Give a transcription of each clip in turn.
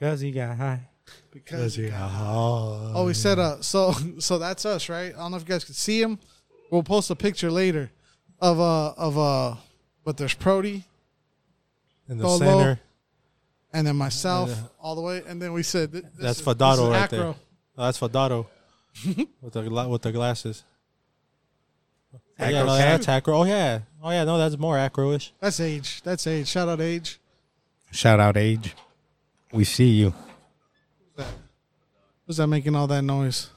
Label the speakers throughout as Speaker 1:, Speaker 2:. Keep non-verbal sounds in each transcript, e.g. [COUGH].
Speaker 1: Cause he got high.
Speaker 2: because
Speaker 3: he got high.
Speaker 2: Oh, we said uh so [LAUGHS] so that's us, right? I don't know if you guys could see him. We'll post a picture later of uh of uh but there's Prody
Speaker 3: in the
Speaker 2: Solo.
Speaker 3: center.
Speaker 2: and then myself all the way and then we said th- this
Speaker 3: That's
Speaker 2: is-
Speaker 3: Fadaro
Speaker 2: this is
Speaker 3: right
Speaker 2: Acro.
Speaker 3: there. Oh, that's
Speaker 2: [LAUGHS]
Speaker 3: Fadaro with the gla- with the glasses. Oh, yeah, no,
Speaker 1: Acro Cat?
Speaker 3: that's acro. Oh yeah, oh yeah, no, that's more acro-ish.
Speaker 2: That's age. That's age. Shout out age.
Speaker 1: Shout out age. We see you.
Speaker 2: Who's that making all that noise?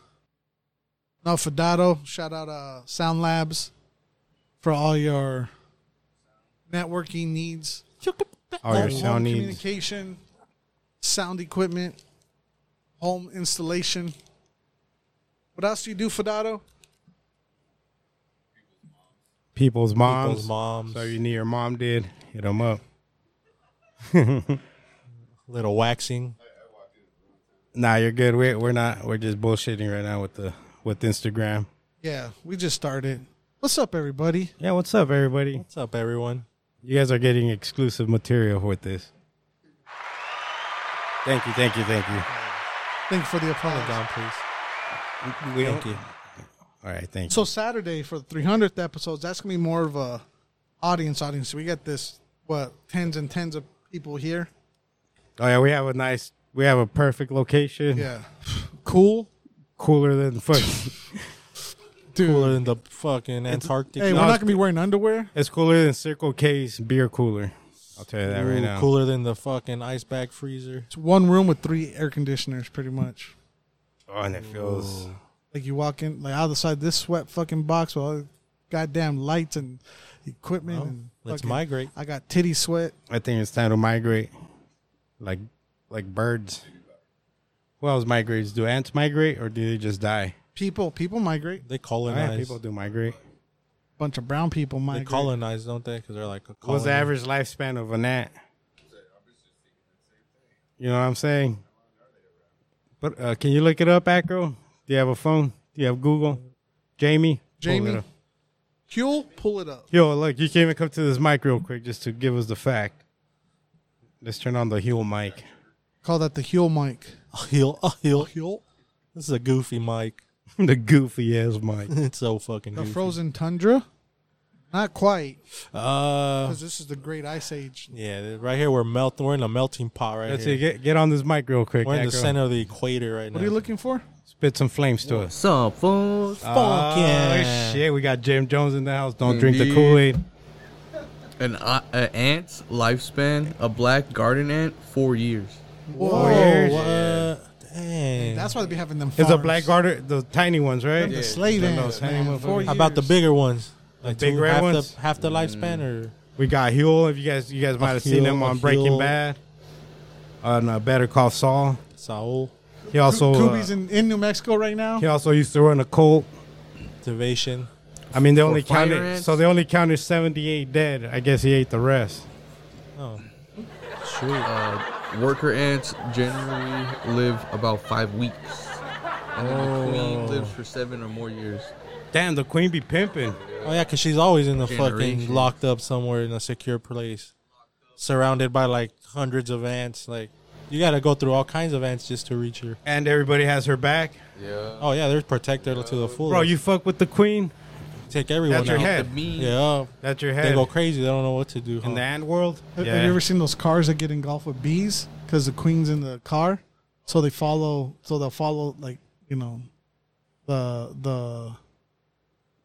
Speaker 2: No, Fadado. Shout out uh, Sound Labs for all your networking needs,
Speaker 1: All your
Speaker 2: home
Speaker 1: sound needs.
Speaker 2: communication, sound equipment, home installation. What else do you do, Fadado?
Speaker 1: People's moms.
Speaker 3: People's moms.
Speaker 1: So you need your mom did. Hit them up.
Speaker 3: Little waxing.
Speaker 1: Nah, you're good. We're we're not. We're just bullshitting right now with the with Instagram.
Speaker 2: Yeah, we just started. What's up, everybody?
Speaker 1: Yeah, what's up, everybody?
Speaker 3: What's up, everyone?
Speaker 1: You guys are getting exclusive material with this. Thank you, thank you, thank you.
Speaker 2: Thank you for the applause.
Speaker 3: Down, please.
Speaker 1: We
Speaker 3: Thank you.
Speaker 1: All right, thank you.
Speaker 2: So Saturday for the 300th episodes, that's gonna be more of a audience audience. We got this what tens and tens of people here.
Speaker 1: Oh yeah, we have a nice, we have a perfect location.
Speaker 2: Yeah. Cool.
Speaker 1: cooler than fuck.
Speaker 2: Dude.
Speaker 3: Cooler than the fucking Antarctic.
Speaker 2: Hey,
Speaker 3: No,
Speaker 2: we're not gonna be wearing underwear.
Speaker 1: it's cooler than Circle K's beer cooler. I'll tell you that right
Speaker 3: ooh,
Speaker 1: now.
Speaker 3: Cooler than the fucking ice bag freezer.
Speaker 2: It's one room with three air conditioners, pretty much.
Speaker 1: Oh, and it feels.
Speaker 2: Like you walk in, like out the side of this sweat fucking box with all the goddamn lights and equipment.
Speaker 3: Well,
Speaker 2: and
Speaker 3: let's
Speaker 2: fucking-
Speaker 3: migrate.
Speaker 2: I got titty sweat.
Speaker 1: I think it's time to migrate, like, like birds. Who else migrates? Do ants migrate or do they just die?
Speaker 2: People, people migrate.
Speaker 3: They
Speaker 1: Oh,
Speaker 3: colonize.
Speaker 1: yeah, people do migrate.
Speaker 2: Bunch of brown people
Speaker 3: they
Speaker 2: migrate.
Speaker 3: colonize, don't they? Because they're like a colony.
Speaker 1: What's the average lifespan of an ant? You know what I'm saying? But uh, can you look it up, Acro? Do you have a phone? Do you have Google? Jamie? Pull it
Speaker 2: Jamie,
Speaker 1: up.
Speaker 2: Huel, pull it up.
Speaker 1: Yo, look, you can't even come to this mic real quick just to give us the fact. Let's turn on the heel mic. [LAUGHS]
Speaker 2: Call that the Huel mic.
Speaker 3: A heel, a heel.
Speaker 2: Huel,
Speaker 3: uh, This is a goofy mic.
Speaker 1: the goofy ass
Speaker 3: [LAUGHS]
Speaker 1: mic.
Speaker 3: It's so fucking
Speaker 2: the
Speaker 3: goofy.
Speaker 2: frozen tundra. Not quite,
Speaker 3: uh,
Speaker 2: because this is the Great Ice Age.
Speaker 3: yeah, right here we're melting. We're in a melting pot right
Speaker 1: Let's
Speaker 3: here.
Speaker 1: see, get, get on this mic real quick.
Speaker 3: We're in the
Speaker 1: Acro.
Speaker 3: center of the equator right
Speaker 2: What
Speaker 3: now.
Speaker 2: are you looking for?
Speaker 1: Spit some flames to us.
Speaker 4: Some fools.
Speaker 3: Uh,
Speaker 1: Oh,
Speaker 3: yeah.
Speaker 1: shit. We got Jim Jones in the house.
Speaker 3: Mm-hmm.
Speaker 1: Don't drink the Kool Aid.
Speaker 4: An, uh, an ant's lifespan, a black garden ant, four years.
Speaker 1: Four years.
Speaker 3: oh, what? Dang.
Speaker 2: That's why they be having them.
Speaker 1: It's a
Speaker 2: farms.
Speaker 1: black garter, the tiny ones, right?
Speaker 2: The slave
Speaker 1: Them
Speaker 2: ants,
Speaker 1: those tiny
Speaker 2: man, four
Speaker 1: motherfuckers.
Speaker 3: How about the
Speaker 2: years.
Speaker 3: bigger ones? Like
Speaker 1: big
Speaker 3: two-
Speaker 1: red
Speaker 3: half
Speaker 1: ones?
Speaker 3: The, half the lifespan, or
Speaker 1: We got Huel. If you guys, you guys might have seen
Speaker 3: Huel,
Speaker 1: him
Speaker 3: a
Speaker 1: on Breaking
Speaker 3: Huel.
Speaker 1: Bad, on uh, Better Call Saul.
Speaker 3: Saul,
Speaker 1: He also uh,
Speaker 2: Kubi's in, in New Mexico right now.
Speaker 1: he also used to run a cult.
Speaker 3: Tivation.
Speaker 1: I mean, they only
Speaker 4: fire
Speaker 1: counted
Speaker 4: ants?
Speaker 1: so they only counted seventy eight dead. I guess he ate the rest.
Speaker 3: Oh, shoot.
Speaker 4: Worker ants generally live about five weeks. And then the queen lives for seven or more years.
Speaker 1: Damn, the queen be pimping.
Speaker 3: Oh yeah, cause she's always in the fucking
Speaker 4: Generation.
Speaker 3: locked up somewhere in a secure place, surrounded by like hundreds of ants. Like you got to go through all kinds of ants just to reach her.
Speaker 1: And everybody has her back.
Speaker 4: Yeah.
Speaker 3: Oh yeah, there's protector to the full.
Speaker 1: Bro, you fuck with the queen.
Speaker 3: take everyone.
Speaker 1: That's your
Speaker 3: out.
Speaker 1: head.
Speaker 3: Yeah,
Speaker 1: That's your
Speaker 3: they
Speaker 1: head.
Speaker 3: go crazy. They don't know what to do.
Speaker 1: In the
Speaker 3: huh?
Speaker 1: ant world.
Speaker 2: Have, have you ever seen those cars that get engulfed with bees because the queen's in the car? So they follow. So they'll follow like you know, the the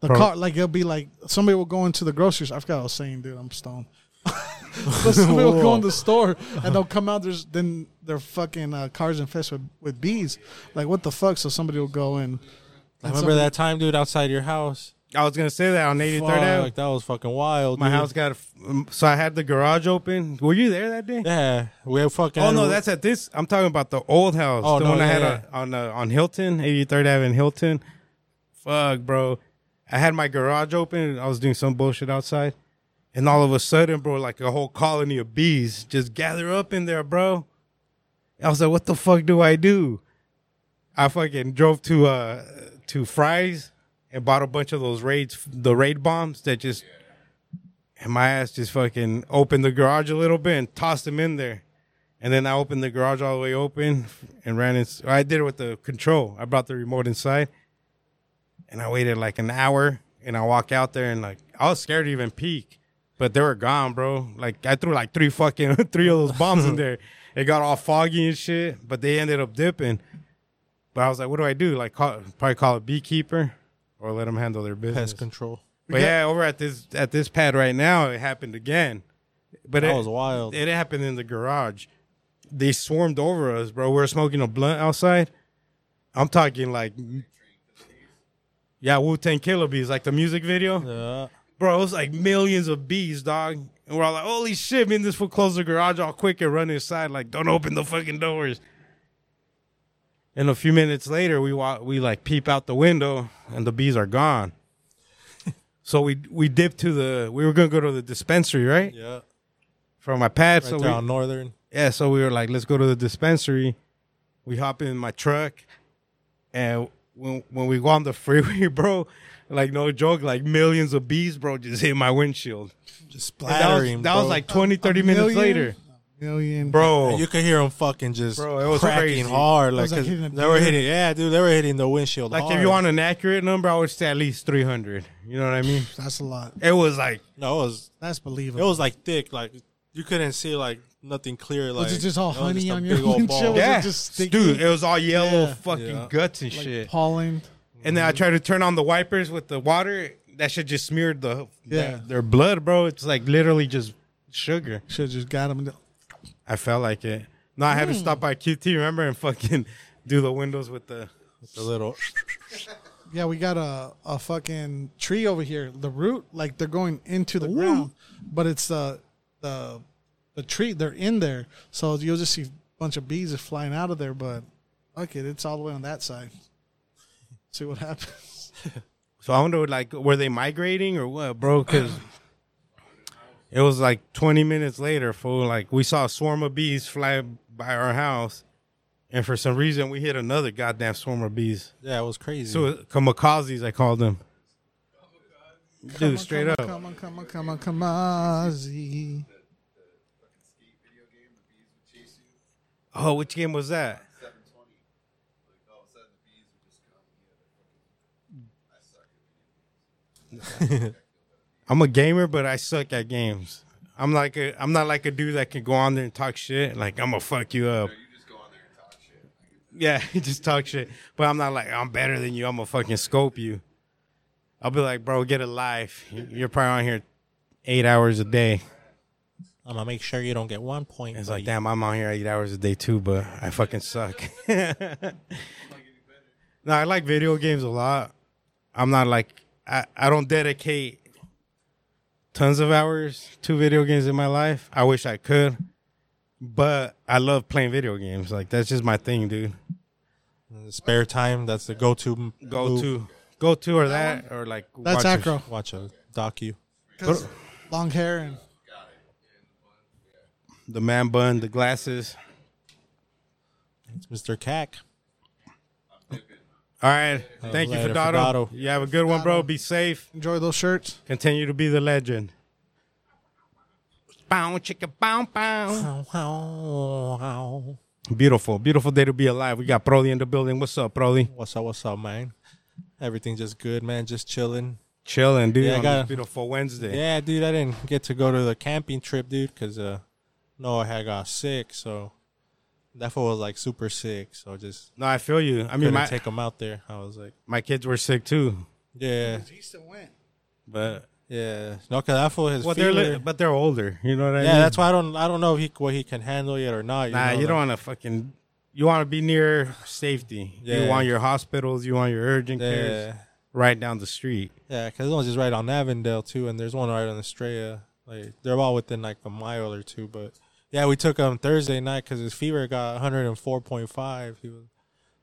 Speaker 2: the
Speaker 1: Pro-
Speaker 2: car. Like it'll be like somebody will go into the grocery. store. I forgot what I was saying, dude. I'm stoned. [LAUGHS] but somebody will
Speaker 1: [LAUGHS]
Speaker 2: go in the store and they'll come out. There's then their fucking uh, cars infested with, with bees. Like what the fuck? So somebody will go in.
Speaker 3: I remember that time, dude, outside your house.
Speaker 1: I was gonna say that on eighty
Speaker 3: Fuck,
Speaker 1: third Ave.
Speaker 3: that was fucking wild.
Speaker 1: My
Speaker 3: dude.
Speaker 1: house got a f- um, so I had the garage open. Were you there that day?
Speaker 3: Yeah, we had fucking.
Speaker 1: Oh no, that's at this. I'm talking about the old house,
Speaker 3: Oh,
Speaker 1: the
Speaker 3: no,
Speaker 1: one I
Speaker 3: yeah,
Speaker 1: had
Speaker 3: yeah.
Speaker 1: on on, uh, on Hilton, 83rd Avenue and Hilton. Fuck, bro. I had my garage open. And I was doing some bullshit outside, and all of a sudden, bro, like a whole colony of bees just gather up in there, bro. I was like, what the fuck do I do? I fucking drove to uh to Fry's and bought a bunch of those raids, the raid bombs that just. And my ass just fucking opened the garage a little bit and tossed them in there And then I opened the garage all the way open and ran in. I did it with the control. I brought the remote inside and I waited like an hour and I walk out there and like I was scared to even peek, but they were gone, bro. Like I threw like three fucking [LAUGHS] three of those bombs in there. It got all foggy and shit, but they ended up dipping. But I was like, what do I do? Like call, probably call a beekeeper or let them handle their business.
Speaker 3: Pest control.
Speaker 1: But yeah, over at this at this pad right now, it happened again. But
Speaker 3: That
Speaker 1: it,
Speaker 3: was wild.
Speaker 1: It happened in the garage. They swarmed over us, bro. We were smoking a blunt outside. I'm talking like, yeah, Wu Tang Killer Bees, like the music video,
Speaker 3: Yeah.
Speaker 1: bro. It was like millions of bees, dog. And we're all like, holy shit, man! This fool closed the garage all quick and run inside, like, don't open the fucking doors. And a few minutes later, we walk, we like peep out the window, and the bees are gone. [LAUGHS] so we we dipped to the. We were gonna go to the dispensary, right?
Speaker 3: Yeah. Right
Speaker 1: From my pad, so
Speaker 3: there
Speaker 1: we,
Speaker 3: on Northern.
Speaker 1: yeah, so we were like, let's go to the dispensary. We hop in my truck, and when when we go on the freeway, [LAUGHS] bro, like no joke, like millions of bees, bro, just hit my windshield.
Speaker 3: Just
Speaker 1: And that was,
Speaker 3: splattering.
Speaker 1: that was
Speaker 3: bro.
Speaker 1: like 20, 30
Speaker 2: A
Speaker 1: minutes
Speaker 2: million?
Speaker 1: later,
Speaker 2: A million.
Speaker 1: bro.
Speaker 3: You could hear them fucking just
Speaker 1: Bro, it was
Speaker 3: cracking
Speaker 1: crazy.
Speaker 3: hard.
Speaker 2: That
Speaker 3: Like,
Speaker 2: was like
Speaker 3: 'cause
Speaker 2: hitting a
Speaker 3: they were
Speaker 2: deer.
Speaker 3: hitting, yeah, dude, they were hitting the windshield.
Speaker 1: like
Speaker 3: hard.
Speaker 1: if you want an accurate number, I would say at least three hundred. You know what I mean?
Speaker 2: That's a lot.
Speaker 1: It was like
Speaker 3: no, it was
Speaker 2: That's
Speaker 3: it
Speaker 2: believable.
Speaker 3: was like thick, like you couldn't see like nothing clear. Like
Speaker 2: it just all
Speaker 3: it was
Speaker 2: honey
Speaker 3: just a
Speaker 2: on your
Speaker 1: [LAUGHS]
Speaker 3: big old
Speaker 2: windshield?
Speaker 3: ball.
Speaker 2: Was it
Speaker 1: yeah,
Speaker 2: just sticky?
Speaker 1: dude, it was all yellow
Speaker 2: Yeah.
Speaker 1: fucking
Speaker 3: Yeah.
Speaker 1: guts and
Speaker 2: like
Speaker 1: shit.
Speaker 2: pollen.
Speaker 1: And then I tried to turn on the wipers with the water. That shit just smeared the
Speaker 2: Yeah.
Speaker 1: their blood, bro. It's like literally just sugar.
Speaker 2: Should have just got him.
Speaker 1: I felt like it. No, I had
Speaker 2: Mm.
Speaker 1: to stop by QT, remember, and fucking [LAUGHS] do the windows with the.
Speaker 3: The little
Speaker 2: Yeah, we got a, a fucking tree over here. The root, like they're going into the ground, but it's the the the tree. They're in there, so you'll just see a bunch of bees just flying out of there. But fuck it, it's all the way on that side. See what happens.
Speaker 1: So I wonder, like, were they migrating or what, bro? Because it was like 20 minutes later, fool. Like, we saw a swarm of bees fly by our house, and for some reason, we hit another goddamn swarm of bees.
Speaker 3: yeah, it was crazy.
Speaker 1: So, kamikazes, I called them.
Speaker 2: Come on,
Speaker 1: Dude, straight
Speaker 2: come
Speaker 1: up.
Speaker 2: on, Come on, come on, come on, come on, kamikaze.
Speaker 1: Oh, which game was that? [LAUGHS] I'm a gamer, but I suck at games. I'm like a, I'm not like a dude that can go on there and talk shit. Like I'm gonna fuck you up. Yeah, [LAUGHS] he just talk shit. But I'm not like I'm better than you. I'm gonna fucking scope you. I'll be like, bro, get a life. You're probably on here eight hours a day.
Speaker 3: I'm gonna make sure you don't get one point.
Speaker 1: It's
Speaker 3: buddy.
Speaker 1: like, damn, I'm on here eight hours a day too, but I fucking suck. [LAUGHS] no, I like video games a lot. I'm not like I, I don't dedicate tons of hours to video games in my life. I wish I could. But I love playing video games. Like that's just my thing, dude.
Speaker 3: spare time. That's the go-to.
Speaker 1: Go
Speaker 3: move.
Speaker 1: to go to or that or like
Speaker 2: That's
Speaker 1: watch a-
Speaker 2: acro.
Speaker 3: watch a docu.
Speaker 2: Cause long hair and
Speaker 1: the man bun, the glasses.
Speaker 3: It's Mr. Cack.
Speaker 1: All right. Thank you,
Speaker 3: Uh, later,
Speaker 1: Fedotto.
Speaker 3: Fedotto.
Speaker 1: You have a good one, bro. Be safe.
Speaker 2: enjoy those shirts.
Speaker 1: Continue to be the legend. Bow, chicka, bow, bow.
Speaker 3: What's
Speaker 1: Beautiful, beautiful day to be alive. We got Broly in the building. What's up, Broly?
Speaker 3: up? What's up, man? Everything just good, man. Just chilling.
Speaker 1: Chilling, dude.
Speaker 3: Yeah, I
Speaker 1: on
Speaker 3: got-
Speaker 1: this beautiful Wednesday.
Speaker 3: Yeah, dude, I didn't get to go to the camping trip, dude, because uh, Noah had got sick, so that fool was like super sick. So just
Speaker 1: No, I feel you. I mean,
Speaker 3: couldn't
Speaker 1: my
Speaker 3: take him out there. I was like,
Speaker 1: my kids were sick too,
Speaker 3: yeah,
Speaker 2: He still went.
Speaker 1: but
Speaker 3: yeah, no, cause that fool his
Speaker 1: well, they're
Speaker 3: fever.
Speaker 1: li- but they're older. You know what I mean?
Speaker 3: yeah, that's why I don't I don't know if he what he can handle it or not. You
Speaker 1: Nah,
Speaker 3: know,
Speaker 1: you
Speaker 3: like-
Speaker 1: don't want to fucking. You want to be near safety. You
Speaker 3: Yeah.
Speaker 1: want your hospitals. You want your urgent
Speaker 3: Yeah,
Speaker 1: cares right down the street.
Speaker 3: yeah, because one's just right on Avondale too, and there's one right on Estrella. Like they're all within like a mile or two, but yeah, we took him Thursday night because his fever got 104.5. He was.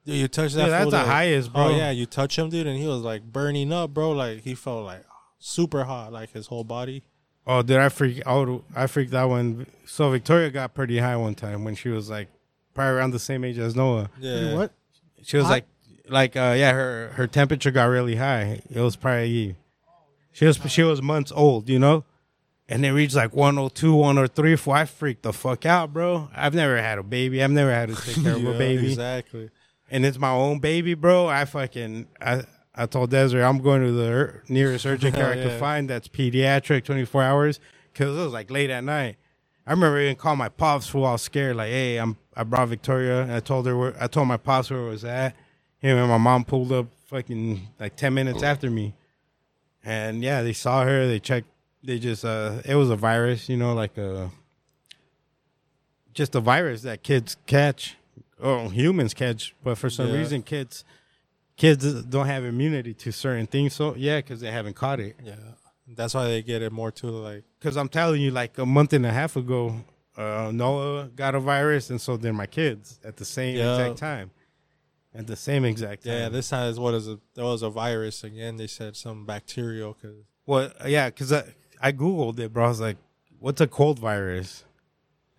Speaker 3: Dude, you touch that.
Speaker 1: Dude, that's
Speaker 3: fool,
Speaker 1: the
Speaker 3: like-
Speaker 1: highest, bro.
Speaker 3: Oh yeah, you touch him, dude, and he was like burning up, bro. Like he felt like super hot, like his whole body.
Speaker 1: Oh, did I freak out? I freaked out when so Victoria got pretty high one time when she was like probably around the same age as Noah.
Speaker 3: Yeah.
Speaker 2: What?
Speaker 1: She was
Speaker 2: Hot?
Speaker 1: like, like uh, yeah, her her temperature got really high. It was probably she was she was months old, you know, and it reached like 102, 103. Fool, I freaked the fuck out, bro. I've never had a baby. I've never had to take care of a
Speaker 3: [LAUGHS] Yeah,
Speaker 1: baby,
Speaker 3: Exactly.
Speaker 1: and it's my own baby, bro. I fucking I. I told Desiree I'm going to the er- nearest urgent care I
Speaker 3: yeah.
Speaker 1: can find that's pediatric, 24 hours, because it was like late at night. I remember even calling my pops who I was scared, like, "Hey, I'm I brought Victoria." And I told her where I told my pops where it was at. Him and my mom pulled up, fucking like 10 minutes after me. And yeah, they saw her. They checked. They just uh, it was a virus, you know, like a just a virus that kids catch, or humans catch, but for some
Speaker 3: Yeah.
Speaker 1: reason, kids kids don't have immunity to certain things. So yeah, because they haven't caught it.
Speaker 3: Yeah. That's why they get it more too. Like,
Speaker 1: Because I'm telling you, like a month and a half ago, uh, Noah got a virus, and so did my kids at the same
Speaker 3: Yeah.
Speaker 1: exact time. At the same exact time.
Speaker 3: yeah, this time is what is a, there was a virus again. They said some bacterial because
Speaker 1: Well, yeah, because I, I Googled it, bro. I was like, what's a cold virus?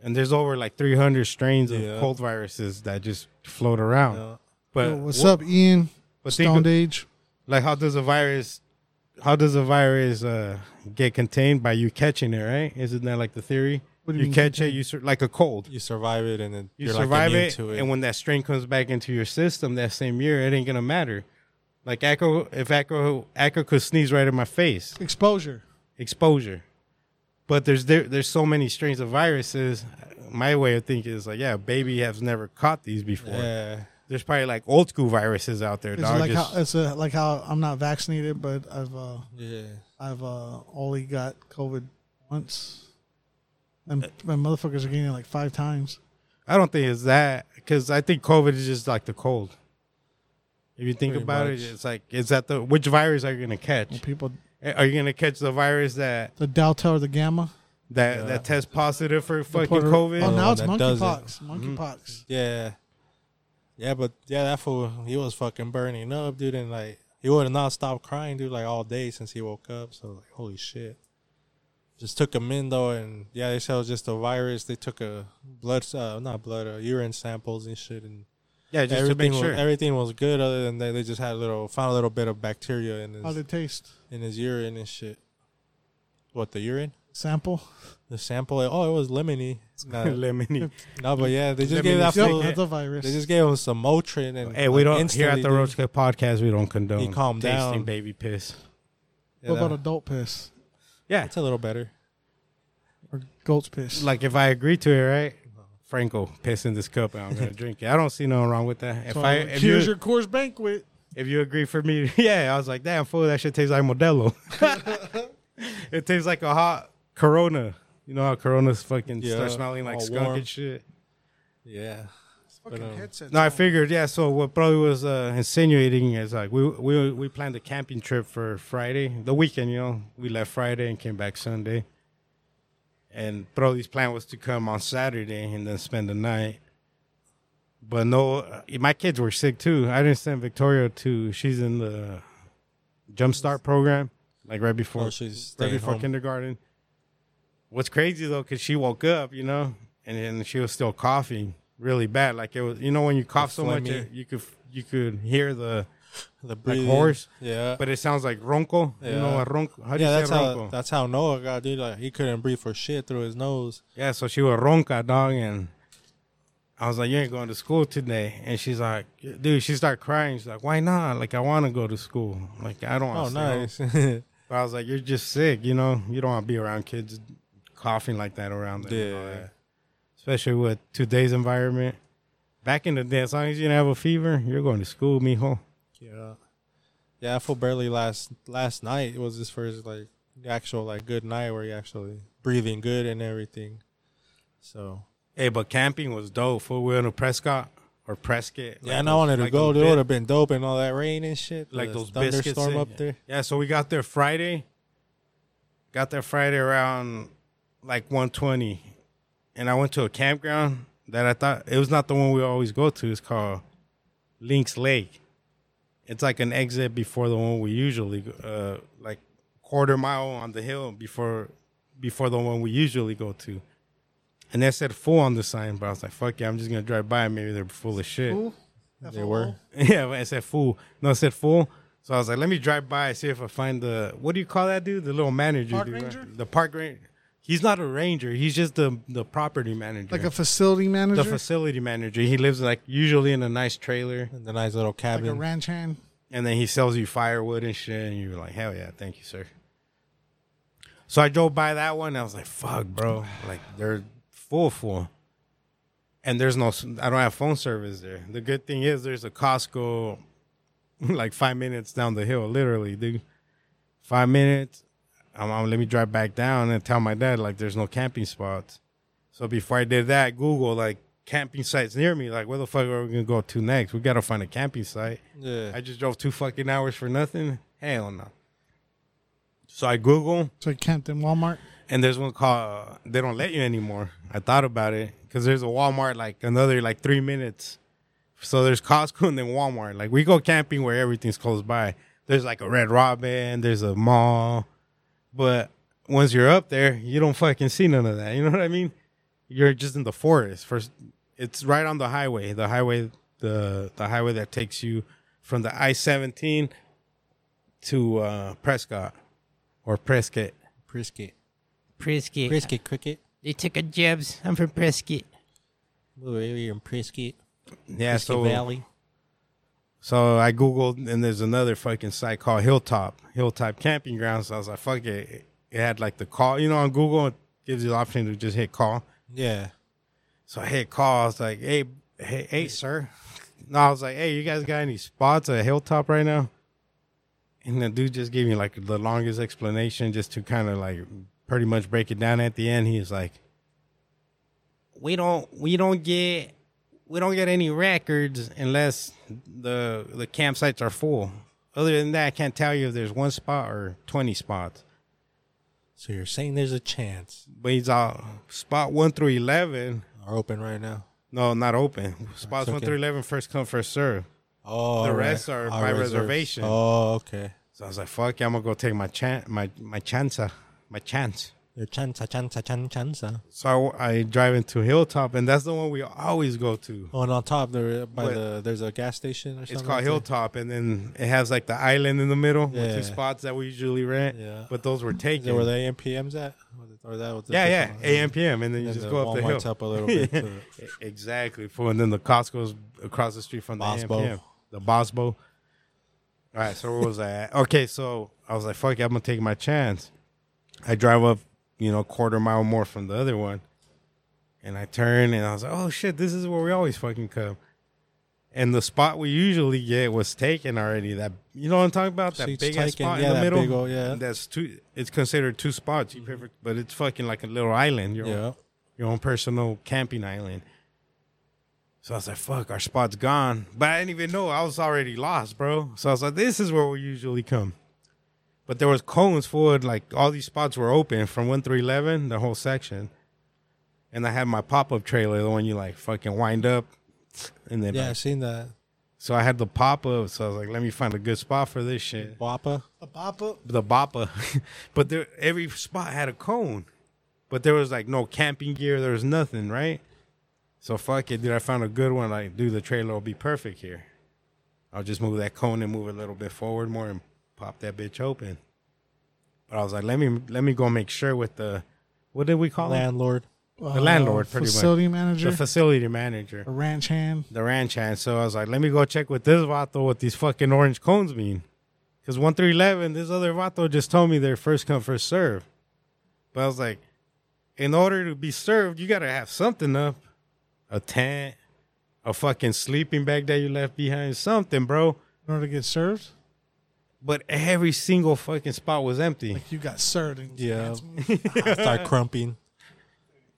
Speaker 1: And there's over like 300 strains of
Speaker 3: Yeah.
Speaker 1: cold viruses that just float around. But
Speaker 2: Yo, what's
Speaker 1: wha-
Speaker 2: up, Ian?
Speaker 1: But think
Speaker 2: Stoned
Speaker 1: of-
Speaker 2: Age.
Speaker 1: Like, how does a virus, how does a virus uh, get contained by you catching it? Right? Isn't that like the theory?
Speaker 2: What do you
Speaker 1: you
Speaker 2: mean
Speaker 1: catch it, you sur- like a cold.
Speaker 3: you survive it and then
Speaker 1: You
Speaker 3: are
Speaker 1: survive
Speaker 3: like immune
Speaker 1: it,
Speaker 3: to it.
Speaker 1: and when that strain comes back into your system that same year, it ain't gonna matter. Like Acro, if Acro, Acro could sneeze right in my face,
Speaker 2: Exposure.
Speaker 1: exposure. But there's there, there's so many strains of viruses. My way of thinking is like, yeah, baby has never caught these before.
Speaker 3: yeah.
Speaker 1: There's probably like old school viruses out there.
Speaker 2: It's
Speaker 1: Dog.
Speaker 2: like
Speaker 1: Just-
Speaker 2: how it's uh like how I'm not vaccinated, but I've uh,
Speaker 3: Yeah.
Speaker 2: I've uh, only got COVID once, and my motherfuckers are getting it like five times.
Speaker 1: I don't think it's that because I think COVID is just like the cold. If you think
Speaker 3: Pretty
Speaker 1: about
Speaker 3: much.
Speaker 1: it, it's like is that the which virus are you gonna
Speaker 2: Well,
Speaker 1: catch?
Speaker 2: people,
Speaker 1: Are you gonna catch the virus that
Speaker 2: the Delta or the Gamma.
Speaker 1: that
Speaker 3: Yeah.
Speaker 1: that tests positive for fucking
Speaker 2: Puerto-
Speaker 1: COVID?
Speaker 2: Oh,
Speaker 3: no.
Speaker 2: now it's
Speaker 3: that does it. Mm-hmm.
Speaker 2: monkeypox. Monkeypox.
Speaker 3: Yeah. Yeah, but yeah, that fool he was fucking burning up, dude, and like he would have not stopped crying, dude, like all day since he woke up. So like, holy shit. Just took him in though, and yeah, they said it was just a virus. They took a blood, uh, not blood, uh, urine samples and shit, and
Speaker 1: yeah, just to
Speaker 3: everything
Speaker 1: make sure. [LAUGHS]
Speaker 3: was everything was good. Other than that, they just had a little, found a little bit of bacteria in
Speaker 2: How'd
Speaker 3: his
Speaker 2: it taste?
Speaker 3: in his urine and shit. What the urine?
Speaker 2: Sample.
Speaker 3: The sample? Oh, it was lemony.
Speaker 1: [LAUGHS]
Speaker 3: no, [LAUGHS]
Speaker 1: Lemony.
Speaker 3: no, but yeah, they just gave
Speaker 1: Lemony
Speaker 3: that
Speaker 1: stick.
Speaker 3: fool.
Speaker 2: Yep, that's a virus.
Speaker 3: They just gave him some Motrin and
Speaker 1: Hey, we
Speaker 3: like,
Speaker 1: don't here at
Speaker 3: instantly,
Speaker 1: the
Speaker 3: dude.
Speaker 1: Roach Cut Podcast. We don't condone
Speaker 3: He calmed
Speaker 1: tasting
Speaker 3: down.
Speaker 1: baby piss.
Speaker 3: Yeah,
Speaker 2: what about
Speaker 3: that-
Speaker 2: adult piss
Speaker 1: Yeah,
Speaker 3: It's a little better.
Speaker 2: or goat's piss?
Speaker 1: like if I agree to it, right? Franco piss in this cup and I'm gonna drink it. I don't see nothing wrong with that. If
Speaker 2: So,
Speaker 1: I if you,
Speaker 2: here's your course banquet.
Speaker 1: if you agree for me, [LAUGHS] yeah, I was like, damn fool, that shit tastes like Modelo. [LAUGHS] it tastes like a hot Corona. You know how Corona's fucking
Speaker 3: Yeah,
Speaker 1: start smelling like
Speaker 3: all
Speaker 1: skunk
Speaker 3: warm.
Speaker 1: and shit.
Speaker 3: Yeah.
Speaker 2: Fucking
Speaker 3: um,
Speaker 2: headset.
Speaker 1: No, I figured, yeah. So what probably was uh, insinuating is like we we we planned a camping trip for Friday, the weekend. You know, we left Friday and came back Sunday. And Brody's plan was to come on Saturday and then spend the night. But no, uh, my kids were sick too. I didn't send Victoria to. She's in the Jumpstart program, like right before
Speaker 3: Oh, she's
Speaker 1: right
Speaker 3: staying
Speaker 1: before
Speaker 3: home.
Speaker 1: kindergarten. What's crazy though, because she woke up, you know, and then she was still coughing really bad. Like it was, you know, when you cough so much,
Speaker 3: phlegmy.
Speaker 1: it- you could you could hear the,
Speaker 3: The breathing.
Speaker 1: horse,
Speaker 3: Yeah.
Speaker 1: but it sounds like ronco. You know,
Speaker 3: Yeah.
Speaker 1: a ronco. How do
Speaker 3: yeah,
Speaker 1: you
Speaker 3: that's
Speaker 1: say
Speaker 3: how
Speaker 1: ronco?
Speaker 3: that's how Noah got dude. Like he couldn't breathe for shit through his nose.
Speaker 1: yeah, so she was ronca, dog, and I was like, "You ain't going to school today," and she's like, "Dude," she started crying. She's like, "Why not? Like, I want to go to school. Like, I don't want
Speaker 3: Oh,
Speaker 1: to." Home.
Speaker 3: nice. [LAUGHS] yeah.
Speaker 1: But I was like, "You're just sick, you know. You don't want to be around kids coughing like that around them." and all that. especially with today's environment. Back in the day, as long as you didn't have a fever, you're going to school, mijo.
Speaker 3: Yeah. Yeah, I feel barely last last night was his first like actual like good night where he actually breathing good and everything. So
Speaker 1: Hey, but camping was dope. Fool. We went to Prescott or Prescott.
Speaker 3: yeah, and I wanted to
Speaker 1: like
Speaker 3: go.
Speaker 1: those
Speaker 3: Dude, it
Speaker 1: bit-
Speaker 3: would have been dope and all that rain and shit.
Speaker 1: like
Speaker 3: the
Speaker 1: those biscuits.
Speaker 3: thunderstorm
Speaker 1: eh?
Speaker 3: up there.
Speaker 1: Yeah, so we got there Friday. Got there Friday around like 120. And I went to a campground that I thought it was not the one we always go to. It's called Lynx Lake. It's like an exit before the one we usually go- uh like quarter mile on the hill before before the one we usually go to. And they said full on the sign, but I was like, fuck yeah, I'm just gonna drive by. Maybe they're full of shit.
Speaker 2: Cool.
Speaker 3: They were.
Speaker 1: [LAUGHS] Yeah, but it said fool. No, it said fool. So I was like, let me drive by and see if I find the what do you call that dude? The little manager
Speaker 2: Park
Speaker 1: dude. right?
Speaker 2: ranger?
Speaker 1: The park ranger. He's not a ranger. He's just the the property manager,
Speaker 2: Like a facility manager,
Speaker 1: the facility manager. He lives like usually in a nice trailer,
Speaker 3: in the nice little
Speaker 2: like a
Speaker 3: cabin.
Speaker 2: ranch hand.
Speaker 1: and then he sells you firewood and shit. And you're like, hell yeah, thank you, sir. So I drove by that one. And I was like, fuck, bro, like they're full full. And there's no, I don't have phone service there. The good thing is there's a Costco, [LAUGHS] like five minutes down the hill, literally, dude. Five minutes. I'm, I'm- let me drive back down and tell my dad like there's no camping spots. So before I did that, Google like camping sites near me. Like where the fuck are we gonna go to next? We gotta find a camping site.
Speaker 3: yeah.
Speaker 1: I just drove two fucking hours for nothing. Hell no. So I Google,
Speaker 2: So he camped in Walmart.
Speaker 1: and there's one called. uh, They don't let you anymore. I thought about it because there's a Walmart like another like three minutes. So there's Costco and then Walmart. Like we go camping where everything's close by. There's like a Red Robin. There's a mall, but once you're up there, you don't fucking see none of that. You know what I mean? You're just in the forest. First, it's right on the highway. The highway, the the highway that takes you from the I-17 to uh, Prescott or Prescott.
Speaker 3: Brisket.
Speaker 5: Prescott.
Speaker 3: Brisket cricket.
Speaker 5: They took a jibs. I'm from Prescott.
Speaker 3: Little area in Brisket.
Speaker 1: Yeah,
Speaker 3: Brisket
Speaker 1: so
Speaker 3: Valley.
Speaker 1: So I googled, and there's another fucking site called Hilltop, Hilltop Camping Grounds. So I was like, fuck it. It had like the call, you know, on Google, it gives you the option to just hit call.
Speaker 3: Yeah.
Speaker 1: So I hit call. I was like, hey, hey, hey, sir. [LAUGHS] No, I was like, hey, you guys got any spots at Hilltop right now? And the dude just gave me like the longest explanation just to kind of like pretty much break it down at the end. He was like, we don't, we don't get, we don't get any records unless the the campsites are full. Other than that, I can't tell you if there's one spot or 20 spots.
Speaker 3: So you're saying there's a chance.
Speaker 1: But he's all spot one through 11
Speaker 3: Are open right now.
Speaker 1: No, not open. Spots
Speaker 3: It's
Speaker 1: one
Speaker 3: okay.
Speaker 1: through eleven, first come, first serve.
Speaker 3: Oh,
Speaker 1: The
Speaker 3: all right.
Speaker 1: rest are
Speaker 3: All
Speaker 1: by
Speaker 3: reserves.
Speaker 1: reservation.
Speaker 3: Oh, okay.
Speaker 1: So I was like, "Fuck, yeah, I'm gonna go take my chance, my my chance, my chance."
Speaker 3: Your chanza, chanza, chan, chanza.
Speaker 1: So I, I drive into Hilltop, and that's the one we always go to.
Speaker 3: Oh, and on top there by
Speaker 1: What?
Speaker 3: the there's a gas station or something.
Speaker 1: It's
Speaker 3: like
Speaker 1: called
Speaker 3: that?
Speaker 1: Hilltop, and then it has like the island in the middle with
Speaker 3: Yeah.
Speaker 1: two spots that we usually rent.
Speaker 3: Yeah.
Speaker 1: But those were
Speaker 3: Is that
Speaker 1: taken.
Speaker 3: where the AMPM's at? Was it- Or that was the
Speaker 1: yeah, yeah,
Speaker 3: different one?
Speaker 1: AM PM, and then
Speaker 3: And
Speaker 1: you
Speaker 3: then
Speaker 1: just
Speaker 3: the
Speaker 1: go up the
Speaker 3: Walmart's
Speaker 1: hill.
Speaker 3: up a little bit.
Speaker 1: [LAUGHS] Yeah.
Speaker 3: too.
Speaker 1: E- Exactly. Fool. And then the Costco's across the street from the
Speaker 3: Bosbo.
Speaker 1: Bosbo. The Bosbo. All right, so where was I at? Okay, so I was like, fuck it, I'm gonna take my chance. I drive up, you know, quarter mile more from the other one. And I turn and I was like, oh shit, this is where we always fucking come. And the spot we usually get was taken already. That you know what I'm talking about? That
Speaker 3: Seats
Speaker 1: big ass
Speaker 3: taken.
Speaker 1: spot
Speaker 3: Yeah,
Speaker 1: in the
Speaker 3: that
Speaker 1: middle.
Speaker 3: big old- yeah.
Speaker 1: That's two it's considered two spots. You perfect but it's fucking like a little island. You're
Speaker 3: Mm-hmm. Yeah.
Speaker 1: your own personal camping island. So I was like, fuck, our spot's gone. But I didn't even know. I was already lost, bro. So I was like, this is where we usually come. But there was cones forward, like all these spots were open from 1 through 11, the whole section. And I had my pop-up trailer, the one you like fucking wind up. And then
Speaker 3: Yeah, I've seen that.
Speaker 1: so I had the pop-up. So I was like, let me find a good spot for this shit
Speaker 3: Wappa.
Speaker 2: A pop up.
Speaker 1: the bopper, [LAUGHS] but there every spot had a cone, but there was like no camping gear. There was nothing, right? So fuck it, dude. I found a good one. Like, dude, the trailer will be perfect here. I'll just move that cone and move it a little bit forward more and pop that bitch open. But I was like, let me let me go make sure with the what did we call him?
Speaker 3: Landlord.
Speaker 2: The
Speaker 1: landlord, pretty much.
Speaker 2: Uh, facility manager,
Speaker 1: The facility manager,
Speaker 2: a ranch hand.
Speaker 1: the ranch hand. So I was like, let me go check with this vato what these fucking orange cones mean. Because 1 through 11, this other Vato just told me they're first come, first serve. But I was like, in order to be served, you got to have something up a tent, a fucking sleeping bag that you left behind, something, bro.
Speaker 2: In order to get served,
Speaker 1: But every single fucking spot was empty.
Speaker 2: like you got served. And
Speaker 3: Yeah. [LAUGHS] Start crumping.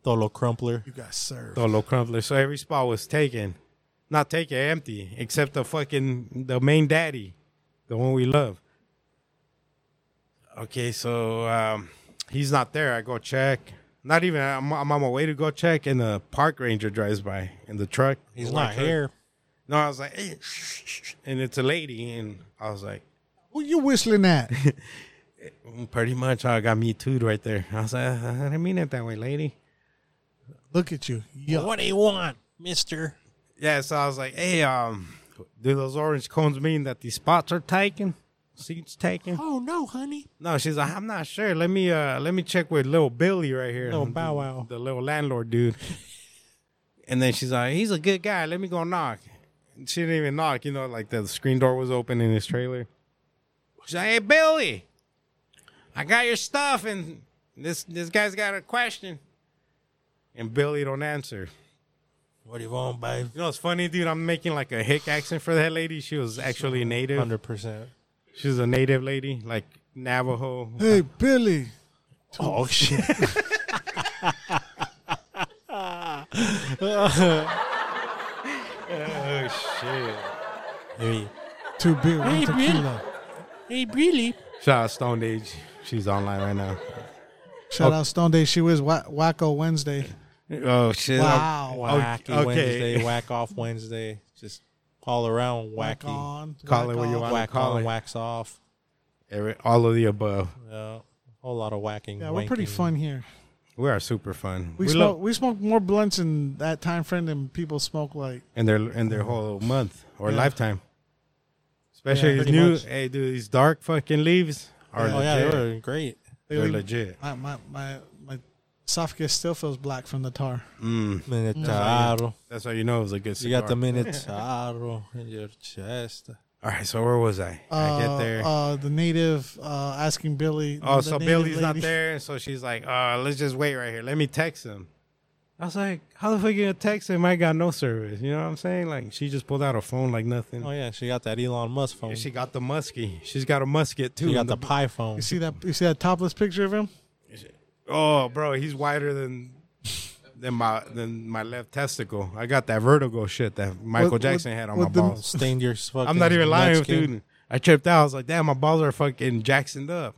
Speaker 3: Tholo crumpler.
Speaker 2: you got served.
Speaker 1: Solo crumbler. So every spot was taken. Not taken, empty, except the fucking, the main daddy, the one we love. Okay, so um, he's not there. I go check. Not even, I'm, I'm on my way to go check, and the park ranger drives by in the truck.
Speaker 3: He's
Speaker 1: The
Speaker 3: not
Speaker 1: white truck.
Speaker 3: here.
Speaker 1: No, I was like, "Hey, shh, shh, shh," and it's a lady, and I was like,
Speaker 2: Who you whistling
Speaker 1: [LAUGHS]
Speaker 2: at?
Speaker 1: mm, pretty much, I got me too right there. I was like, "Ah, I didn't mean it that way, lady.
Speaker 2: Look at you. Yuck.
Speaker 3: What do you want, mister?
Speaker 1: Yeah, so I was like, hey, um, do those orange cones mean that these spots are taken? seats taken?
Speaker 3: Oh no, honey.
Speaker 1: No, she's like, I'm not sure. Let me uh let me check with little Billy right here.
Speaker 3: Little Bow Wow.
Speaker 1: The, little landlord dude. and then she's like, He's a good guy, let me go knock. And She didn't even knock, you know, like the screen door was open in his trailer. She's like, Hey Billy, I got your stuff and this this guy's got a question. And Billy don't answer.
Speaker 3: What do you want, babe?
Speaker 1: You know it's funny, dude. I'm making like a hick accent for that lady. She was actually native.
Speaker 3: Hundred [LAUGHS] percent.
Speaker 1: She was a native lady, like Navajo.
Speaker 2: Hey, Billy.
Speaker 3: Oh shit.
Speaker 1: Oh shit.
Speaker 3: Hey,
Speaker 2: Two beer, one
Speaker 3: Hey, Bill.
Speaker 2: tequila.
Speaker 3: hey, Billy.
Speaker 1: Shout out Stone Age. She's online right now.
Speaker 2: Shout out Stone Day. She was Wa- Wacko Wednesday.
Speaker 1: Oh shit!
Speaker 2: Wow.
Speaker 3: Wacky
Speaker 1: okay.
Speaker 3: Wednesday, whack off Wednesday, just all around
Speaker 2: Whack
Speaker 3: wacky.
Speaker 2: on.
Speaker 1: Call
Speaker 2: whack
Speaker 1: it what you
Speaker 2: off.
Speaker 1: want.
Speaker 3: Whack
Speaker 1: Call
Speaker 3: on,
Speaker 1: it.
Speaker 3: wax off.
Speaker 1: Every- all of the above.
Speaker 3: Yeah, a whole lot of whacking.
Speaker 2: Yeah, we're pretty
Speaker 3: wanking.
Speaker 2: fun here.
Speaker 1: We are super fun.
Speaker 2: We,
Speaker 1: We,
Speaker 2: smoke,
Speaker 1: love
Speaker 2: we smoke more blunts in that time frame than people smoke like
Speaker 1: in their in their whole month or
Speaker 2: Yeah.
Speaker 1: lifetime. Especially
Speaker 3: Yeah,
Speaker 1: these
Speaker 3: pretty
Speaker 1: new.
Speaker 3: much.
Speaker 1: Hey, dude, these dark fucking leaves are
Speaker 3: Oh yeah,
Speaker 1: legit.
Speaker 3: they were great.
Speaker 1: they're,
Speaker 2: Really?
Speaker 1: legit.
Speaker 2: my my my, my esophagus still feels black from the tar.
Speaker 1: Mm.
Speaker 3: Minotaro.
Speaker 1: That's how you know it was a good.
Speaker 3: You got the
Speaker 1: cigar.
Speaker 3: Minotaro in your chest.
Speaker 1: All right, so where was I? I get
Speaker 2: Uh,
Speaker 1: there.
Speaker 2: Uh, the native uh, asking Billy.
Speaker 1: Oh,
Speaker 2: the
Speaker 1: so
Speaker 2: native
Speaker 1: Billy's not
Speaker 2: lady.
Speaker 1: there, so she's like, uh, let's just wait right here. Let me text him. I was like, how the fuck you gonna text him? I got no service. You know what I'm saying? Like she just pulled out her phone like nothing.
Speaker 3: Oh yeah, she got that Elon Musk phone.
Speaker 1: And she
Speaker 3: She
Speaker 1: got the muskie. She's got a musket too.
Speaker 3: got
Speaker 1: And
Speaker 3: the pie phone.
Speaker 2: [LAUGHS] You see that? You see that topless picture of him?
Speaker 1: [LAUGHS] Oh bro, he's wider than than my than my left testicle. I got that vertigo shit that Michael
Speaker 2: With-
Speaker 1: Jackson
Speaker 2: with-
Speaker 1: had on my
Speaker 2: with the-
Speaker 1: balls.
Speaker 3: Stained your fucking.
Speaker 1: I'm not even lying,
Speaker 3: nut skin.
Speaker 1: dude. I tripped out. I was like, damn, my balls are fucking jacksoned up.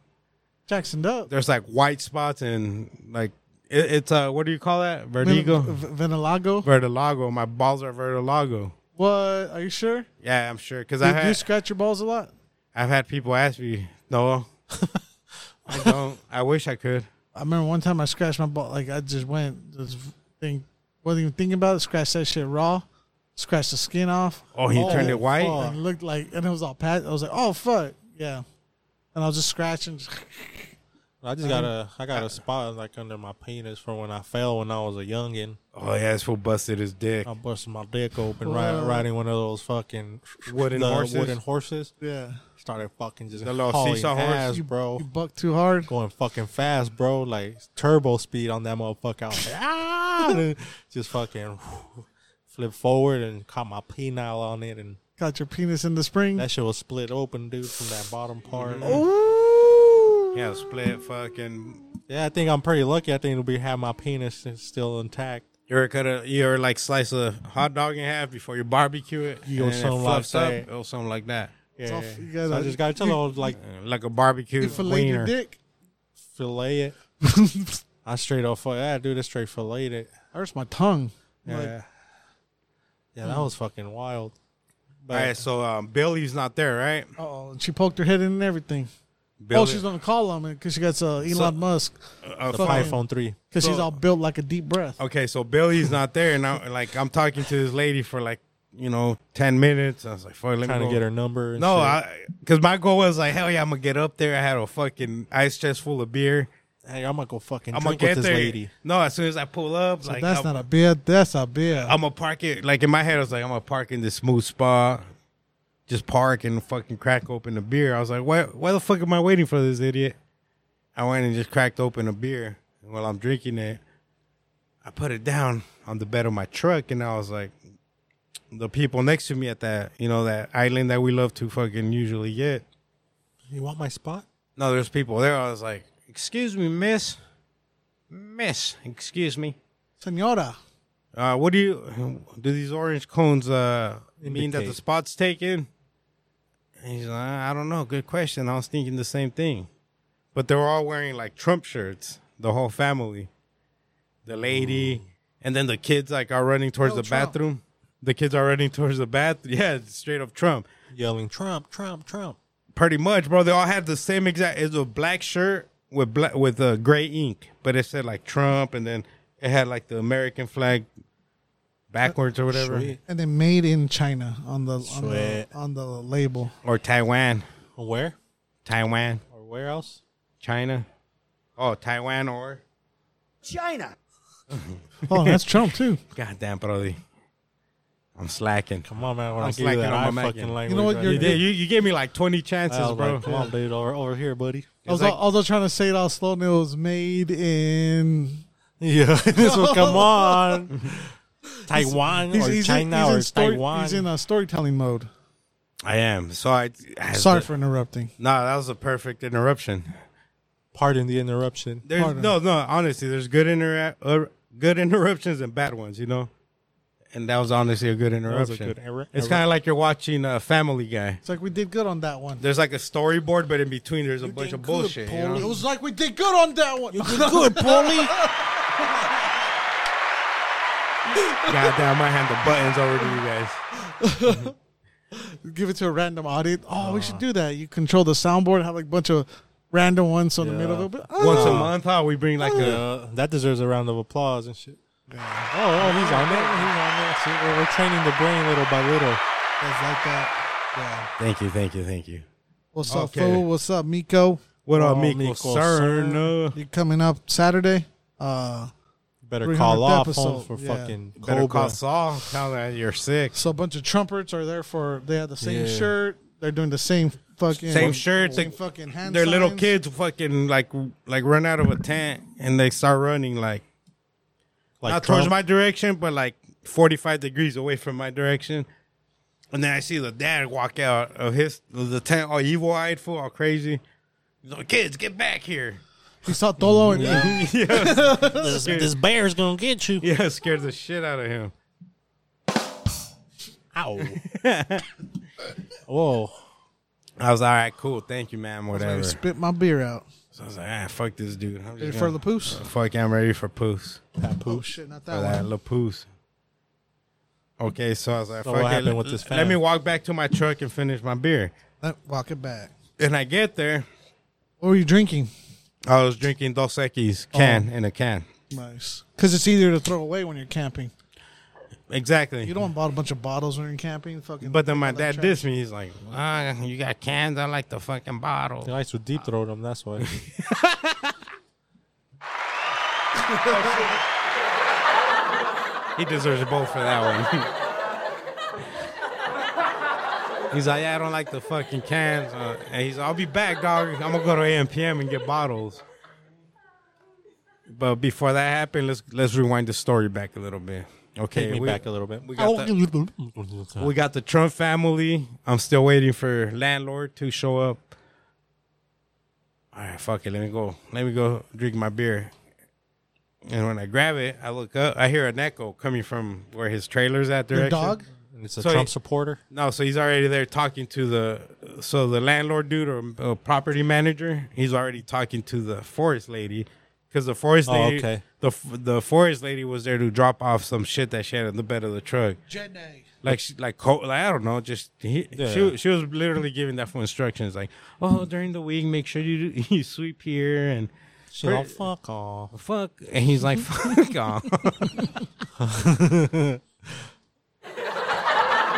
Speaker 2: Jackson up.
Speaker 1: There's like white spots and like it, it's uh what do you call that? Vertigo.
Speaker 2: V- Vinilago.
Speaker 1: Vertilago. My balls are vertilago.
Speaker 2: What? Are you sure?
Speaker 1: Yeah, I'm sure. Cause I
Speaker 2: Did you
Speaker 1: had,
Speaker 2: scratch your balls a lot?
Speaker 1: I've had people ask me, no, I don't. I wish I could.
Speaker 2: I remember one time I scratched my ball. Like I just went, this thing wasn't even thinking about it. Scratched that shit raw. Scratched the skin off.
Speaker 1: Oh, he
Speaker 3: Oh,
Speaker 1: turned it white.
Speaker 3: fuck.
Speaker 2: And it looked like, and it was all pat. I was like, oh fuck, yeah. And I was just scratching. [LAUGHS]
Speaker 3: I just got a I got a spot like under my penis from when I fell when I was a youngin.
Speaker 1: Oh yeah, this fool busted his dick.
Speaker 3: I busted my dick open ri- riding one of those fucking
Speaker 1: Wooden
Speaker 3: the
Speaker 1: horses?
Speaker 3: Wooden horses
Speaker 2: Yeah.
Speaker 3: started fucking just
Speaker 1: The little
Speaker 3: hauling
Speaker 1: seesaw horse?
Speaker 3: ass, bro.
Speaker 2: You bucked too hard.
Speaker 3: Going fucking fast, bro. Like turbo speed on that motherfucker. I was like, ah, [LAUGHS] just fucking [LAUGHS] flip forward and caught my penile on it, and
Speaker 2: Got your penis in the spring. [LAUGHS]
Speaker 3: that shit was split open, dude, from that bottom part.
Speaker 1: Yeah, split fucking.
Speaker 3: Yeah, I think I'm pretty lucky. I think it'll be have my penis is still intact.
Speaker 1: You ever cut a, you ever like slice a hot dog in half before you barbecue it?
Speaker 3: You
Speaker 1: and
Speaker 3: go
Speaker 1: it
Speaker 3: something like
Speaker 1: fluffs up,
Speaker 3: that.
Speaker 1: Or something like that.
Speaker 3: Yeah,
Speaker 2: all- you gotta-
Speaker 3: so I just gotta tell
Speaker 2: you-
Speaker 3: her like
Speaker 1: Uh, Like a barbecue
Speaker 2: You filleted your
Speaker 1: wiener.
Speaker 2: dick.
Speaker 3: fillet it.
Speaker 2: [LAUGHS]
Speaker 3: I straight off. Yeah, dude, I straight filleted it.
Speaker 2: Hurts my tongue.
Speaker 3: Yeah,
Speaker 2: Like, Mm.
Speaker 3: yeah, that was fucking wild.
Speaker 1: All right,
Speaker 3: But
Speaker 1: so um, Billy's not there, right?
Speaker 2: oh, and she poked her head in and everything.
Speaker 1: Billy,
Speaker 2: Oh, she's gonna call him because she got uh, Elon
Speaker 1: So-
Speaker 2: Musk
Speaker 1: uh,
Speaker 3: the
Speaker 1: fuck.
Speaker 2: fucking-
Speaker 3: iPhone three.
Speaker 2: because she's
Speaker 1: So-
Speaker 2: all built like a deep breath.
Speaker 1: okay, so Billy's not there, and I like I'm talking to this lady for like you know ten minutes. I was like, fuck, let
Speaker 3: trying
Speaker 1: me
Speaker 3: to
Speaker 1: go.
Speaker 3: get her number. And
Speaker 1: No,
Speaker 3: shit.
Speaker 1: I because my goal was like, hell yeah, I'm gonna get up there. I had a fucking ice chest full of beer.
Speaker 3: hey, I'm gonna go fucking
Speaker 1: I'm
Speaker 3: drink
Speaker 1: gonna
Speaker 3: with
Speaker 1: get
Speaker 3: this
Speaker 1: there.
Speaker 3: lady.
Speaker 1: No, as soon as I pull up, like
Speaker 2: That's
Speaker 1: I'm,
Speaker 2: not a beer. That's a beer.
Speaker 1: I'm gonna park it. Like in my head, I was like, I'm gonna park in this smooth spot, just park and fucking crack open a beer. I was like, why? Why the fuck am I waiting for this idiot? I went and just cracked open a beer while I'm drinking it. I put it down on the bed of my truck, and I was like, the people next to me at that, you know, that island that we love to fucking usually get.
Speaker 3: You want my spot?
Speaker 1: No, there's people there. I was like, "Excuse me, miss, miss, excuse me.
Speaker 2: Senora.
Speaker 1: Uh, what do you do? These orange cones uh, mean that the
Speaker 3: Indicate.
Speaker 1: spot's taken?" And he's like, "I don't know. Good question. I was thinking the same thing, but they're all wearing like Trump shirts. The whole family, the lady, and then the kids like are running towards
Speaker 2: Oh,
Speaker 1: the
Speaker 2: Trump.
Speaker 1: bathroom. The kids are running towards the bathroom. [LAUGHS] Yeah, it's straight up Trump."
Speaker 3: Yelling Trump, Trump, Trump.
Speaker 1: Pretty much, bro. They all had the same exact. It's a black shirt with black with uh, gray ink, but it said like Trump, and then it had like the American flag backwards or whatever,
Speaker 3: Sweet.
Speaker 2: And then made in China on the on the,
Speaker 3: Sweet.
Speaker 2: on the label.
Speaker 1: or Taiwan.
Speaker 3: Where?
Speaker 1: Taiwan,
Speaker 3: Or where else?
Speaker 1: China. Oh, Taiwan or
Speaker 6: China.
Speaker 2: Oh, that's
Speaker 3: [LAUGHS]
Speaker 2: Trump too.
Speaker 1: goddamn, Brody. I'm slacking.
Speaker 3: Come on, man. When
Speaker 1: I'm
Speaker 3: i give you
Speaker 1: slacking
Speaker 3: that
Speaker 1: on
Speaker 3: eye
Speaker 1: my
Speaker 3: fucking
Speaker 1: Mexican.
Speaker 3: language,
Speaker 2: You know what,
Speaker 3: right
Speaker 2: you're
Speaker 1: You,
Speaker 3: there.
Speaker 1: did, you, you gave me like 20 chances,
Speaker 3: I was
Speaker 1: bro.
Speaker 3: like, come on, dude, over, over here,
Speaker 2: [LAUGHS]
Speaker 3: buddy.
Speaker 2: I was, I was trying to say it all slow, and it was made in
Speaker 3: Yeah, [LAUGHS] this one. Come on, Taiwan
Speaker 2: [LAUGHS] he's,
Speaker 3: or
Speaker 2: he's in-
Speaker 3: China
Speaker 2: he's in
Speaker 3: or
Speaker 2: story-
Speaker 3: Taiwan.
Speaker 2: He's in uh, storytelling mode.
Speaker 1: I am. So I. I
Speaker 2: Sorry for interrupting.
Speaker 1: No, that was a perfect interruption.
Speaker 3: Pardon the interruption.
Speaker 1: There's
Speaker 2: Pardon.
Speaker 1: no, no. Honestly, there's good intera- uh, good interruptions and bad ones, you know. And that was honestly a good
Speaker 3: was a
Speaker 1: interruption.
Speaker 3: good erra-
Speaker 1: it's kind of like you're watching uh, Family Guy.
Speaker 2: It's like we did good on that one.
Speaker 1: There's like a storyboard, but in between there's a bunch of bullshit. you know?
Speaker 2: It was like we did good on that one.
Speaker 3: Good, Paulie.
Speaker 1: Goddamn, I hand the buttons over to you guys.
Speaker 2: [LAUGHS] Give it to a random audience. Oh, we
Speaker 3: Ah.
Speaker 2: should do that. You control the soundboard, have like a bunch of random ones on the middle of it. But, oh,
Speaker 1: Once a month, huh? We bring like a.
Speaker 3: Uh, that deserves a round of applause and shit.
Speaker 2: ah.
Speaker 3: Oh, oh, he's on it. He's on it. See, we're, we're training the brain little by little.
Speaker 2: that's like that.
Speaker 1: Thank you, thank you, thank you.
Speaker 2: What's up,
Speaker 1: Okay.
Speaker 2: fool? What's up, Miko?
Speaker 1: What
Speaker 3: Oh,
Speaker 1: up, Miko?
Speaker 3: Miko,
Speaker 1: Cern,
Speaker 3: sir.
Speaker 1: uh,
Speaker 2: You coming up Saturday? Uh,
Speaker 3: Better
Speaker 2: 300th
Speaker 3: call off home
Speaker 2: episode,
Speaker 3: for
Speaker 2: yeah.
Speaker 3: fucking
Speaker 1: Better call
Speaker 3: Cobra.
Speaker 1: Saul. Tell that you're sick.
Speaker 2: so a bunch of trumpets are there for. They have the same
Speaker 3: Yeah.
Speaker 2: shirt. They're doing the same fucking
Speaker 1: Same shirts.
Speaker 2: Same
Speaker 1: Like,
Speaker 2: fucking hand.
Speaker 1: their little
Speaker 2: signs.
Speaker 1: kids fucking like like run out of a tent and they start running like
Speaker 3: Like
Speaker 1: not
Speaker 3: Trump.
Speaker 1: towards my direction, but like 45 degrees away from my direction. And then I see the dad walk out of his the tent, all evil eyed, fool, all crazy. He's like, kids, get back here. [LAUGHS]
Speaker 2: He saw Tolo and
Speaker 1: yeah,
Speaker 3: this, this bear's gonna get
Speaker 1: [LAUGHS]
Speaker 3: you.
Speaker 1: yeah, scared the shit out of him.
Speaker 3: Ow. Whoa.
Speaker 1: I was all right, cool, thank you, man,
Speaker 2: I
Speaker 1: whatever. So
Speaker 2: spit my beer out.
Speaker 1: I was like, ah, fuck this dude. I'm
Speaker 2: Ready
Speaker 1: just
Speaker 2: for
Speaker 1: gonna,
Speaker 2: the poos?
Speaker 1: fuck, I'm ready for poos.
Speaker 2: Oh shit, not
Speaker 1: For
Speaker 2: that
Speaker 1: that
Speaker 2: one.
Speaker 1: Lapoose. Okay, so I was like,
Speaker 3: So
Speaker 1: fuck
Speaker 3: what
Speaker 1: it,
Speaker 3: happened
Speaker 1: let-
Speaker 3: with this
Speaker 1: Let
Speaker 3: fan?
Speaker 1: me walk back to my truck and finish my beer.
Speaker 2: Let- walk it back.
Speaker 1: And I get there,
Speaker 2: What were you drinking?
Speaker 1: I was drinking Dos Equis can
Speaker 3: Oh.
Speaker 1: in a can.
Speaker 2: Nice. Because it's easier to throw away when you're camping.
Speaker 1: Exactly.
Speaker 2: You don't want to buy a bunch of bottles when you're camping. Fucking.
Speaker 1: But then my
Speaker 2: all that
Speaker 1: dad
Speaker 2: trash.
Speaker 1: dissed me. He's like, ah, you got cans? I like the fucking
Speaker 3: He
Speaker 1: bottle.
Speaker 3: likes to deep throat him. That's why.
Speaker 1: He deserves both for that one. [LAUGHS] he's like, yeah, I don't like the fucking cans. Uh, and he's I'll be back, dog. I'm gonna go to AMPM and get bottles. But before that happened, let's let's rewind the story back a little bit. Okay,
Speaker 3: Take me
Speaker 1: we,
Speaker 3: back a little bit.
Speaker 1: we
Speaker 2: Oh,
Speaker 1: got the, we got the Trump family. I'm still waiting for landlord to show up. All right, fuck it. Let me go. Let me go drink my beer. And when I grab it, I look up. I hear an echo coming from where his trailer's at.
Speaker 2: Your
Speaker 1: Direction.
Speaker 2: dog?
Speaker 3: And it's a
Speaker 1: So
Speaker 3: Trump
Speaker 1: he-
Speaker 3: supporter.
Speaker 1: No, so he's already there talking to the so the landlord dude or uh, property manager. He's already talking to the forest lady because the forest
Speaker 3: Oh,
Speaker 1: lady,
Speaker 3: okay.
Speaker 1: the f- the forest lady was there to drop off some shit that she had in the bed of the truck.
Speaker 2: Jenny.
Speaker 1: Like she, like, co- like I don't know, just he, she she was literally giving that for instructions. Like, oh, during the week, make sure you [LAUGHS] do, you sweep here and
Speaker 3: She's all fuck off.
Speaker 1: fuck. And he's like,
Speaker 3: Mm-hmm.
Speaker 1: fuck off.
Speaker 3: [LAUGHS]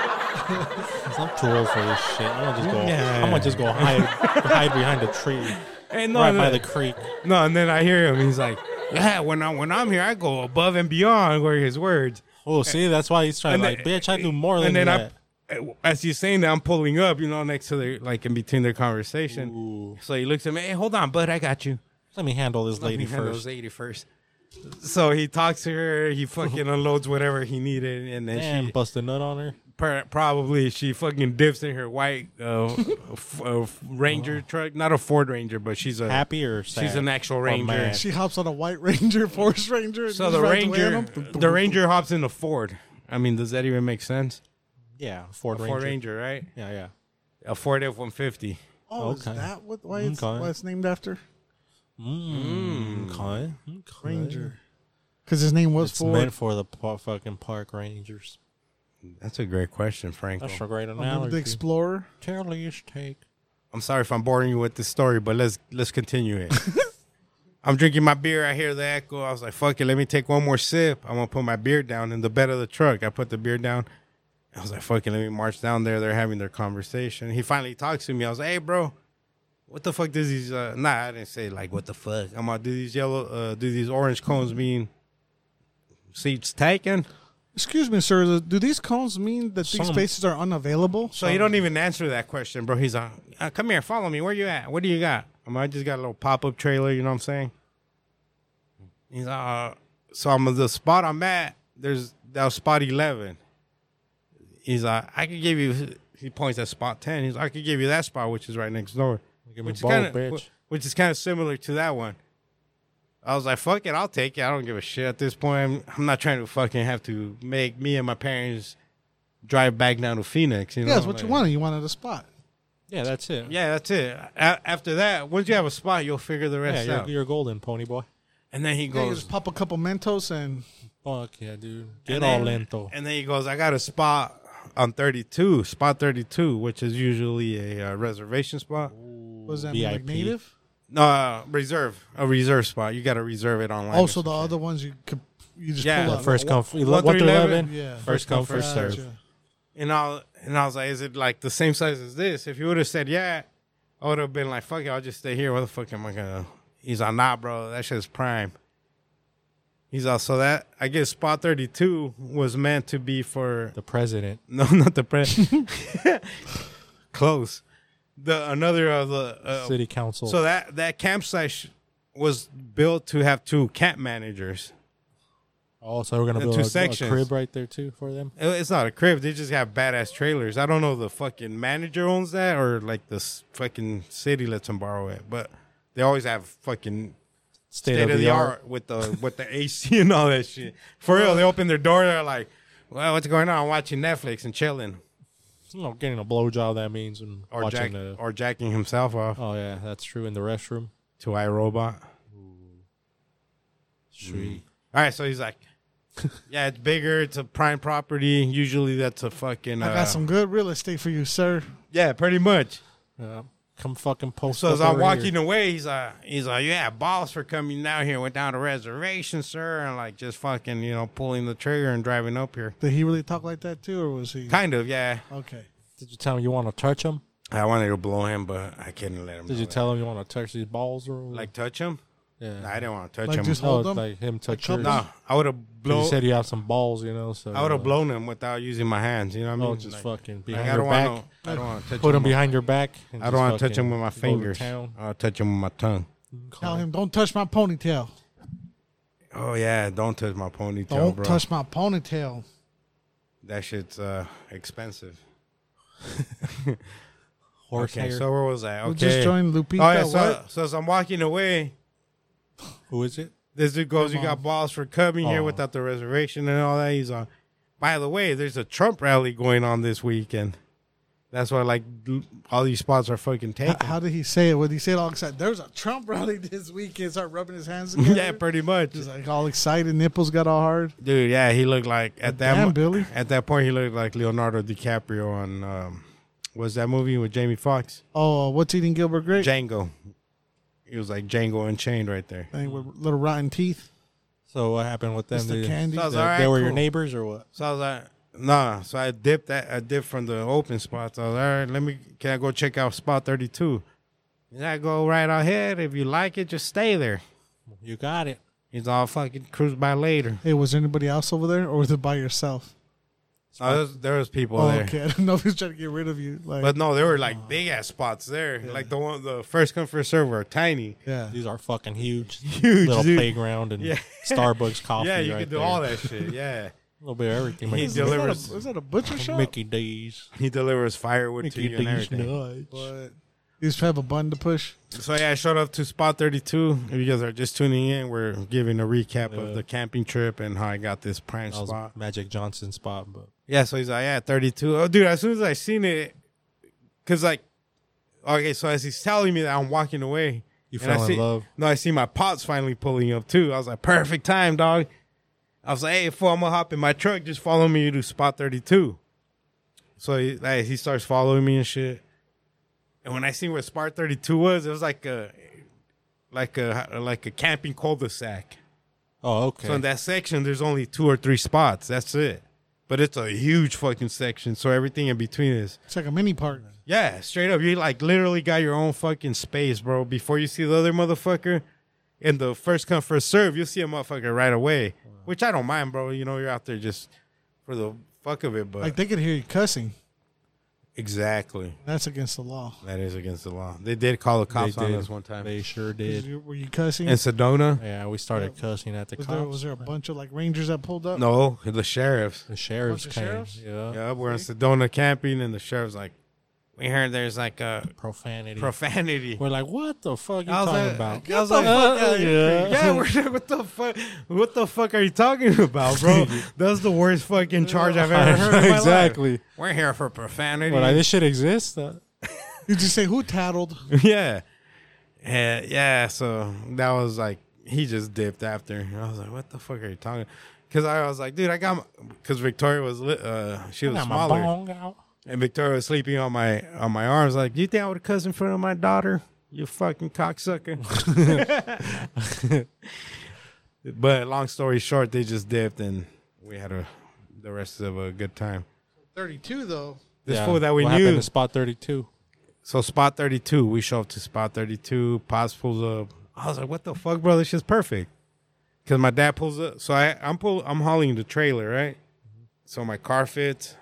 Speaker 3: I'm too old for this shit. I'm gonna just go.
Speaker 1: Yeah.
Speaker 3: I'm gonna just go hide, hide behind a tree,
Speaker 1: And no,
Speaker 3: right
Speaker 1: no,
Speaker 3: by the creek.
Speaker 1: no, and then I hear him. He's like, yeah, when I when I'm here, I go above and beyond. Were his words.
Speaker 3: Oh, see, that's why he's trying.
Speaker 1: And
Speaker 3: Like,
Speaker 1: then-
Speaker 3: bitch, I do more than
Speaker 1: and then
Speaker 3: that.
Speaker 1: I, eh, as he's saying that, I'm pulling up, you know, next to their like in between their conversation. So he looks at me, hey, hold on, bud, I got you.
Speaker 3: Let me handle this
Speaker 1: Let me
Speaker 3: lady
Speaker 1: handle
Speaker 3: first.
Speaker 1: this lady first. So he talks to her. He
Speaker 3: [LAUGHS]
Speaker 1: fucking unloads whatever he needed, and then
Speaker 3: And
Speaker 1: she
Speaker 3: bust a nut on her.
Speaker 1: per- probably she fucking dips in her white uh, f- uh, f- Ranger truck, not a Ford Ranger, but she's a
Speaker 3: Happy or sad?
Speaker 1: she's an actual
Speaker 3: Or
Speaker 1: Ranger.
Speaker 3: mad?
Speaker 2: She hops on a white ranger, [LAUGHS] forest ranger. and
Speaker 1: So
Speaker 2: just
Speaker 1: the
Speaker 2: rides away
Speaker 1: Ranger,
Speaker 2: on them.
Speaker 1: the Ranger hops in the Ford. I mean, does that even make sense?
Speaker 3: Yeah, Ford
Speaker 1: A
Speaker 3: Ranger.
Speaker 1: Ford Ranger, right?
Speaker 3: Yeah, yeah.
Speaker 1: A Ford F one fifty.
Speaker 2: Oh, is
Speaker 3: Okay.
Speaker 2: that what, why, it's,
Speaker 3: Okay.
Speaker 2: why it's named after?
Speaker 3: Mm, okay.
Speaker 2: Ranger. Because his name was
Speaker 3: It's meant
Speaker 2: Ford.
Speaker 3: for the pa- fucking park rangers.
Speaker 1: That's a great question, Franco.
Speaker 3: That's a great
Speaker 2: Remember the
Speaker 3: analogy.
Speaker 2: Explorer?
Speaker 3: Terrorist take.
Speaker 1: I'm sorry if I'm boring you with this story, but let's let's continue it. I'm drinking my beer. I hear the echo. I was like, "Fuck it, let me take one more sip." I'm gonna put my beer down in the bed of the truck. I put the beer down. I was like, "Fuck it, let me march down there." They're having their conversation. He finally talks to me. I was like, "Hey, bro, what the fuck does these uh nah I didn't say like what the fuck. I'm like, do these yellow uh do these orange cones mean seats taken?
Speaker 2: Excuse me, sir. Do these cones mean that these
Speaker 3: Some-
Speaker 2: spaces are unavailable?
Speaker 1: So you don't even answer that question, bro. He's like, uh, come here, follow me. Where you at? What do you got? I'm like, I just got a little pop up trailer. You know what I'm saying? He's like, uh, so I'm the spot I'm at. There's that was spot eleven. He's like, I could give you. He points at spot ten. He's like, I could give you that spot, which is right next door.
Speaker 3: Give me
Speaker 1: Which is
Speaker 3: both,
Speaker 1: kind of
Speaker 3: bitch.
Speaker 1: which is kind of similar to that one. I was like, fuck it, I'll take it. I don't give a shit at this point. I'm, I'm not trying to fucking have to make me and my parents drive back down to Phoenix. You know?
Speaker 2: Yeah, that's what you
Speaker 1: Like-
Speaker 2: wanted. You wanted a spot.
Speaker 3: Yeah, that's it.
Speaker 1: yeah, that's it. A- after that, once you have a spot, you'll figure the
Speaker 3: yeah
Speaker 1: rest
Speaker 3: you're,
Speaker 1: out.
Speaker 3: you're golden, pony boy.
Speaker 1: and then he
Speaker 2: Yeah, you
Speaker 1: goes,
Speaker 2: just pop a couple Mentos and
Speaker 3: Fuck yeah, dude. Get
Speaker 1: and
Speaker 3: all
Speaker 1: then-
Speaker 3: lento.
Speaker 1: And then he goes, I got a spot on 32, spot 32, which is usually a uh, reservation spot.
Speaker 2: what does that mean? Like
Speaker 3: VIP.
Speaker 2: native?
Speaker 1: No, uh, reserve, a reserve spot. You got to reserve it online.
Speaker 2: Also, Oh, the other ones you could you just
Speaker 1: Yeah,
Speaker 2: pull
Speaker 1: the
Speaker 2: up.
Speaker 3: First come,
Speaker 1: through
Speaker 3: one through eleven.
Speaker 1: 11.
Speaker 2: yeah.
Speaker 3: First come, first
Speaker 2: Gotcha.
Speaker 3: serve.
Speaker 1: And I, and I was like, is it like the same size as this? If you would have said, yeah, I would have been like, fuck it, I'll just stay here. What the fuck am I going to? He's like, nah, bro, that shit's prime. He's like, so that, I guess spot 32 was meant to be for
Speaker 3: The president.
Speaker 1: No, [LAUGHS] not
Speaker 3: [LAUGHS]
Speaker 1: the press. Close. The another of the uh,
Speaker 3: City council.
Speaker 1: So that that campsite sh- was built to have two camp managers.
Speaker 3: oh, so we're gonna
Speaker 1: the
Speaker 3: build
Speaker 1: two
Speaker 3: a, a
Speaker 1: sections.
Speaker 3: crib right there too for them.
Speaker 1: It- It's not a crib. They just have badass trailers. I don't know if the fucking manager owns that or like the s- fucking city lets them borrow it, but they always have fucking
Speaker 3: State,
Speaker 1: state of the art with the with the AC [LAUGHS] and all that shit. For real, they open their door. They're like, "Well, what's going on? I'm watching Netflix and chilling,
Speaker 3: You know, getting a blowjob that means and
Speaker 1: or
Speaker 3: watching
Speaker 1: jack,
Speaker 3: the.
Speaker 1: or jacking himself off
Speaker 3: oh yeah, that's true. In the restroom.
Speaker 1: to iRobot."
Speaker 3: Sweet.
Speaker 1: All right, so he's like, [LAUGHS] yeah, it's bigger. It's a prime property. Usually, that's a fucking.
Speaker 2: I
Speaker 1: uh,
Speaker 2: got some good real estate for you, sir.
Speaker 1: Yeah, pretty much.
Speaker 3: Yeah. Come fucking post.
Speaker 1: So as
Speaker 3: up
Speaker 1: I'm
Speaker 3: over
Speaker 1: walking
Speaker 3: here.
Speaker 1: away, he's like, he's like, yeah, balls for coming down here without a reservation, sir, and like just fucking, you know, pulling the trigger and driving up here.
Speaker 2: Did he really talk like that too, or was he
Speaker 1: Kind of, yeah.
Speaker 2: okay?
Speaker 3: Did you tell him you want to touch him?
Speaker 1: I wanted to blow him, but I couldn't let him.
Speaker 3: Did
Speaker 1: know
Speaker 3: you
Speaker 1: that.
Speaker 3: tell him you want to touch these balls or
Speaker 1: Like touch him?
Speaker 3: Yeah.
Speaker 1: Nah, I didn't want to touch
Speaker 2: Like
Speaker 1: him.
Speaker 2: just
Speaker 3: no,
Speaker 2: hold them.
Speaker 3: like him touch
Speaker 2: cup
Speaker 3: yours.
Speaker 2: 'em?
Speaker 1: nah, I would have
Speaker 3: You
Speaker 1: blown.
Speaker 3: said you have some balls, you know. So
Speaker 1: I would have
Speaker 3: uh,
Speaker 1: blown him without using my hands. You know what I mean?
Speaker 3: Oh, just
Speaker 1: Like,
Speaker 3: fucking
Speaker 1: like,
Speaker 3: behind
Speaker 1: I
Speaker 3: your
Speaker 1: don't
Speaker 3: back.
Speaker 1: want to. I don't want to touch
Speaker 3: Put
Speaker 1: him
Speaker 3: him behind your back. and
Speaker 1: I
Speaker 3: just
Speaker 1: don't want to touch
Speaker 3: fucking
Speaker 1: him with my
Speaker 3: go to
Speaker 1: fingers.
Speaker 3: town.
Speaker 1: I'll touch him with my tongue.
Speaker 2: Tell him don't touch my ponytail.
Speaker 1: Oh yeah, don't touch my ponytail,
Speaker 2: Don't
Speaker 1: bro.
Speaker 2: touch my ponytail.
Speaker 1: that shit's uh, expensive.
Speaker 3: Horse
Speaker 1: Okay,
Speaker 3: hair.
Speaker 1: so where was I? Okay.
Speaker 2: We just joined Lupita.
Speaker 1: oh yeah, so,
Speaker 2: what?
Speaker 1: so as I'm walking away,
Speaker 3: Who is it?
Speaker 1: this dude goes, "You got balls for coming here
Speaker 3: Oh.
Speaker 1: without the reservation and all that." He's on. By the way, there's a Trump rally going on this weekend. That's why like l- all these spots are fucking
Speaker 2: H-
Speaker 1: taken.
Speaker 2: How did he say it? What did he say it all excited? There's a Trump rally [LAUGHS] this weekend. Start rubbing his
Speaker 1: [LAUGHS]
Speaker 2: hands together.
Speaker 1: [LAUGHS] yeah, pretty much,
Speaker 2: He's like all excited. Nipples got all hard.
Speaker 1: dude. Yeah, he looked like at that
Speaker 2: Damn,
Speaker 1: mo-
Speaker 2: Billy.
Speaker 1: at that point he looked like Leonardo DiCaprio on um, was that movie with Jamie Foxx?
Speaker 2: Oh, what's eating Gilbert Grape?
Speaker 1: Django. He was like Django Unchained right there.
Speaker 2: Thing with little rotten teeth.
Speaker 3: So what happened with them?
Speaker 2: It's the
Speaker 3: They-
Speaker 2: candy.
Speaker 1: So I was
Speaker 3: They,
Speaker 1: like,
Speaker 3: they
Speaker 1: "Alright,
Speaker 3: were your
Speaker 1: cool."
Speaker 3: neighbors or what?
Speaker 1: So I was like, nah. So I dipped that. I dipped from the open spot. So I was like, all right, let me. Can I go check out spot thirty two? And I go right ahead. If you like it, just stay there.
Speaker 3: You got it.
Speaker 1: He's all fucking cruise by later.
Speaker 2: Hey, was there anybody else over there, or was it by yourself?
Speaker 1: Oh, there, was, there was people
Speaker 2: Oh,
Speaker 1: there,
Speaker 2: okay. [LAUGHS] I don't know if he's trying to get rid of you. Like,
Speaker 1: but no, there were like big ass spots there. Like the one, the first come first serve were tiny.
Speaker 2: yeah.
Speaker 3: These are fucking huge.
Speaker 1: [LAUGHS] Huge,
Speaker 3: little
Speaker 1: dude.
Speaker 3: playground and
Speaker 1: Yeah. [LAUGHS]
Speaker 3: Starbucks coffee.
Speaker 1: yeah, you
Speaker 3: right
Speaker 1: could do
Speaker 3: there.
Speaker 1: all that [LAUGHS] shit. Yeah,
Speaker 3: A little bit of everything.
Speaker 1: He
Speaker 3: Mickey-
Speaker 1: did-
Speaker 2: Is
Speaker 1: delivers-
Speaker 2: that a, is that a butcher shop?
Speaker 3: Mickey D's.
Speaker 1: he delivers firewood to
Speaker 3: Mickey
Speaker 1: you and
Speaker 3: D's
Speaker 1: everything.
Speaker 3: nuts.
Speaker 2: But you just have a button to push.
Speaker 1: So yeah, I showed up to spot 32. If you guys are just tuning in, we're giving a recap
Speaker 3: Yeah.
Speaker 1: of the camping trip and how I got this prime
Speaker 3: That was
Speaker 1: spot.
Speaker 3: Magic Johnson spot, but
Speaker 1: Yeah, so he's like, yeah, 32. Oh, dude, as soon as I seen it, cause like, okay, so as he's telling me that I'm walking away,
Speaker 3: you
Speaker 1: and I
Speaker 3: fell in
Speaker 1: see-
Speaker 3: love.
Speaker 1: No, I see my pots finally pulling up too. I was like, perfect time, dog. I was like, hey, fool, I'm gonna hop in my truck. Just follow me to spot 32. So he, like, he starts following me and shit. And when I seen where spot 32 was, it was like a, like a, like a camping cul-de-sac.
Speaker 3: Oh, okay.
Speaker 1: So in that section, there's only two or three spots. That's it. but it's a huge fucking section. So everything in between is
Speaker 2: It's like a mini park.
Speaker 1: yeah, straight up. You like literally got your own fucking space, bro. Before you see the other motherfucker in the first come first serve, you'll see a motherfucker right away. Which I don't mind, bro. You know, you're out there just for the fuck of it, but
Speaker 2: Like they could hear you cussing.
Speaker 1: exactly.
Speaker 2: That's against the law.
Speaker 1: That is against the law. They did call the cops on
Speaker 3: did.
Speaker 1: us one time.
Speaker 3: They sure
Speaker 2: Is
Speaker 3: did.
Speaker 2: you- Were you cussing?
Speaker 1: In Sedona?
Speaker 3: Yeah, we started cussing at the
Speaker 2: Was
Speaker 3: cops.
Speaker 2: there, was there a bunch of like rangers that pulled up?
Speaker 1: No, the sheriffs.
Speaker 3: the sheriffs
Speaker 2: Bunch of
Speaker 3: came.
Speaker 2: sheriffs?
Speaker 3: Yeah.
Speaker 1: Yeah, we're in Sedona camping, and the sheriff's like, "We heard there's like a
Speaker 3: Profanity.
Speaker 1: profanity."
Speaker 3: we're like, what the fuck you
Speaker 1: I was
Speaker 3: talking
Speaker 1: like-
Speaker 3: about?
Speaker 1: I was like, "Fuck
Speaker 3: Uh,
Speaker 1: outta here." yeah, [LAUGHS] we're like, what the fuck? What the fuck are you talking
Speaker 3: [LAUGHS]
Speaker 1: about, bro? That's the worst fucking charge I've ever heard. in my
Speaker 3: exactly.
Speaker 1: life. We're here for profanity.
Speaker 3: But like, this shit exists. Uh,
Speaker 2: Did you say who tattled?
Speaker 1: [LAUGHS] yeah, yeah, yeah. So that was like he just dipped after. I was like, "What the fuck are you talking?" Because I was like, "Dude, I got," because Victoria was lit, uh, she was
Speaker 3: got my
Speaker 1: smaller.
Speaker 3: bong out.
Speaker 1: And Victoria was sleeping on my on my arms, like, you think I would cuss in front of my daughter? You fucking cocksucker. [LAUGHS] but long story short, they just dipped and we had a the rest of a good time.
Speaker 2: Thirty-two though.
Speaker 1: This fool that we
Speaker 3: what
Speaker 1: knew.
Speaker 3: happened to spot 32.
Speaker 1: So spot thirty two, we show up to spot thirty two. Pops pulls up. I was like, "What the fuck, bro? This shit's perfect." Because my dad pulls up, so I I'm pull I'm hauling the trailer right. So my car fits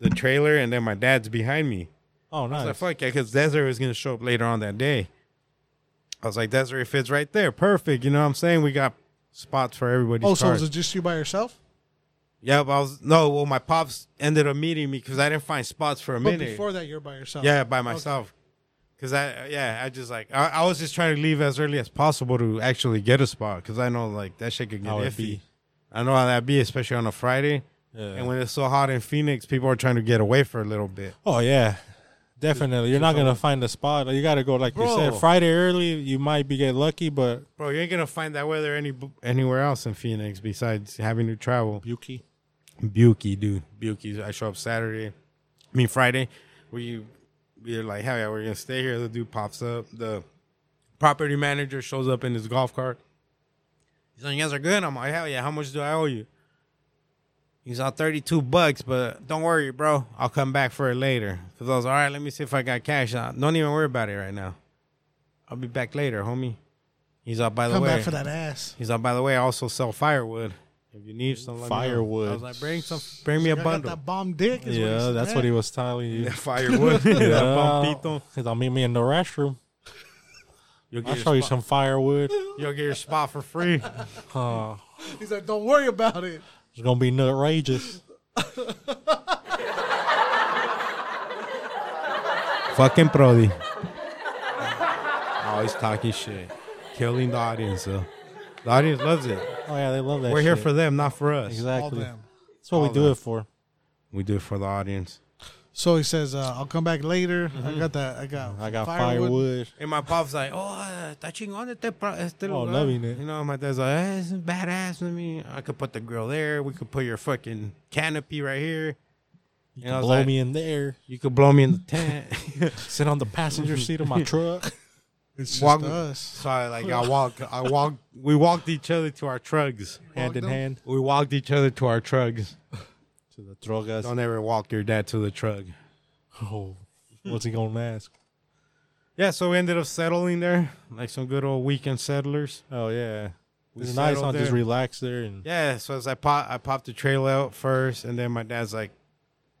Speaker 1: the trailer, and then my dad's behind me.
Speaker 3: Oh,
Speaker 1: I
Speaker 3: nice.
Speaker 1: was like, fuck yeah, because Desiree was gonna show up later on that day. I was like, Desiree fits right there, perfect. You know what I'm saying? We got spots for everybody's
Speaker 2: Oh,
Speaker 1: oh,
Speaker 2: so was it just you by yourself?
Speaker 1: yeah, but I was no. Well, my pops ended up meeting me because I didn't find spots for a
Speaker 2: But
Speaker 1: minute.
Speaker 2: Oh, before that, you're by yourself.
Speaker 1: yeah, by myself. Cause I yeah, I just like I, I was just trying to leave as early as possible to actually get a spot because I know like that shit could get
Speaker 3: How it
Speaker 1: iffy.
Speaker 3: be.
Speaker 1: I know how that be, especially on a Friday. And when it's so hot in Phoenix, people are trying to get away for a little bit.
Speaker 3: Oh yeah, definitely. You're not gonna find a spot. You gotta go like you
Speaker 1: Bro.
Speaker 3: said Friday early. You might be get lucky, but
Speaker 1: Bro, you ain't gonna find that weather any anywhere else in Phoenix besides having to travel.
Speaker 3: Yuki.
Speaker 1: Buki, dude, Buki. I show up Saturday, I mean Friday. We we're like, hell yeah, we're gonna stay here. The dude pops up. The property manager shows up in his golf cart. He's like, you guys are good. I'm like, hell yeah. How much do I owe you? He's on 32 bucks, but don't worry, bro. I'll come back for it later. Cause I was all right. Let me see if I got cash. Uh, Don't even worry about it right now. I'll be back later, homie. He's up by the
Speaker 2: Come
Speaker 1: way.
Speaker 2: back for that ass.
Speaker 1: He's like, by the way, I also sell firewood. If you need some, let me know."
Speaker 3: Firewood.
Speaker 1: I was like, bring some, bring me a
Speaker 2: I
Speaker 3: [LAUGHS]
Speaker 2: got
Speaker 1: bundle.
Speaker 2: that bomb dick. Is
Speaker 3: Yeah, that's what he was telling you.
Speaker 1: firewood,
Speaker 3: [LAUGHS] Yeah.
Speaker 1: that pompito.
Speaker 3: He's like, meet me in the restroom.
Speaker 1: You'll
Speaker 3: I'll
Speaker 1: get,
Speaker 3: show
Speaker 1: your
Speaker 3: you
Speaker 1: spot.
Speaker 3: some firewood.
Speaker 1: You'll get your spot for free.
Speaker 3: Uh,
Speaker 2: said. He's like, don't worry about it.
Speaker 3: it's gonna be outrageous.
Speaker 1: Fucking Brody. [LAUGHS] Always talking shit, killing the audience. Though. The audience loves it.
Speaker 3: Oh yeah, they love that.
Speaker 1: We're here
Speaker 3: shit.
Speaker 1: for them, not for us.
Speaker 2: All
Speaker 3: exactly.
Speaker 2: them.
Speaker 3: That's what we
Speaker 1: All
Speaker 3: do
Speaker 1: them.
Speaker 3: it for.
Speaker 1: We do it for the audience.
Speaker 2: So he says, uh, I'll come back later. I got that. I got.
Speaker 3: Mm-hmm. I got firewood.
Speaker 1: And my pop's like, oh, está chingón este, pro- este
Speaker 3: Oh,
Speaker 1: lugar."
Speaker 3: loving it.
Speaker 1: You know, my dad's like, eh, this is badass. I mean, I could put the grill there. We could put your fucking canopy right here. You and I was
Speaker 3: Blow
Speaker 1: like,
Speaker 3: me in there.
Speaker 1: You could blow me [LAUGHS] in the tent.
Speaker 3: Sit on the
Speaker 1: [LAUGHS]
Speaker 3: passenger seat of my truck.
Speaker 2: It's just
Speaker 1: Walk-
Speaker 2: us.
Speaker 1: so I like I walk I walked we walked each other to our trucks.
Speaker 3: hand in
Speaker 2: them.
Speaker 3: hand.
Speaker 1: We walked each other to our trucks.
Speaker 3: To the drogas.
Speaker 1: Don't ever walk your dad to the truck.
Speaker 3: [LAUGHS] Oh, what's he gonna ask?
Speaker 1: Yeah, so we ended up settling there. Like some good old weekend settlers.
Speaker 3: Oh yeah. It's nice.
Speaker 1: settled
Speaker 3: I'll just
Speaker 1: there.
Speaker 3: relax there and
Speaker 1: Yeah, so as I pop I popped the trailer out first and then my dad's like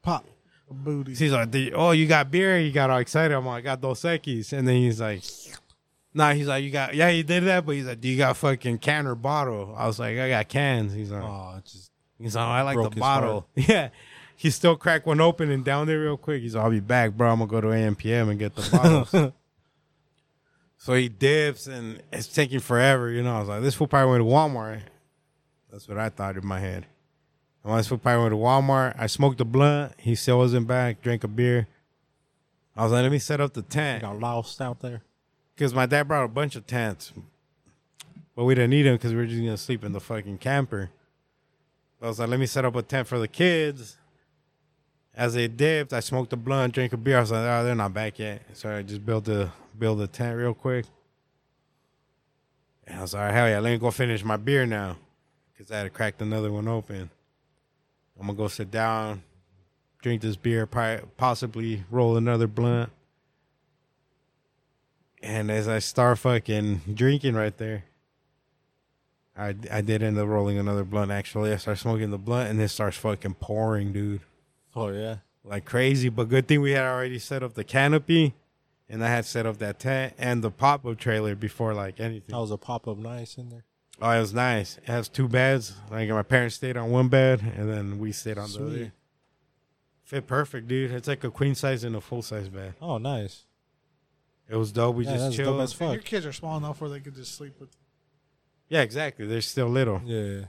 Speaker 2: Pop. Booty.
Speaker 1: He's like, "The- oh, you got beer? You got all excited. I'm like, I got Dos Equis. And then he's like, nah, he's like, you got, yeah, you did that, but he's like, do you got fucking can or bottle? I was like, I got cans. He's like,
Speaker 3: oh, it's just
Speaker 1: he's like, I like
Speaker 3: broke
Speaker 1: the
Speaker 3: his
Speaker 1: bottle. [LAUGHS] Yeah. He still cracked one open and down there real quick. He's like, I'll be back, bro. I'm going to go to AMPM and get the [LAUGHS] bottles. so he dips and it's taking forever. You know, I was like, this fool probably went to Walmart. That's what I thought in my head. I went to probably went to Walmart. I smoked a blunt. He still wasn't back. Drank a beer. I was like, let me set up the tent
Speaker 3: got lost out there.
Speaker 1: because my dad brought a bunch of tents, but we didn't need them because we were just gonna sleep in the fucking camper. I was like, let me set up a tent for the kids. As they dipped, I smoked a blunt, drank a beer. I was like, oh, they're not back yet, so I just built the build a tent real quick. And I was like, hell yeah, let me go finish my beer now, because I had cracked another one open. I'm gonna go sit down, drink this beer, pri- possibly roll another blunt. And as I start fucking drinking right there, I, I did end up rolling another blunt. Actually, I start smoking the blunt, and it starts fucking pouring, dude,
Speaker 3: Oh yeah.
Speaker 1: like crazy. But good thing we had already set up the canopy, and I had set up that tent and the pop up trailer before like anything.
Speaker 3: That was a pop up nice in there.
Speaker 1: Oh, it was nice. It has two beds. Like my parents stayed on one bed, and then we stayed on the
Speaker 3: Sweet.
Speaker 1: other. Fit perfect, dude. It's like a queen size and a full size bed.
Speaker 3: Oh nice.
Speaker 1: It was dope. We
Speaker 3: Yeah,
Speaker 1: just
Speaker 3: that's dope
Speaker 1: chilled.
Speaker 3: as fuck.
Speaker 2: Your kids are small enough where they could just sleep with.
Speaker 1: yeah, exactly. They're still little,
Speaker 3: Yeah.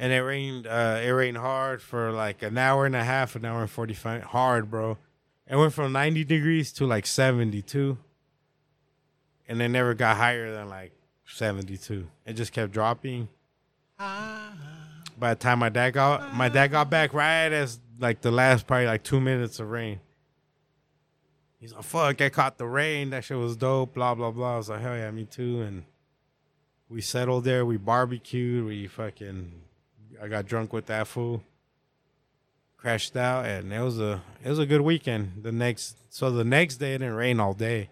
Speaker 1: and it rained. Uh, it rained hard for like an hour and a half, an hour and forty five. Hard, bro. It went from ninety degrees to like seventy two, and it never got higher than like seventy two. It just kept dropping. by the time my dad got my dad got back right as like the last probably like two minutes of rain. He's like, "Fuck, I caught the rain. That shit was dope." Blah blah blah. I was like, "Hell yeah, me too." And we settled there. We barbecued. We fucking. I got drunk with that fool. Crashed out, and it was a it was a good weekend. The next so the next day it didn't rain all day.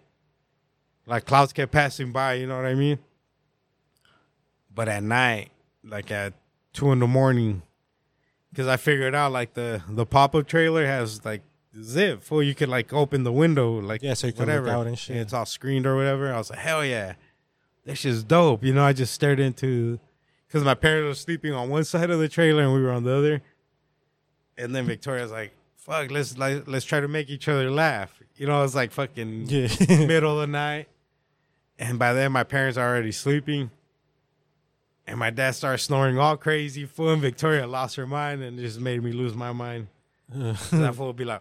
Speaker 1: Like clouds kept passing by. You know what I mean? But at night, like at two in the morning because I figured out like the the pop up trailer has like zip, fool. You could like open the window, like
Speaker 3: Yeah, so you can look
Speaker 1: whatever,
Speaker 3: out and shit.
Speaker 1: it's all screened or whatever. I was like, hell yeah, this shit's dope. You know, I just stared into because my parents were sleeping on one side of the trailer and we were on the other, and then Victoria's like. Fuck, let's like, let's try to make each other laugh. You know, it's like fucking
Speaker 3: Yeah.
Speaker 1: middle of the night. And by then, my parents are already sleeping. And my dad started snoring all crazy. Fool and Victoria lost her mind and just made me lose my mind. So that fool would be like,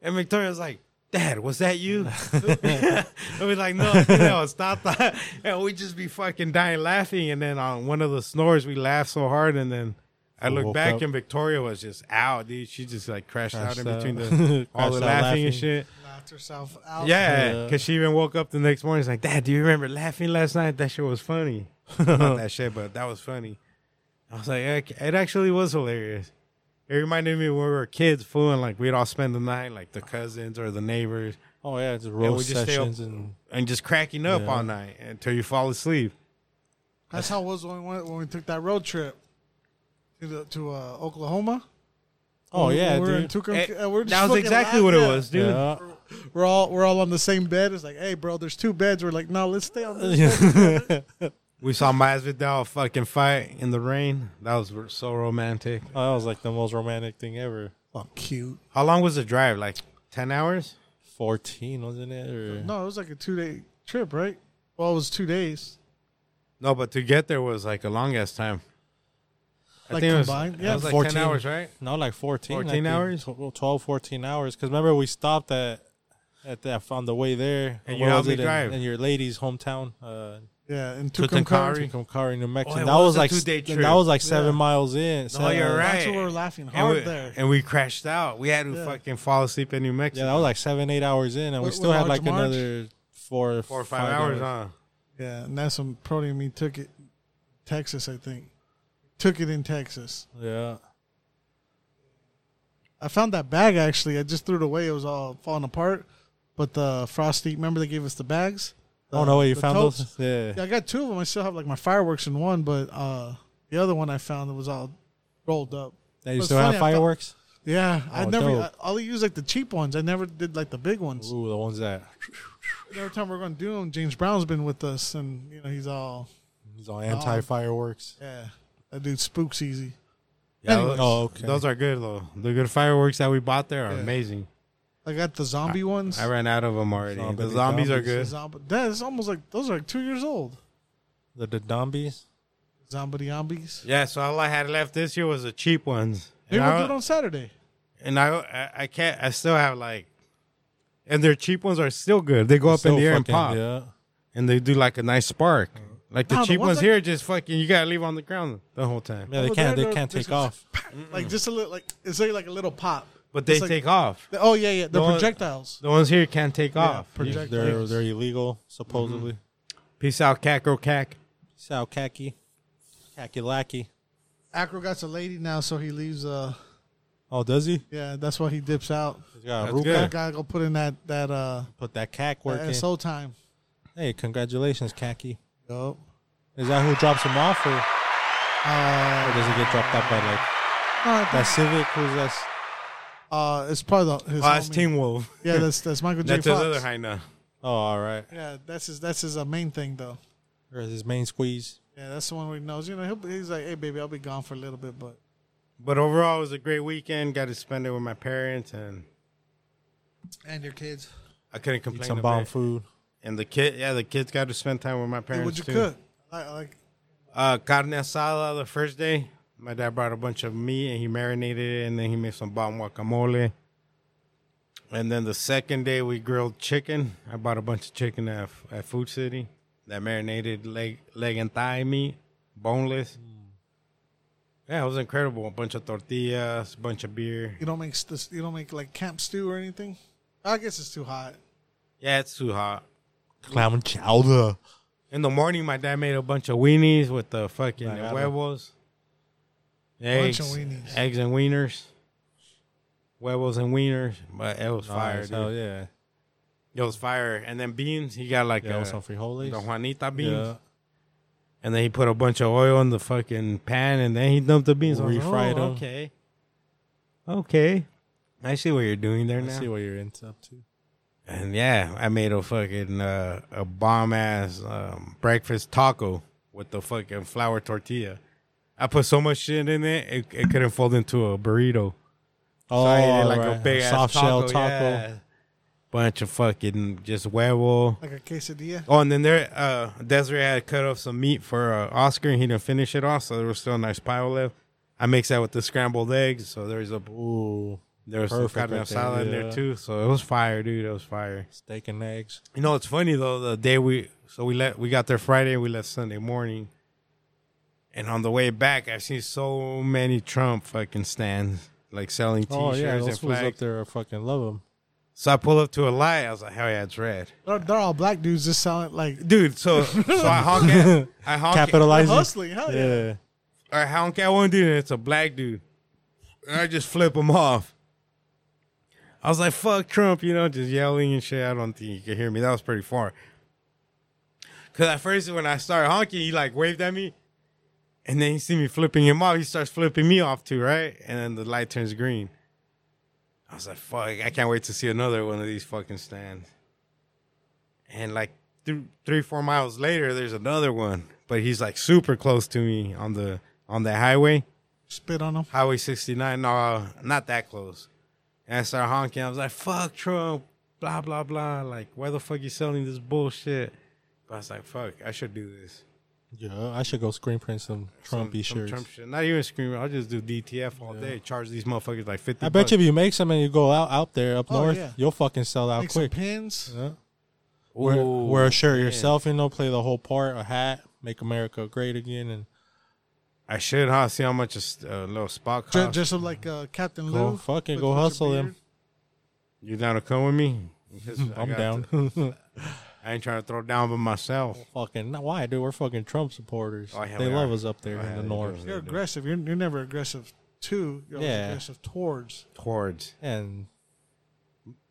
Speaker 1: and Victoria's like, Dad, was
Speaker 3: [LAUGHS]
Speaker 1: that you? I was like, no, no, it's not that. [LAUGHS] And we just be fucking dying laughing. And then on one of the snores, we laughed so hard. And then I
Speaker 3: Fool
Speaker 1: looked
Speaker 3: woke
Speaker 1: back
Speaker 3: up.
Speaker 1: and Victoria was just out, dude. She just like crashed,
Speaker 3: Crashed
Speaker 1: out in between
Speaker 3: out. [LAUGHS]
Speaker 1: the all
Speaker 3: Crashed
Speaker 1: the
Speaker 3: out
Speaker 1: laughing,
Speaker 3: laughing.
Speaker 1: and shit.
Speaker 2: Laughed herself out.
Speaker 1: Yeah,
Speaker 3: Yeah.
Speaker 1: because she even woke up the next morning. She's like, Dad, do you remember laughing last night? That shit was funny. [LAUGHS] Not that shit, but that was funny. I was like, "Ec- it actually was hilarious. It reminded me when we were kids, fooling like we'd all spend the night, like the cousins or the neighbors,
Speaker 3: Oh yeah, just
Speaker 1: we
Speaker 3: roll
Speaker 1: just stay up-
Speaker 3: sessions and
Speaker 1: and just cracking up
Speaker 3: Yeah.
Speaker 1: all night until you fall asleep.
Speaker 2: That's how it was when we went when we took that road trip to the, to uh, Oklahoma.
Speaker 3: Oh
Speaker 2: We-
Speaker 3: yeah,
Speaker 2: we we're
Speaker 3: dude.
Speaker 2: in Tucum,
Speaker 1: It-
Speaker 2: and uh, we're just
Speaker 1: Eh, that was
Speaker 2: fucking
Speaker 1: exactly
Speaker 2: laugh-
Speaker 1: what it
Speaker 2: yeah.
Speaker 1: was, dude.
Speaker 3: Yeah.
Speaker 2: We're all we're all on the same bed. It's like, hey, bro, there's two beds. We're like, no, let's stay on this.
Speaker 1: [LAUGHS] We saw Masvidal fucking fight in the rain. That was r- so romantic.
Speaker 3: [LAUGHS] Oh, that was like the most romantic thing ever.
Speaker 2: Oh, cute.
Speaker 1: How long was the drive? Like 10 hours?
Speaker 3: Fourteen, wasn't it? Or
Speaker 2: No, it was like a two day trip, right? Well, it was two days.
Speaker 1: No, but to get there was like a long ass time.
Speaker 2: Like
Speaker 1: it was-
Speaker 2: combined?
Speaker 1: it
Speaker 2: Yeah,
Speaker 1: was like
Speaker 3: 14.
Speaker 1: 10 hours, right?
Speaker 3: No, like 14.
Speaker 1: 14
Speaker 3: I think.
Speaker 1: hours?
Speaker 3: Tw- well, 12, 14 hours. Because remember, we stopped at at that on the way there.
Speaker 1: And
Speaker 3: Where
Speaker 1: you
Speaker 3: was
Speaker 1: helped me
Speaker 3: it? In-
Speaker 1: drive.
Speaker 3: In, your lady's hometown, uh,
Speaker 2: Yeah, in Tucumcari.
Speaker 1: Tucumcari.
Speaker 3: Tucumcari, New Mexico.
Speaker 1: Oh, it
Speaker 3: that
Speaker 1: was
Speaker 3: was
Speaker 1: a
Speaker 3: like
Speaker 1: two-day
Speaker 3: s-
Speaker 1: trip.
Speaker 3: that was like seven
Speaker 2: Yeah.
Speaker 3: miles in.
Speaker 1: Oh,
Speaker 3: seven-
Speaker 1: you're right.
Speaker 2: Uh, That's what we're laughing
Speaker 1: And
Speaker 2: hard
Speaker 1: we,
Speaker 2: there.
Speaker 1: and we crashed out. We had to
Speaker 2: Yeah.
Speaker 1: fucking fall asleep in New Mexico.
Speaker 3: Yeah, that was like seven, eight hours in, and we
Speaker 2: With-
Speaker 3: still
Speaker 2: with
Speaker 3: had like
Speaker 2: Large March?
Speaker 3: another four,
Speaker 1: Four or five, hours, huh?
Speaker 2: Yeah, and that's when Prody and me took it, Texas, I think. Took it in Texas.
Speaker 3: Yeah.
Speaker 2: I found that bag actually. I just threw it away. It was all falling apart. But the frosty, remember they gave us the bags.
Speaker 3: oh no, wait, you
Speaker 2: The
Speaker 3: found
Speaker 2: totes?
Speaker 3: those? Yeah.
Speaker 2: Yeah, I got two of them. I still have like my fireworks in one, but uh, the other one I found that was all rolled up.
Speaker 3: That you
Speaker 2: It's
Speaker 3: still have
Speaker 2: funny, I found-
Speaker 3: fireworks?
Speaker 2: Yeah, I
Speaker 3: Oh,
Speaker 2: never. I,
Speaker 3: dope.
Speaker 2: I'll use like the cheap ones. I never did like the big ones.
Speaker 3: Ooh, the ones that
Speaker 2: Every time we're going to do them, James Brown's been with us, and you know he's all
Speaker 3: he's all
Speaker 1: Uh,
Speaker 3: anti-fireworks.
Speaker 2: yeah. That dude spooks easy.
Speaker 1: Yeah,
Speaker 2: Anyways.
Speaker 1: those,
Speaker 3: Oh, okay.
Speaker 1: those are good though. The good fireworks that we bought there are
Speaker 2: Yeah.
Speaker 1: amazing.
Speaker 2: I got the zombie ones.
Speaker 1: I ran out of them already.
Speaker 3: Zombie
Speaker 1: the zombies are
Speaker 2: The
Speaker 1: good.
Speaker 2: Zombie. That is almost like those are like two years old.
Speaker 3: The the zombies.
Speaker 2: Zombie zombies.
Speaker 1: Yeah, so all I had left this year was the cheap ones.
Speaker 2: Maybe
Speaker 1: And
Speaker 2: we'll
Speaker 1: I-
Speaker 2: do it on Saturday.
Speaker 1: and I, I I can't I still have like and their cheap ones are still good. They go up in
Speaker 3: Still
Speaker 1: the air and
Speaker 3: fucking-
Speaker 1: pop.
Speaker 3: Yeah.
Speaker 1: And they do like a nice spark. Like the
Speaker 2: Uh-huh. No, the
Speaker 1: cheap
Speaker 2: ones
Speaker 1: ones
Speaker 2: that-
Speaker 1: here just fucking you gotta leave on the ground the whole time.
Speaker 3: Yeah, they
Speaker 2: Over
Speaker 3: can't.
Speaker 2: there,
Speaker 3: They
Speaker 2: they're-
Speaker 3: can't
Speaker 2: they're
Speaker 3: take off.
Speaker 2: [LAUGHS] Like just a little, like it's like, like a little pop.
Speaker 1: But they
Speaker 2: It's like-
Speaker 1: take off.
Speaker 2: Oh yeah, yeah, the
Speaker 1: No, uh,
Speaker 2: projectiles.
Speaker 1: The ones here can't take off.
Speaker 2: projectiles.
Speaker 3: They're they're illegal supposedly.
Speaker 1: Mm-hmm. Peace out, Cack or Cack.
Speaker 3: Sal khaki, khaki lackey.
Speaker 2: Acro got's a lady now, so he leaves. Uh,
Speaker 3: Oh, does he?
Speaker 2: yeah, that's why he dips out.
Speaker 3: He's got a
Speaker 1: That's
Speaker 3: root
Speaker 1: good.
Speaker 2: I
Speaker 1: Yeah.
Speaker 3: back.
Speaker 2: gotta go put in that that uh
Speaker 3: Put that cack work
Speaker 2: that
Speaker 3: in.
Speaker 2: SO time.
Speaker 3: Hey, congratulations, khaki.
Speaker 2: Yup.
Speaker 3: Is that who drops him off, or, or
Speaker 2: Uh,
Speaker 3: does he get dropped off by like
Speaker 2: no, I
Speaker 3: that
Speaker 2: think-
Speaker 3: Civic? Who's that? s-
Speaker 2: uh, it's probably the, his
Speaker 1: Oh, that's
Speaker 2: homie.
Speaker 1: Team
Speaker 2: [LAUGHS]
Speaker 1: Wolf.
Speaker 2: Yeah, that's that's Michael J.
Speaker 1: That's his other
Speaker 2: Fox.
Speaker 1: high now.
Speaker 3: Oh, all right.
Speaker 2: Yeah, that's his that's his uh, main thing though.
Speaker 3: Or is his main squeeze?
Speaker 2: Yeah, that's the one where he knows. You know, he'll, he's like, "Hey, baby, I'll be gone for a little bit, but
Speaker 1: But overall, it was a great weekend. Got to spend it with my parents, and
Speaker 2: and your kids.
Speaker 1: I couldn't
Speaker 3: Eat
Speaker 1: complain.
Speaker 3: some
Speaker 1: a
Speaker 3: bomb
Speaker 1: bit.
Speaker 3: food.
Speaker 1: And the kid, yeah, the kids got to spend time with my
Speaker 2: Hey,
Speaker 1: parents
Speaker 2: what'd you
Speaker 1: too.
Speaker 2: cook? I, I like
Speaker 1: Uh, carne asada the first day. My dad brought a bunch of meat and he marinated it, and then he made some bomb guacamole. And then the second day we grilled chicken. I bought a bunch of chicken at, at Food City. That marinated leg, leg and thigh meat, boneless. Yeah, it was incredible. A bunch of tortillas, a bunch of beer.
Speaker 2: you don't make this. You don't make like camp stew or anything. I guess it's too hot.
Speaker 1: Yeah, it's too hot.
Speaker 3: Clam chowder.
Speaker 1: In the morning, my dad made a bunch of weenies with the fucking
Speaker 3: Like, I don't-
Speaker 1: huevos.
Speaker 2: Bunch
Speaker 1: Eggs,
Speaker 2: of weenies.
Speaker 1: eggs and wieners. Huevos and wieners. But it was fire,
Speaker 3: Nice. Hell
Speaker 1: dude.
Speaker 3: yeah.
Speaker 1: It was fire. And then beans, he got like
Speaker 3: Yeah,
Speaker 1: uh,
Speaker 3: with some frijoles.
Speaker 1: the Juanita beans.
Speaker 3: Yeah.
Speaker 1: And then he put a bunch of oil in the fucking pan and then he dumped the beans. I was like,
Speaker 3: Refried
Speaker 1: "Oh,
Speaker 3: 'em."
Speaker 1: Okay. Okay. I see what you're doing there
Speaker 3: I
Speaker 1: now.
Speaker 3: see what you're into up to.
Speaker 1: And yeah, I made a fucking uh, a bomb ass um, breakfast taco with the fucking flour tortilla. I put so much shit in it, it, it couldn't fold into a burrito.
Speaker 3: Oh,
Speaker 1: So I ate it like a
Speaker 3: alright.
Speaker 1: big
Speaker 3: soft
Speaker 1: ass
Speaker 3: shell
Speaker 1: taco,
Speaker 3: taco.
Speaker 1: yeah. Bunch of fucking just huevo.
Speaker 2: Like a quesadilla.
Speaker 1: Oh, and then there, uh, Desiree had cut off some meat for uh, Oscar, and he didn't finish it off, so there was still a nice pile left. I mixed that with the scrambled eggs, so there's a
Speaker 3: Ooh,
Speaker 1: there was some
Speaker 3: Perfect
Speaker 1: kind
Speaker 3: right
Speaker 1: of
Speaker 3: there,
Speaker 1: salad in
Speaker 3: yeah.
Speaker 1: there too, so it was fire, dude. It was fire.
Speaker 3: steak and eggs.
Speaker 1: You know, it's funny though. The day we so we let we got there Friday, we left Sunday morning, and on the way back, I seen so many Trump fucking stands like selling T-shirts
Speaker 3: Oh yeah,
Speaker 1: and
Speaker 3: those fools up
Speaker 1: flags.
Speaker 3: there, I fucking love them.
Speaker 1: So I pull up to a light. I was like, hell yeah, it's red,
Speaker 2: They're, they're all black dudes just sound like
Speaker 1: dude. So so I honk at
Speaker 3: [LAUGHS]
Speaker 1: I honk at,
Speaker 3: Capitalizing.
Speaker 2: hustling. Hell yeah.
Speaker 3: Yeah.
Speaker 1: I honk at one dude, and it's a black dude. And I just flip him off. I was like, fuck Trump, you know, just yelling and shit. I don't think you could hear me. That was pretty far. Cause at first when I started honking, he like waved at me. And then he see me flipping him off. He starts flipping me off too, right? And then the light turns green. I was like, fuck, I can't wait to see another one of these fucking stands. And like th- three, four miles later, there's another one. But he's like super close to me on the on that highway.
Speaker 2: Spit on them.
Speaker 1: Highway 69. No, not that close. And I started honking. I was like, fuck Trump, blah, blah, blah. Like, why the fuck you selling this bullshit? But I was like, fuck, I should do this.
Speaker 3: Yeah, I should go screen print some Trumpy
Speaker 1: Some
Speaker 3: shirts.
Speaker 1: Trump shit. Not even screaming. I'll just do DTF all day. Charge these motherfuckers like 50
Speaker 3: I bet
Speaker 1: bucks.
Speaker 3: you if you make some and you go out out there up
Speaker 2: Oh,
Speaker 3: north,
Speaker 2: yeah.
Speaker 3: you'll fucking sell out
Speaker 2: Make some
Speaker 3: quick.
Speaker 2: pins.
Speaker 3: Yeah. Wear,
Speaker 1: Ooh,
Speaker 3: wear a shirt
Speaker 1: man.
Speaker 3: yourself, you know, play the whole part, a hat, make America great again, and
Speaker 1: I should, huh? See how much a s- a little spot
Speaker 2: Dre-
Speaker 1: costs.
Speaker 2: Dress up like uh, Captain
Speaker 3: go
Speaker 2: Lou.
Speaker 3: fucking
Speaker 2: with-
Speaker 3: go
Speaker 2: with your
Speaker 3: hustle them.
Speaker 2: beard.
Speaker 1: You down to come
Speaker 3: [LAUGHS]
Speaker 1: with me? Because I
Speaker 3: I'm
Speaker 1: got
Speaker 3: down.
Speaker 1: to-
Speaker 3: [LAUGHS]
Speaker 1: I ain't trying to throw down by myself.
Speaker 3: fucking no, why, dude? We're fucking Trump supporters.
Speaker 1: Oh, hell
Speaker 3: they
Speaker 1: we
Speaker 3: love
Speaker 1: are.
Speaker 3: us up there
Speaker 1: Oh,
Speaker 3: in
Speaker 1: hell
Speaker 3: the
Speaker 1: they
Speaker 3: north.
Speaker 1: do.
Speaker 2: You're aggressive. You're, you're never aggressive to. You're always
Speaker 3: Yeah.
Speaker 2: aggressive towards.
Speaker 1: Hordes.
Speaker 3: And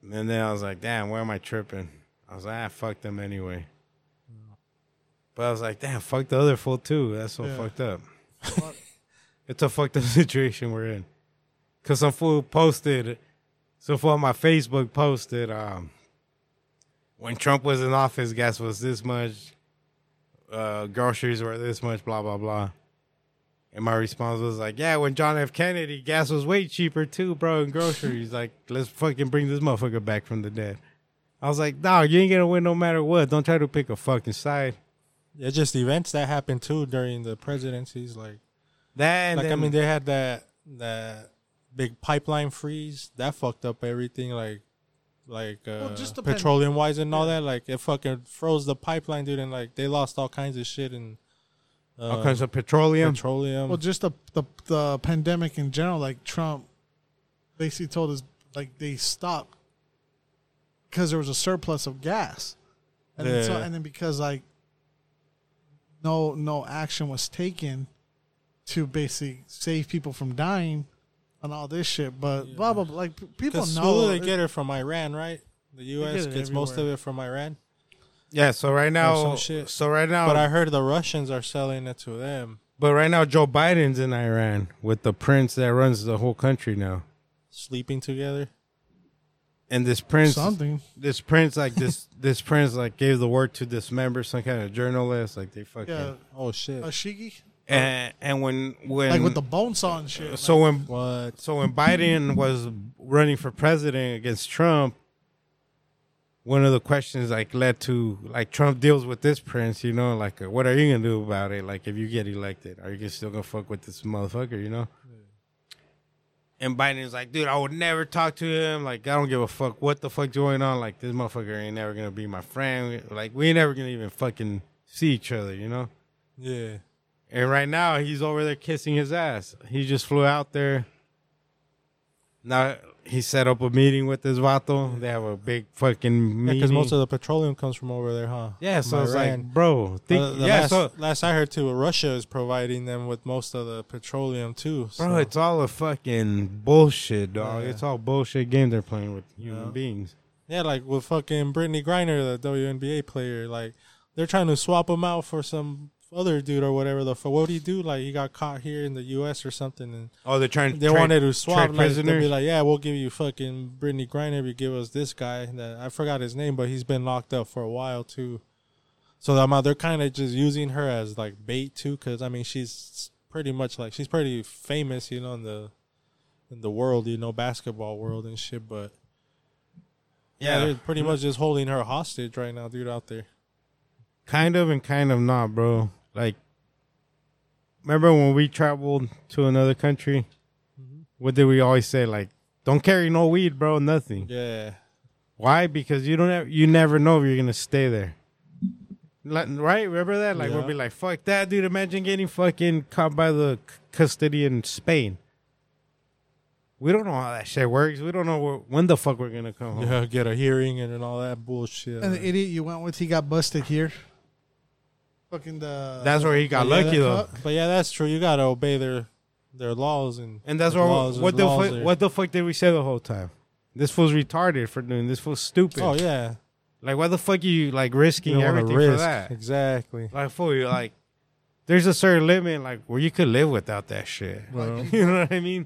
Speaker 1: And then I was like, damn, where am I tripping? I was like, ah, fuck them anyway. But I was like, damn, fuck the other fool too. That's so
Speaker 2: Yeah.
Speaker 1: fucked up. [LAUGHS] it's a fucked up [LAUGHS] situation we're in. Cause some fool posted, so for my Facebook posted, um, when Trump was in office, gas was this much, uh, groceries were this much, blah blah blah. And my response was like, "Yeah, when John F. Kennedy, gas was way cheaper too, bro, and groceries. like, let's fucking bring this motherfucker back from the dead." I was like, "Dog, you ain't gonna win no matter what. Don't try to pick a fucking side."
Speaker 3: it's just events that happened too during the presidencies, like
Speaker 1: That and
Speaker 3: like I
Speaker 1: then-
Speaker 3: mean they had that that big pipeline freeze that fucked up everything like like uh,
Speaker 2: Well, just the pan-
Speaker 3: petroleum wise and all that like it fucking froze the pipeline dude and like they lost all kinds of shit and uh,
Speaker 1: all kinds of petroleum.
Speaker 3: petroleum
Speaker 2: Well, just the, the the pandemic in general. Like Trump, basically told us like they stopped because there was a surplus of gas, and then so,
Speaker 3: Yeah.
Speaker 2: and then because like no no action was taken, to basically save people from dying and all this shit. But blah blah blah. Like p- people
Speaker 3: Because
Speaker 2: know.
Speaker 3: they get it from Iran, right? The U.S.
Speaker 2: get it
Speaker 3: gets most of
Speaker 2: everywhere.
Speaker 3: it from Iran.
Speaker 1: Yeah, so right now,
Speaker 3: some shit.
Speaker 1: so right now,
Speaker 3: But I heard the Russians are selling it to them.
Speaker 1: But right now, Joe Biden's in Iran with the prince that runs the whole country now,
Speaker 3: Sleeping together.
Speaker 1: and this prince,
Speaker 2: something.
Speaker 1: this prince, like this, [LAUGHS] this prince, like gave the word to dismember some kind of journalist, like they fucking,
Speaker 2: Yeah,
Speaker 3: Oh shit!
Speaker 2: Ashigi,
Speaker 1: and and when when
Speaker 2: like with the bone saw and shit.
Speaker 1: so when
Speaker 3: What?
Speaker 1: so when Biden was running for president against Trump, one of the questions like led to like Trump deals with this prince, you know, like uh, what are you gonna do about it? Like if you get elected, are you gonna still gonna fuck with this motherfucker, you know? And Biden is like, dude, I would never talk to him. Like, I don't give a fuck what the fuck's going on. Like, this motherfucker ain't never gonna be my friend. Like, we ain't never gonna even fucking see each other, you know?
Speaker 3: Yeah.
Speaker 1: And right now he's over there kissing his ass. He just flew out there. Now he set up a meeting with his vato. They have a big fucking
Speaker 3: Yeah,
Speaker 1: meeting.
Speaker 3: because most of the petroleum comes from over there, huh?
Speaker 1: yeah, so
Speaker 3: From
Speaker 1: it's
Speaker 3: Iran.
Speaker 1: like, bro, think,
Speaker 3: Uh, the
Speaker 1: yeah,
Speaker 3: last,
Speaker 1: so
Speaker 3: last I heard too, Russia is providing them with most of the petroleum too. So.
Speaker 1: bro, it's all a fucking bullshit, dog.
Speaker 3: Yeah.
Speaker 1: It's all bullshit game they're playing with human beings.
Speaker 3: yeah, like with fucking Brittany Griner, the WNBA player. Like they're trying to swap him out for some other dude or whatever. The for what he do? Like he got caught here in the U.S. or something, and
Speaker 1: Oh, they're trying.
Speaker 3: they
Speaker 1: trade-
Speaker 3: wanted to swap.
Speaker 1: trade
Speaker 3: Like, they'd
Speaker 1: prisoners.
Speaker 3: be like, yeah, we'll give you fucking Brittany Griner if you give us this guy. That I forgot his name, but he's been locked up for a while too. So I'm out. They're kind of just using her as like bait too, because I mean she's pretty much like she's pretty famous, you know, in the in the world, you know, basketball world and shit. But yeah,
Speaker 1: yeah,
Speaker 3: they're pretty much just holding her hostage right now, dude, out there.
Speaker 1: kind of and kind of not, bro. Like, remember when we traveled to another country?
Speaker 3: Mm-hmm.
Speaker 1: What did we always say? Like, don't carry no weed, bro. Nothing.
Speaker 3: Yeah,
Speaker 1: Why? Because you don't. Have, you never know if you're gonna stay there. Like, right? Remember that? Like we'll
Speaker 3: Yeah.
Speaker 1: be like, "Fuck that, dude!" Imagine getting fucking caught by the c- custody in Spain. We don't know how that shit works. We don't know where, when the fuck we're gonna come home.
Speaker 3: yeah, [LAUGHS] get a hearing and, and all that bullshit.
Speaker 2: and the idiot you went with, he got busted here. Fucking the
Speaker 1: That's where he got
Speaker 3: Yeah,
Speaker 1: lucky
Speaker 3: that-
Speaker 1: though.
Speaker 3: But yeah, that's true. You gotta obey their their laws and
Speaker 1: And that's
Speaker 3: their
Speaker 1: why
Speaker 3: laws-
Speaker 1: what the
Speaker 3: laws
Speaker 1: fuck,
Speaker 3: there.
Speaker 1: what the fuck did we say the whole time? This fool's retarded for doing this. Fool's stupid.
Speaker 3: Oh yeah,
Speaker 1: Like why the fuck you like risking
Speaker 3: don't wanna
Speaker 1: everything for that?
Speaker 3: exactly.
Speaker 1: Like fool, you like there's a certain limit like where you could live without that shit.
Speaker 3: Well,
Speaker 1: [LAUGHS] You know what I mean?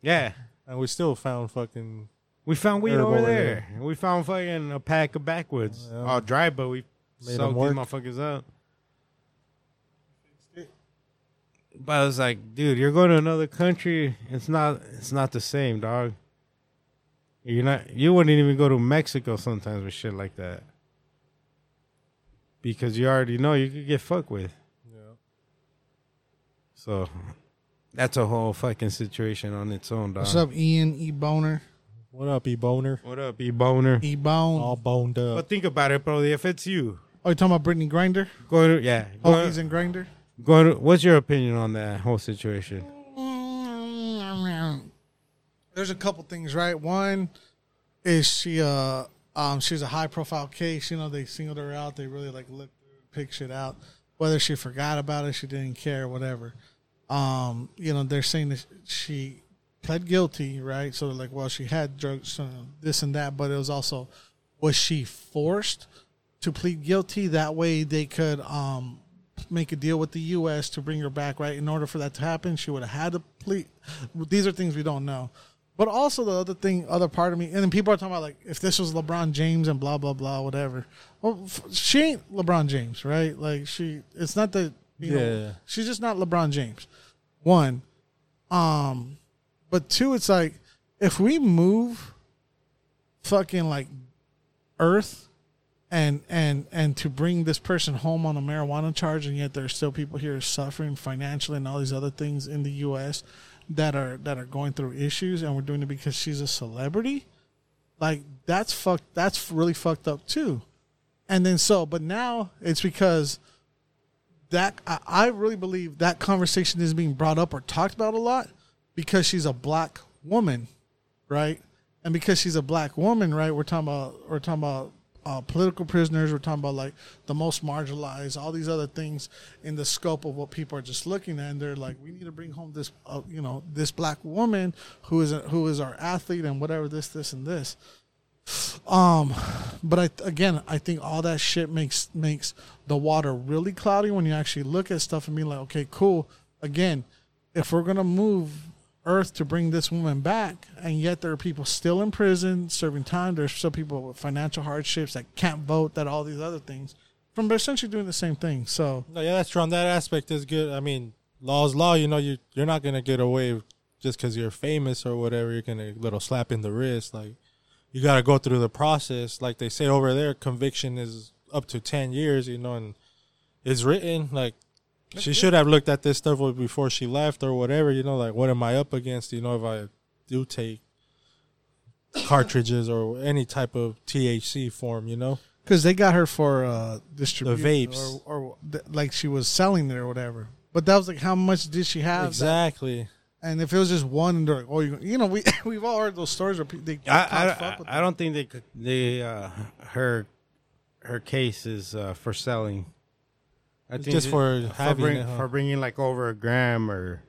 Speaker 1: Yeah.
Speaker 3: and we still found fucking
Speaker 1: We found weed
Speaker 3: Herb
Speaker 1: over
Speaker 3: over
Speaker 1: there. We found fucking a pack of backwoods.
Speaker 3: Yeah.
Speaker 1: All dry, but we
Speaker 3: Made 'em
Speaker 1: soaked these
Speaker 3: work.
Speaker 1: motherfuckers up. But I was like, dude, you're going to another country. It's not. It's not the same, dog. You're not. You wouldn't even go to Mexico sometimes with shit like that. Because you already know you could get fucked with.
Speaker 3: yeah.
Speaker 1: So, that's a whole fucking situation on its own, dog.
Speaker 2: what's up, Ian E Boner
Speaker 3: What up, E Boner?
Speaker 1: What up, E Boner?
Speaker 2: E Bone.
Speaker 3: All
Speaker 2: Oh,
Speaker 3: boned up.
Speaker 1: But think about it, bro. If it's you,
Speaker 2: you talking about Brittany Grinder?
Speaker 1: Going to, yeah.
Speaker 2: Oh,
Speaker 1: Going,
Speaker 2: he's in Grinder.
Speaker 1: going to, what's your opinion on that whole situation?
Speaker 2: There's a couple things, right? One is she uh um she's a high profile case, you know, they singled her out, they really like looked pick shit out. Whether she forgot about it, she didn't care, whatever. Um, you know, they're saying that she pled guilty, right? So they're like, well, she had drugs, uh, this and that, but it was also was she forced to plead guilty? That way they could um make a deal with the U.S. to bring her back, right? In order for that to happen, she would have had to plead. These are things we don't know. But also the other thing, other part of me, and then people are talking about like if this was LeBron James and blah blah blah, whatever. Well, f- she ain't LeBron James, right? Like she, it's not that you
Speaker 3: Yeah.
Speaker 2: know, she's just not LeBron James. One, um, but two, it's like if we move, fucking like, Earth and and and to bring this person home on a marijuana charge and yet there are still people here suffering financially and all these other things in the US that are that are going through issues and we're doing it because she's a celebrity like that's fucked that's really fucked up too and then so but now it's because that I, I really believe that conversation is being brought up or talked about a lot because she's a black woman right and because she's a black woman right we're talking about we're talking about uh, political prisoners. We're talking about like the most marginalized, all these other things in the scope of what people are just looking at. And they're like, we need to bring home this, uh, you know, this black woman who is a, who is our athlete and whatever this, this, and this. Um, but I again, I think all that shit makes makes the water really cloudy when you actually look at stuff and be like, okay, cool. Again, if we're gonna move Earth to bring this woman back, and yet there are people still in prison serving time. There's still people with financial hardships that can't vote. That all these other things from essentially doing the same thing. So
Speaker 3: No, yeah, that's true. On that aspect is good. I mean, law's law. You know, you you're not gonna get away just because you're famous or whatever. You're gonna little slap in the wrist. Like you gotta go through the process. Like they say over there, conviction is up to ten years. You know, and it's written. Like she should have looked at this stuff before she left or whatever. You know, like what am I up against? You know, if I do take cartridges or any type of THC form. You know,
Speaker 2: because they got her for uh, distribution
Speaker 3: vapes.
Speaker 2: or, or th- like she was selling it or whatever. But that was like, how much did she have?
Speaker 3: exactly.
Speaker 2: And if it was just one, and they're like, oh, you, you know, we [LAUGHS] we've all heard those stories where people they
Speaker 1: I,
Speaker 2: cops
Speaker 1: I,
Speaker 2: fuck with
Speaker 1: I, I don't think they could, they uh, her her case is uh, for selling. I
Speaker 3: It's just
Speaker 1: it-
Speaker 3: for having
Speaker 1: bring,
Speaker 3: it, huh?
Speaker 1: for bringing like over a gram or.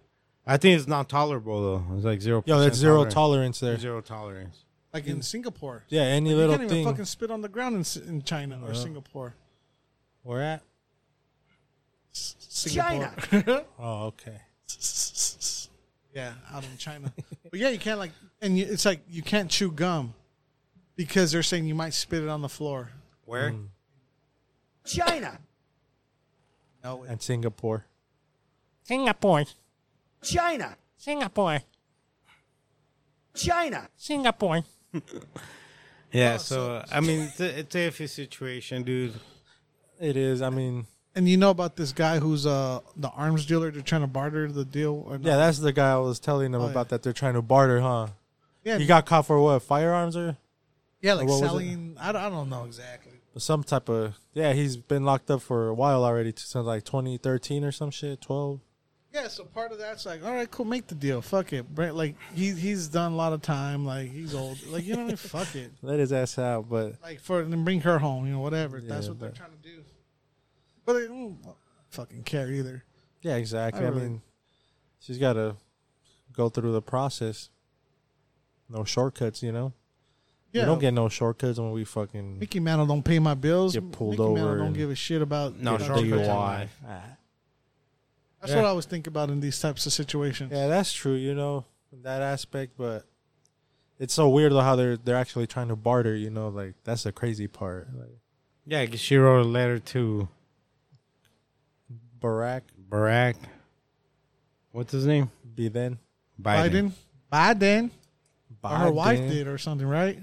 Speaker 1: I think it's not tolerable though. It's like zero.
Speaker 3: Yo, that's zero tolerance there.
Speaker 1: Zero tolerance.
Speaker 2: like in Singapore.
Speaker 3: Yeah, any
Speaker 2: You
Speaker 3: little
Speaker 2: can't even
Speaker 3: thing.
Speaker 2: fucking spit on the ground in, Si- in China or Singapore.
Speaker 3: We're at.
Speaker 2: Singapore.
Speaker 3: Oh, okay.
Speaker 2: [LAUGHS] yeah, out in China. but yeah, you can't like, and you, it's like you can't chew gum because they're saying you might spit it on the floor.
Speaker 1: Where?
Speaker 3: Mm.
Speaker 6: China.
Speaker 2: No,
Speaker 3: And Singapore.
Speaker 5: Singapore.
Speaker 6: China.
Speaker 5: Singapore.
Speaker 6: China.
Speaker 5: Singapore.
Speaker 3: Oh,
Speaker 1: Yeah. so uh, I mean, it's a, it's a iffy situation, dude.
Speaker 3: It is. I mean,
Speaker 2: and you know about this guy who's uh the arms dealer? They're trying to barter the deal. Or not.
Speaker 3: yeah, that's the guy I was telling them
Speaker 2: Oh,
Speaker 3: about
Speaker 2: yeah.
Speaker 3: that they're trying to barter, huh?
Speaker 2: yeah,
Speaker 3: He got caught for what? Firearms or
Speaker 2: yeah, like
Speaker 3: what was it?
Speaker 2: selling. I don't, I don't know exactly.
Speaker 3: some type of. Yeah, he's been locked up for a while already, t- since like 2013 or some shit, 12.
Speaker 2: Yeah, so part of that's like, all right, cool, make the deal. Fuck it, Brent. Like he he's done a lot of time. Like he's old. Like you know, what
Speaker 3: [LAUGHS]
Speaker 2: I mean? fuck it.
Speaker 3: Let his ass out, but
Speaker 2: like for and then bring her home, you know, whatever. That's
Speaker 3: Yeah,
Speaker 2: what they're
Speaker 3: but-
Speaker 2: trying to do. But they don't fucking care either.
Speaker 3: yeah, exactly. I,
Speaker 2: really-
Speaker 3: mean, she's got to go through the process. No shortcuts, you know.
Speaker 2: Yeah,
Speaker 3: We don't get no shortcuts when we fucking
Speaker 2: Mickey Mantle don't pay my bills.
Speaker 3: Get pulled
Speaker 2: Mickey Mantle
Speaker 3: over
Speaker 2: don't
Speaker 3: and-
Speaker 2: give a shit about
Speaker 1: No
Speaker 2: about
Speaker 1: shortcuts in
Speaker 2: you.
Speaker 3: DUI.
Speaker 1: life.
Speaker 3: Ah.
Speaker 2: That's
Speaker 3: Yeah.
Speaker 2: what I always think about in these types of situations.
Speaker 3: Yeah, that's true. You know in that aspect, but it's so weird though how they're they're actually trying to barter. You know, like that's the crazy part. Like
Speaker 1: Yeah, 'cause she wrote a letter to
Speaker 3: Barack,
Speaker 1: Barack. What's his name?
Speaker 3: be then
Speaker 2: Biden, Biden, or her wife
Speaker 3: Biden.
Speaker 2: did or something, right?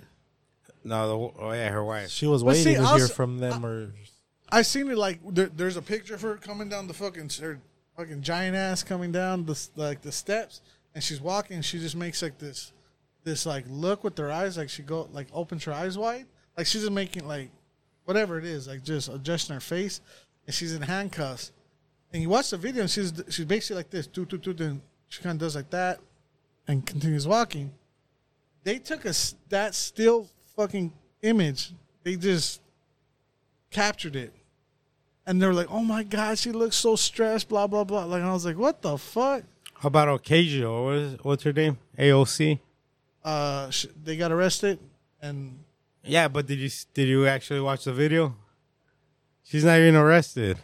Speaker 1: No, the, oh yeah, her wife.
Speaker 3: She was
Speaker 2: But see,
Speaker 3: waiting to hear
Speaker 2: also-
Speaker 3: from them, or
Speaker 2: I seen it like there, there's a picture of her coming down the fucking her fucking giant ass coming down the s- like the steps, and she's walking. She just makes like this, this like look with her eyes, like she go like opens her eyes wide, like she's just making like whatever it is, like just adjusting her face, and she's in handcuffs. And you watch the video, and she's she's basically like this, do do do, then she kind of does like that, and continues walking. They took a s- that still fucking image. They just captured it. And they were like, oh my God, she looks so stressed, blah, blah, blah. Like, I was like, what the fuck?
Speaker 1: How about Ocasio? What is, what's her name? AOC.
Speaker 2: Uh, sh- they got arrested. And
Speaker 1: Yeah, but did you did you actually watch the video? She's not even arrested.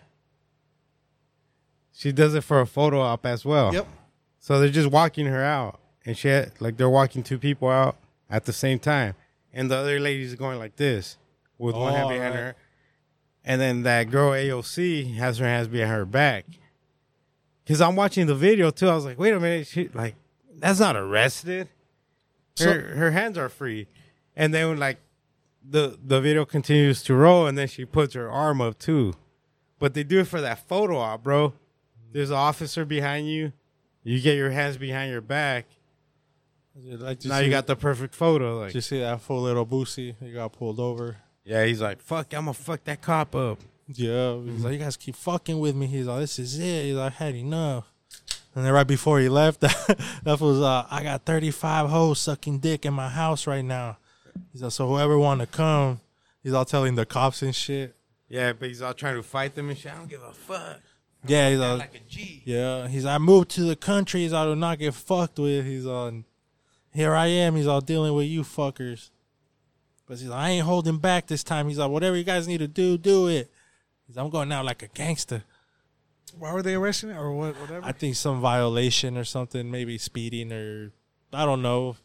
Speaker 1: She does it for a photo op as well.
Speaker 2: yep.
Speaker 1: So they're just walking her out, and she had, like they're walking two people out at the same time, and the other lady's going like this with one hand
Speaker 3: Oh,
Speaker 1: behind
Speaker 3: right.
Speaker 1: her, and then that girl AOC has her hands behind her back. Cause I'm watching the video too. I was like, wait a minute, she like that's not arrested. Her her hands are free, and then like the the video continues to roll, and then she puts her arm up too. But they do it for that photo op, bro. There's an officer behind you. You get your hands behind your back.
Speaker 3: like
Speaker 1: now you got the perfect photo. Like,
Speaker 3: You see that full little boosie? He got pulled over.
Speaker 1: yeah, he's like, "Fuck, I'm gonna fuck that cop up."
Speaker 3: Yeah, he's
Speaker 1: Mm-hmm.
Speaker 3: like, you guys keep fucking with me. He's like, this is it. He's like, I had enough. And then right before he left, [LAUGHS] that was uh, I got 35 hoes sucking dick in my house right now. He's like, so whoever want to come, He's all telling the cops and shit.
Speaker 1: Yeah, but he's all trying to fight them and shit. I don't give a fuck.
Speaker 3: Yeah, he's all,
Speaker 1: Like a G.
Speaker 3: yeah. He's I moved to the country. He's all to not get fucked with. He's on. Here I am. He's all dealing with you fuckers. But he's like, I ain't holding back this time. He's like, whatever you guys need to do, do it. He's like, I'm going out like a gangster.
Speaker 2: Why were they arresting it or what? Whatever.
Speaker 3: I think some violation or something, maybe speeding or I don't know.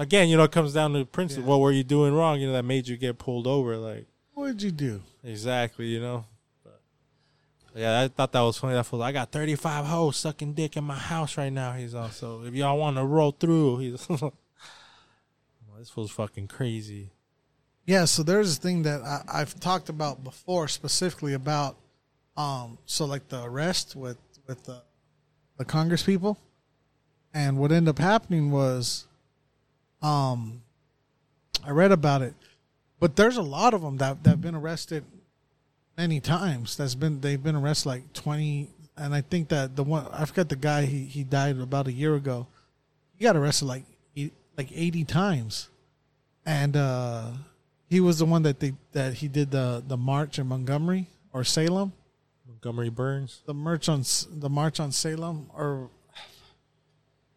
Speaker 3: Again, you know, it comes down to principle. What were you doing wrong? You know, that made you get pulled over. Like
Speaker 2: what did you do?
Speaker 3: exactly, you know. But, yeah, I thought that was funny. That fool, I got thirty five hoes sucking dick in my house right now. He's also, if y'all want to roll through, he's. [LAUGHS] Well, this fool's fucking crazy.
Speaker 2: Yeah, so there's a thing that I, I've talked about before, specifically about, um, so like the arrest with with the, the Congress people, and what ended up happening was, um, I read about it, but there's a lot of them that that've been arrested many times. That's been they've been arrested like twenty, and I think that the one I forgot the guy he he died about a year ago, he got arrested like eight- like eighty times and uh, he was the one that they that he did the the march in Montgomery or Salem,
Speaker 3: Montgomery Burns.
Speaker 2: the march on S- the march on Salem, or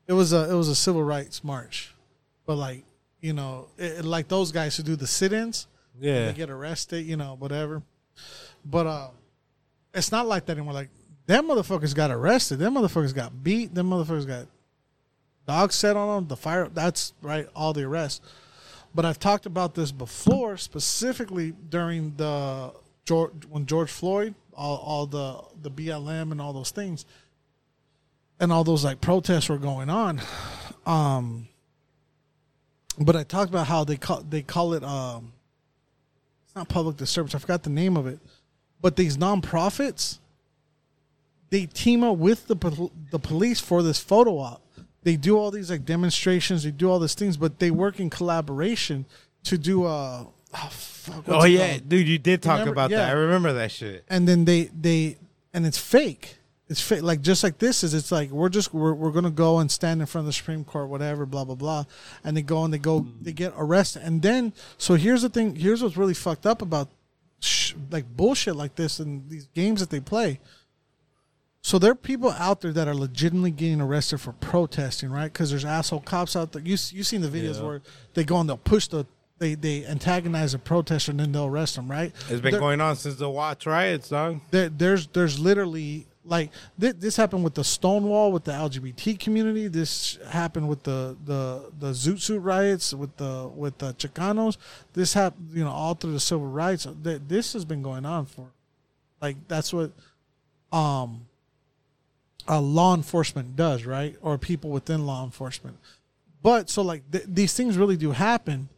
Speaker 2: it was a it was a civil rights march, but like you know, it, it- like those guys who do the sit-ins,
Speaker 3: Yeah,
Speaker 2: they get arrested, you know, whatever. But uh, it's not like that anymore. Like them motherfuckers got arrested, them motherfuckers got beat, them motherfuckers got dogs set on them. The fire that's right, all the arrests. But I've talked about this before, specifically during the George when George Floyd, all, all the the BLM and all those things, and all those like protests were going on. Um, but I talked about how they call they call it um, it's not public disturbance. I forgot the name of it, but these nonprofits they team up with the pol- the police for this photo op. They do all these like demonstrations. They do all these things, but they work in collaboration to do uh oh, fuck, what's
Speaker 1: Oh
Speaker 2: it
Speaker 1: yeah,
Speaker 2: called?
Speaker 1: dude, you did talk
Speaker 2: Remember-
Speaker 1: about
Speaker 2: yeah.
Speaker 1: that. I remember that shit.
Speaker 2: and then they they and it's fake it's fake like just like this is it's like we're just we're, we're gonna go and stand in front of the supreme court whatever blah blah blah and they go and they go they get arrested and then so here's the thing here's what's really fucked up about sh- like bullshit like this and these games that they play so there are people out there that are legitimately getting arrested for protesting, right? Because there's asshole cops out there. You you seen the videos where they go and they'll push the they they antagonize a protester and then they'll arrest them, right?
Speaker 1: It's been
Speaker 2: There-
Speaker 1: going on since the Watts riots, dog.
Speaker 2: there, there's there's literally like thi- this happened with the Stonewall with the LGBT community. This happened with the the the Zoot Suit riots with the with the Chicanos. This happened, you know, all through the civil rights. Th- This has been going on for, like, that's what, um, uh, law enforcement does, right? Or people within law enforcement. But so like th- these things really do happen.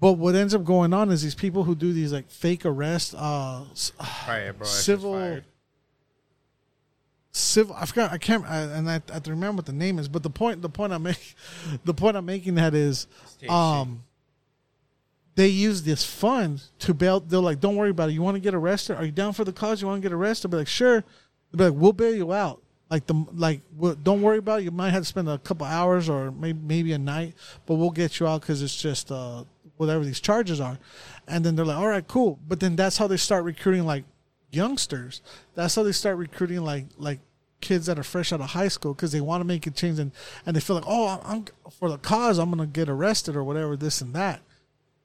Speaker 2: But what ends up going on is these people who do these like fake arrests, uh, s-
Speaker 1: Riot, bro. that shit's
Speaker 2: civil
Speaker 1: fired.
Speaker 2: civil i forgot i can't I, and I, I have to remember what the name is but the point the point i'm making [LAUGHS] the point i'm making that is
Speaker 1: THC.
Speaker 2: um they use this fund to bail they're like don't worry about it you want to get arrested are you down for the cause you want to get arrested be like sure they'll be like we'll bail you out like the like we'll, don't worry about it you might have to spend a couple hours or maybe maybe a night but we'll get you out because it's just uh whatever these charges are and then they're like all right cool but then that's how they start recruiting like youngsters. That's how they start recruiting like like kids that are fresh out of high school because they want to make a change and and they feel like oh I'm, I'm for the cause I'm gonna get arrested or whatever this and that,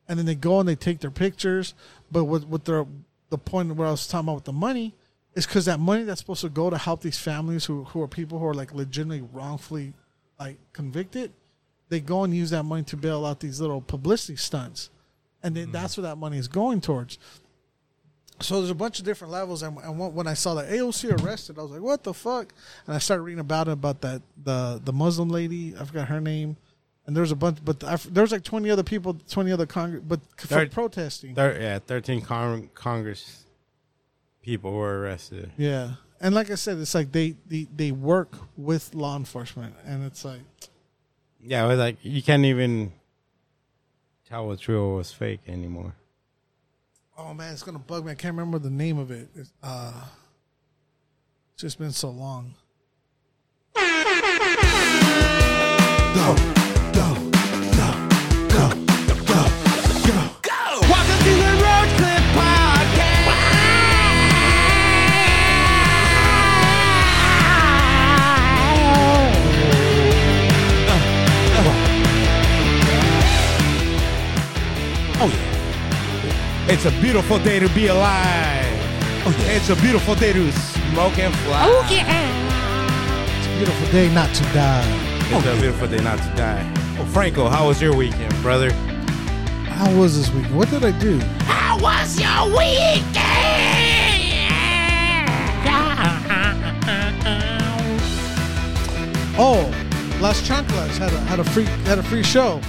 Speaker 2: and then they go and they take their pictures. But with with their the point of what I was talking about with the money is because that money that's supposed to go to help these families who who are people who are like legitimately wrongfully like convicted, they go and use that money to bail out these little publicity stunts. And then that's what that money is going towards so there's a bunch of different levels and, and when- when i saw that aoc arrested i was like what the fuck and i started reading about it about that the the muslim lady i forgot her name and there's a bunch but I, f- there was like 20 other people 20 other congress but c- for
Speaker 1: Third-
Speaker 2: protesting
Speaker 1: Thir- yeah, thirteen con- Congress people were arrested.
Speaker 2: yeah and like i said it's like they, they they work with law enforcement and it's like
Speaker 1: Yeah, it was like you can't even tell what's real or what's fake anymore.
Speaker 2: oh man it's gonna bug me i can't remember the name of it it's, uh it's just been so long
Speaker 7: Walking through the room.
Speaker 1: It's a beautiful day to be alive. It's a beautiful day to smoke and fly.
Speaker 7: Oh yeah.
Speaker 2: It's a beautiful day not to die.
Speaker 1: It's a beautiful day not to die. Well, Franco, how was your weekend, brother?
Speaker 2: How was this week? What did I do?
Speaker 7: How was your weekend?
Speaker 2: Oh, Las Chanclas had a had a free had a free show.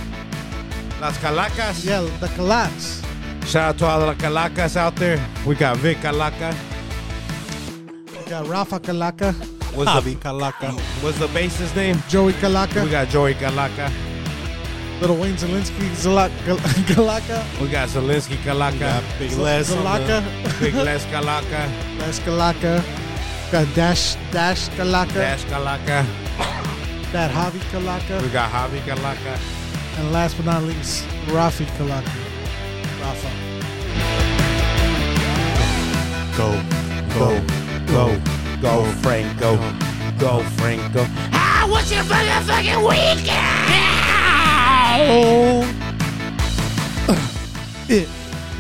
Speaker 1: Las Calacas.
Speaker 2: Yeah, the collapse.
Speaker 1: Shout out to all the Calacas out there. We got Vic Calaca.
Speaker 2: We got Rafa Calaca,
Speaker 1: What's
Speaker 3: Javi
Speaker 1: the,
Speaker 3: Calaca.
Speaker 1: what's the bassist name?
Speaker 2: Joey
Speaker 1: We
Speaker 2: Calaca,
Speaker 1: got Joey Calaca.
Speaker 2: Little Wayne Zelinsky, Zala- Gal- [LAUGHS] Calaca,
Speaker 1: We got Zelensky Calaca.
Speaker 3: Big Les. on the- [LAUGHS]
Speaker 2: Calaca,
Speaker 1: Big Les Calaca.
Speaker 2: Las Calaca. Got Dash Dash Calaca,
Speaker 1: Dash Calaca.
Speaker 2: that Javi
Speaker 1: We
Speaker 2: Calaca,
Speaker 1: got Javi Calaca.
Speaker 2: and last but not least, Rafi Calaca. Rafa.
Speaker 3: Go.
Speaker 1: Go, go, go, Franco. Go, Franco.
Speaker 7: How was your fucking fucking weekend?
Speaker 2: Oh, It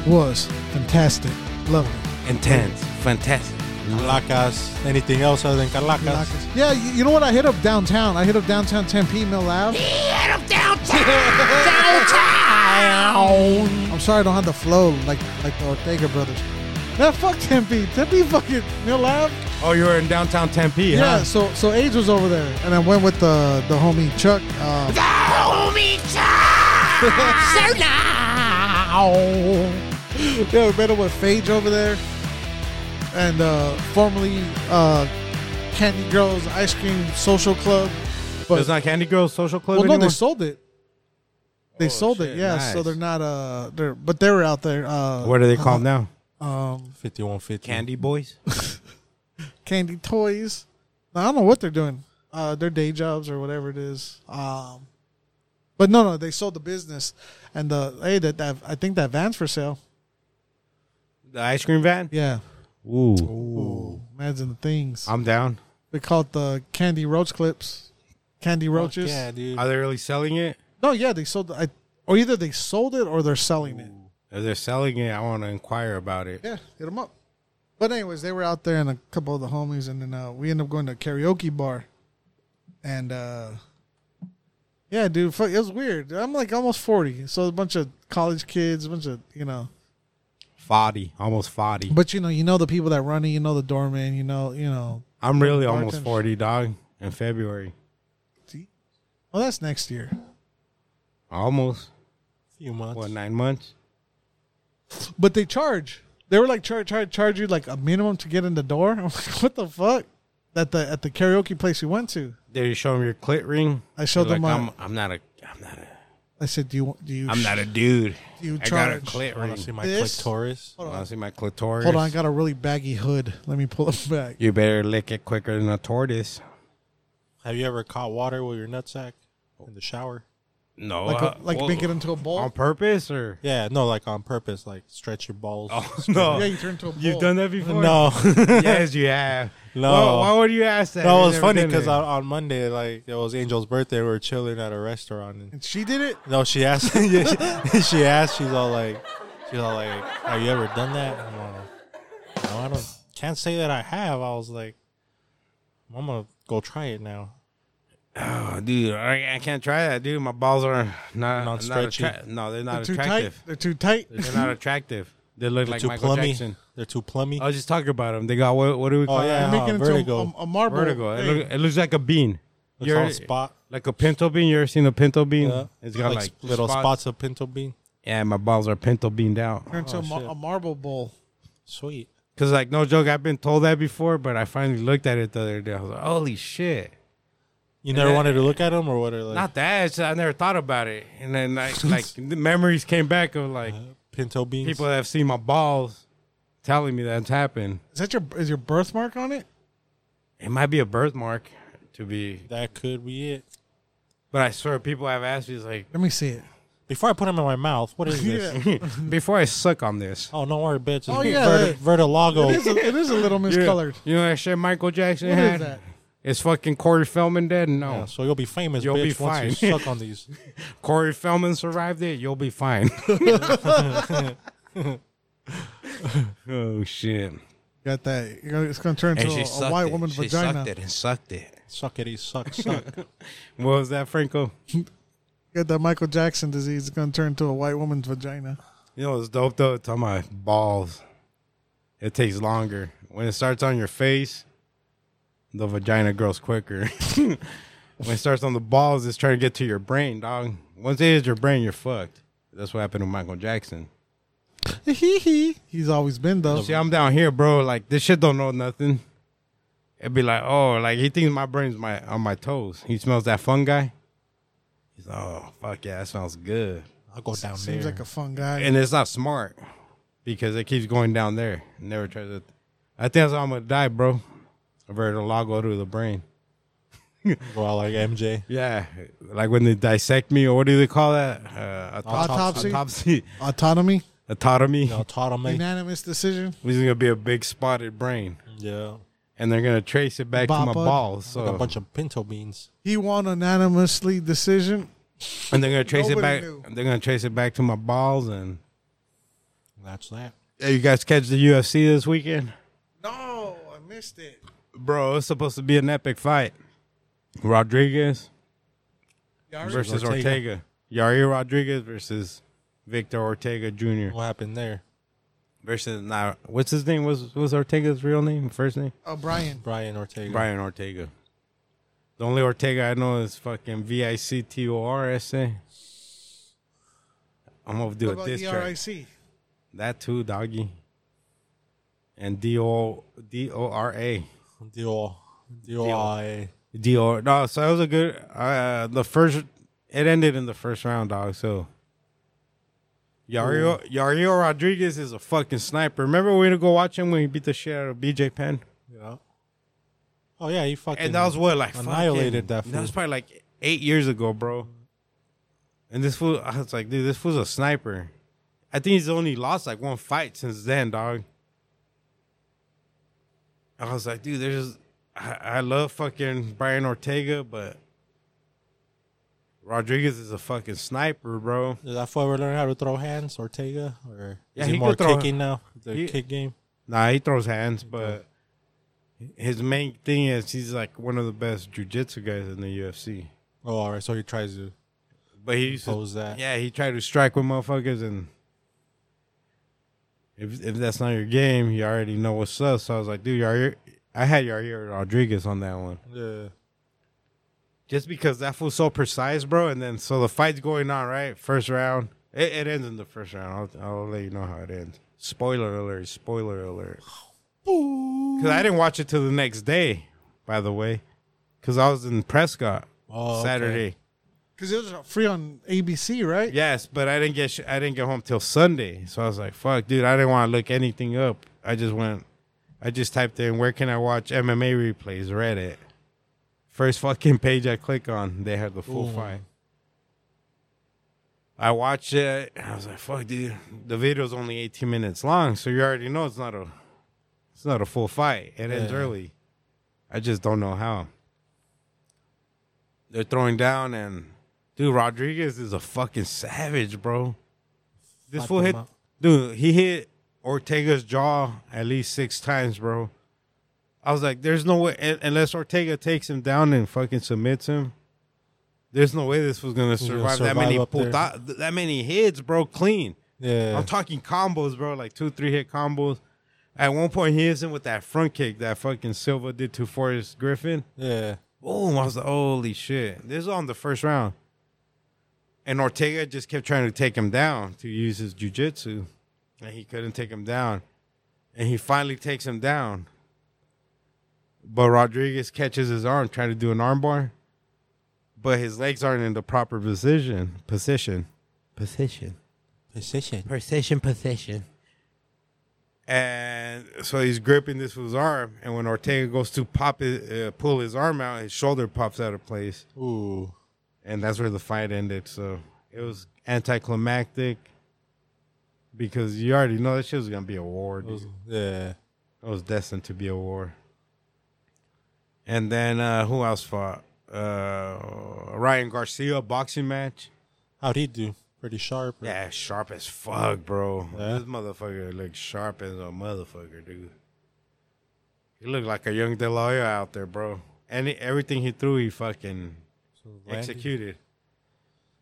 Speaker 2: was fantastic. Lovely.
Speaker 1: Intense. Fantastic.
Speaker 3: Calacas. Anything else other than Calacas?
Speaker 2: Calacas. Yeah, you, you know what? I hit up downtown. I hit up downtown Tempe, Mill Ave.
Speaker 7: Get him downtown,
Speaker 2: [LAUGHS]
Speaker 7: downtown.
Speaker 2: I'm sorry I don't have the flow like like the Ortega brothers. Man, fuck Tempe. Tempe fucking Mill Ave.
Speaker 1: Oh, you were in downtown Tempe,
Speaker 2: Yeah.
Speaker 1: huh?
Speaker 2: So so Age was over there, and I went with the the homie Chuck. Uh,
Speaker 7: The homie time. so now.
Speaker 2: [LAUGHS] yeah, we met up with Phage over there, and uh, formerly uh, Candy Girls Ice Cream Social Club. But
Speaker 1: It's not Candy Girls Social Club
Speaker 2: well, no,
Speaker 1: anymore?
Speaker 2: they sold it. They
Speaker 1: Oh,
Speaker 2: sold it.
Speaker 1: shit,
Speaker 2: Yeah. So
Speaker 1: nice.
Speaker 2: they're not uh they're but they were out there. Uh, um,
Speaker 1: What are they called now?
Speaker 3: 5150.
Speaker 1: Candy Boys?
Speaker 2: candy toys. I don't know what they're doing. Uh, their day jobs or whatever it is. Um, but no, no, they sold the business, and the hey, that, that I think that van's for sale.
Speaker 1: The ice cream van?
Speaker 2: Yeah,
Speaker 1: Ooh.
Speaker 2: imagine the things.
Speaker 1: I'm down.
Speaker 2: They call it the candy roach clips, candy roaches.
Speaker 3: Yeah, dude.
Speaker 1: Are they really selling it?
Speaker 2: No, yeah, they sold. I or either they sold it or they're selling it.
Speaker 1: If they're selling it, I want to inquire about it.
Speaker 2: Yeah, hit them up. But anyways, they were out there and a couple of the homies, and then uh, we ended up going to a karaoke bar, and uh, yeah, dude, fuck, it was weird. I'm like almost forty, so a bunch of college kids, a bunch of you know,
Speaker 1: Foddy. Almost 40.
Speaker 2: but you know, you know the people that run it, you know the doorman, you know, you know.
Speaker 1: I'm really almost
Speaker 2: Bartenders.
Speaker 1: 40, dog, in February.
Speaker 2: Well, that's next year.
Speaker 1: Almost.
Speaker 3: few months.
Speaker 1: What, nine months?
Speaker 2: But they charge. They were like charge charge charge you like a minimum to get in the door. [LAUGHS] I'm like, what the fuck? At the at the karaoke place we went to,
Speaker 1: They show them your clit ring.
Speaker 2: I showed
Speaker 1: They're
Speaker 2: them
Speaker 1: like,
Speaker 2: my-
Speaker 1: I'm, I'm not a. I'm not a.
Speaker 2: I said, do you want- do you?
Speaker 1: I'm not a dude.
Speaker 2: You
Speaker 1: I got a
Speaker 2: charge.
Speaker 1: clit
Speaker 3: I want to see
Speaker 1: ring.
Speaker 3: my
Speaker 2: This-
Speaker 3: clitoris.
Speaker 1: I want to see my clitoris.
Speaker 2: Hold on, I got a really baggy hood. Let me pull it [LAUGHS] back.
Speaker 1: You better lick it quicker than a tortoise.
Speaker 3: Have you ever caught water with your nutsack
Speaker 1: Oh.
Speaker 3: in the shower?
Speaker 1: No,
Speaker 2: Like,
Speaker 1: uh,
Speaker 2: a, like
Speaker 1: well,
Speaker 2: make it into a ball.
Speaker 1: on purpose or
Speaker 3: Yeah, no, like on purpose, like stretch your balls.
Speaker 1: [LAUGHS] Oh. no?
Speaker 2: yeah, you turn into a ball.
Speaker 1: You've done that before.
Speaker 3: [LAUGHS]
Speaker 1: [LAUGHS]
Speaker 3: No, [LAUGHS]
Speaker 1: yes, you have.
Speaker 3: No.
Speaker 1: Why, why would you ask that?
Speaker 3: no, it
Speaker 1: You've
Speaker 3: was
Speaker 1: never
Speaker 3: funny
Speaker 1: done
Speaker 3: because
Speaker 1: it.
Speaker 3: on, on Monday, like it was Angel's birthday, we were chilling at a restaurant, and [LAUGHS]
Speaker 2: And she did it.
Speaker 3: no, she asked, [LAUGHS] she asked, she's all like, she's all like, have you ever done that? And I'm like, no, I don't, can't say that I have. I was like, I'm gonna go try it now.
Speaker 1: oh, dude, I, I can't try that, dude. My balls are
Speaker 3: Not
Speaker 1: not not,
Speaker 3: stretchy.
Speaker 1: attra- no, they're
Speaker 2: They're
Speaker 1: not
Speaker 2: too tight.
Speaker 1: attractive.
Speaker 2: They're too tight.
Speaker 1: They're [LAUGHS] not attractive. They look
Speaker 3: They're
Speaker 1: like
Speaker 3: too
Speaker 1: Michael
Speaker 3: plummy.
Speaker 1: Jackson.
Speaker 3: They're too plummy.
Speaker 1: I was just talking about them. They got what? What do we
Speaker 3: oh
Speaker 1: call
Speaker 3: yeah,
Speaker 2: Make
Speaker 3: uh,
Speaker 2: it into a-
Speaker 3: vertigo.
Speaker 2: A, a marble.
Speaker 1: Ah, vertigo? It,
Speaker 2: thing.
Speaker 1: look, it looks like a bean.
Speaker 3: Looks
Speaker 1: You're-
Speaker 3: all spot.
Speaker 1: like a pinto bean. You ever seen a pinto bean?
Speaker 3: Yeah.
Speaker 1: It's got like,
Speaker 3: little
Speaker 1: spot-
Speaker 3: spots of pinto bean.
Speaker 1: Yeah, my balls are pinto beaned out.
Speaker 2: Turn into
Speaker 3: Oh,
Speaker 2: a, mar-
Speaker 3: shit.
Speaker 2: a marble bowl.
Speaker 3: Sweet.
Speaker 1: Cause like no joke, I've been told that before, but I finally looked at it the other day. I was like, holy shit.
Speaker 3: You never wanted to look at them or what? Are like
Speaker 1: Not that. It's, I never thought about it, and
Speaker 2: [LAUGHS]
Speaker 1: then like, like the memories came back of like
Speaker 2: Uh-huh.
Speaker 3: pinto beans?
Speaker 1: people that have seen my balls telling me that's happened.
Speaker 2: Is that your is your birthmark on it?
Speaker 1: It might be a birthmark to be,
Speaker 3: that could be it.
Speaker 1: but I swear people have asked me it's
Speaker 2: [LAUGHS]
Speaker 1: like
Speaker 2: Let me see it.
Speaker 3: Before I put them in my mouth, what
Speaker 1: [LAUGHS]
Speaker 3: is this?
Speaker 2: Yeah.
Speaker 1: before I suck on this.
Speaker 3: Oh, don't worry, bitch. It's
Speaker 2: Oh, yeah,
Speaker 3: Vert-
Speaker 1: Oh.
Speaker 2: It is,
Speaker 3: Vertilago.
Speaker 2: a, it is a
Speaker 1: [LAUGHS]
Speaker 2: little miscolored.
Speaker 1: You know that shit Michael Jackson
Speaker 2: What
Speaker 1: had?
Speaker 2: is that?
Speaker 1: It's fucking Corey Feldman dead? No.
Speaker 3: Yeah, so you'll be famous,
Speaker 1: You'll
Speaker 3: bitch,
Speaker 1: be
Speaker 3: once
Speaker 1: fine.
Speaker 3: you suck on
Speaker 1: [LAUGHS]
Speaker 3: these.
Speaker 2: [LAUGHS]
Speaker 1: Corey Feldman survived it, you'll be fine. [LAUGHS] Oh shit!
Speaker 2: Got that? You're gonna, it's gonna turn
Speaker 8: And
Speaker 2: into
Speaker 8: she
Speaker 2: a, a
Speaker 8: sucked
Speaker 2: white
Speaker 8: it.
Speaker 2: woman's
Speaker 8: she
Speaker 2: vagina.
Speaker 8: sucked it and sucked it.
Speaker 3: Suckity suck
Speaker 1: [LAUGHS]
Speaker 3: suck.
Speaker 1: What was that, Franco?
Speaker 2: Got that Michael Jackson disease. It's gonna turn into a white woman's vagina. [LAUGHS]
Speaker 1: You know, it's dope though. Talking about balls, it takes longer. When it starts on your face, the vagina grows quicker. [LAUGHS] when it starts on the balls, it's trying to get to your brain, dog. Once it hits your brain, you're fucked. That's what happened to Michael Jackson.
Speaker 2: Hee hee. He's always been though.
Speaker 1: See, I'm down here, bro. Like this shit don't know nothing. It'd be like, oh, like he thinks my brain's my on my toes. He smells that fungi. He's like, oh, fuck yeah, that smells good.
Speaker 3: I'll go down there.
Speaker 2: Seems like a fun guy.
Speaker 1: and it's not smart because it keeps going down there. It Never tries to. I think that's how I'm gonna die, bro. A vertilago to the brain.
Speaker 3: go out like MJ.
Speaker 1: Yeah, like when they dissect me or what do they call that? Uh,
Speaker 2: Autopsy.
Speaker 1: Autopsy.
Speaker 2: Autonomy,
Speaker 1: Autotomy.
Speaker 3: No, taught him.
Speaker 2: unanimous decision.
Speaker 1: This is gonna be a big spotted brain,
Speaker 3: Yeah.
Speaker 1: and they're gonna trace it back to my
Speaker 2: Bopper.
Speaker 1: balls.
Speaker 3: Like a
Speaker 1: So,
Speaker 3: bunch of pinto beans.
Speaker 2: He won unanimously decision.
Speaker 1: and they're gonna trace it
Speaker 2: Nobody
Speaker 1: back.
Speaker 2: knew.
Speaker 1: They're gonna trace it back to my balls. And
Speaker 3: That's that.
Speaker 1: hey, you guys catch the UFC this weekend?
Speaker 2: No, I missed it.
Speaker 1: Bro, it's supposed to be an epic fight. Rodriguez versus Ortega.
Speaker 3: Ortega.
Speaker 1: Yair Rodriguez versus Victor Ortega Jr.
Speaker 3: What happened there?
Speaker 1: versus now what's his name? Was was Ortega's real name? First name?
Speaker 2: O'Brien.
Speaker 3: Brian Ortega.
Speaker 1: Brian Ortega. The only Ortega I know is fucking V I C T O R S A. I'm gonna do
Speaker 2: What
Speaker 1: a
Speaker 2: about E
Speaker 1: diss track.
Speaker 2: DRIC?
Speaker 1: That too, doggy. And D O D O R A.
Speaker 3: Deal. Deal. I-
Speaker 1: Dior. No, so that was a good. Uh, the first, it ended in the first round, dog. So, Yario Yario Rodriguez is a fucking sniper. Remember we went to go watch him when he beat the shit out of BJ Penn,
Speaker 3: Yeah. Oh yeah, he fucking.
Speaker 1: and that was what like fucking-
Speaker 3: Annihilated that
Speaker 1: That was
Speaker 3: fool.
Speaker 1: probably like eight years ago, bro. And this fool, I was like, dude, this fool's a sniper. I think he's only lost like one fight since then, dog. I was like, dude, there's. I, I love fucking Brian Ortega, but Rodriguez is a fucking sniper, bro.
Speaker 3: Did that fool ever learn how to throw hands, Ortega, or
Speaker 1: Yeah,
Speaker 3: is
Speaker 1: he
Speaker 3: he,
Speaker 1: could
Speaker 3: more
Speaker 1: throw-
Speaker 3: kicking now? The
Speaker 1: he-
Speaker 3: kick game.
Speaker 1: Nah, he throws hands, but his main thing is he's like one of the best jujitsu guys in the UFC.
Speaker 3: Oh, all right. So he tries to.
Speaker 1: But he used
Speaker 3: Impose
Speaker 1: to,
Speaker 3: that.
Speaker 1: Yeah, he tried to strike with motherfuckers, and if if that's not your game, you already know what's up. So I was like, dude, Yair, I had Yair Rodriguez on that one,
Speaker 3: Yeah.
Speaker 1: just because that fool's so precise, bro. And then so the fight's going on, right? First round, it, it ends in the first round. I'll, I'll let you know how it ends. Spoiler alert! Spoiler alert! Because I didn't watch it till the next day, by the way, because I was in Prescott
Speaker 3: Oh, okay.
Speaker 1: Saturday.
Speaker 2: Because it was free on ABC, right?
Speaker 1: Yes, but I didn't get sh- I didn't get home till Sunday, so I was like, "Fuck, dude, I didn't want to look anything up. I just went, I just typed in where can I watch MMA replays? Reddit. First fucking page I click on, they had the full fight. I watched it. and I was like, "Fuck, dude, the video's only 18 minutes long, so you already know it's not a, it's not a full fight. It ends
Speaker 3: Yeah.
Speaker 1: early. I just don't know how." They're throwing down and Dude, Rodriguez is a fucking savage, bro. This
Speaker 3: Fuck
Speaker 1: fool
Speaker 3: him
Speaker 1: hit,
Speaker 3: up.
Speaker 1: dude. He hit Ortega's jaw at least six times, bro. I was like, there's no way un- unless Ortega takes him down and fucking submits him. There's no way this was gonna
Speaker 3: gonna
Speaker 1: survive, that
Speaker 3: survive
Speaker 1: many
Speaker 3: up there.
Speaker 1: puta- th- that many hits, bro. Clean.
Speaker 3: Yeah.
Speaker 1: I'm talking combos, bro. Like two, three hit combos. At one point, he hits him with that front kick that fucking Silva did to Forrest Griffin.
Speaker 3: yeah.
Speaker 1: Boom. I was like, holy shit. This is on the first round. And Ortega just kept trying to take him down to use his jujitsu. And he couldn't take him down. And he finally takes him down. But Rodriguez catches his arm, trying to do an armbar. But his legs aren't in the proper position. Position. Position.
Speaker 3: Position.
Speaker 7: Precision position.
Speaker 1: And so he's gripping this fool's arm. And when Ortega goes to pop his, uh, pull his arm out, his shoulder pops out of place.
Speaker 3: Ooh.
Speaker 1: and that's where the fight ended. So it was anticlimactic because you already know that shit was gonna be a war. Dude. It, was,
Speaker 3: Yeah.
Speaker 1: destined to be a war. And then uh, who else fought? Uh, Ryan Garcia boxing match.
Speaker 3: How'd he do? pretty sharp.
Speaker 1: Yeah, sharp as fuck, bro.
Speaker 3: Yeah?
Speaker 1: This motherfucker looks sharp as a motherfucker, dude. He looked like a young DeLoya out there, bro. And he- everything he threw, he fucking
Speaker 3: So Oh, Landy-
Speaker 1: executed.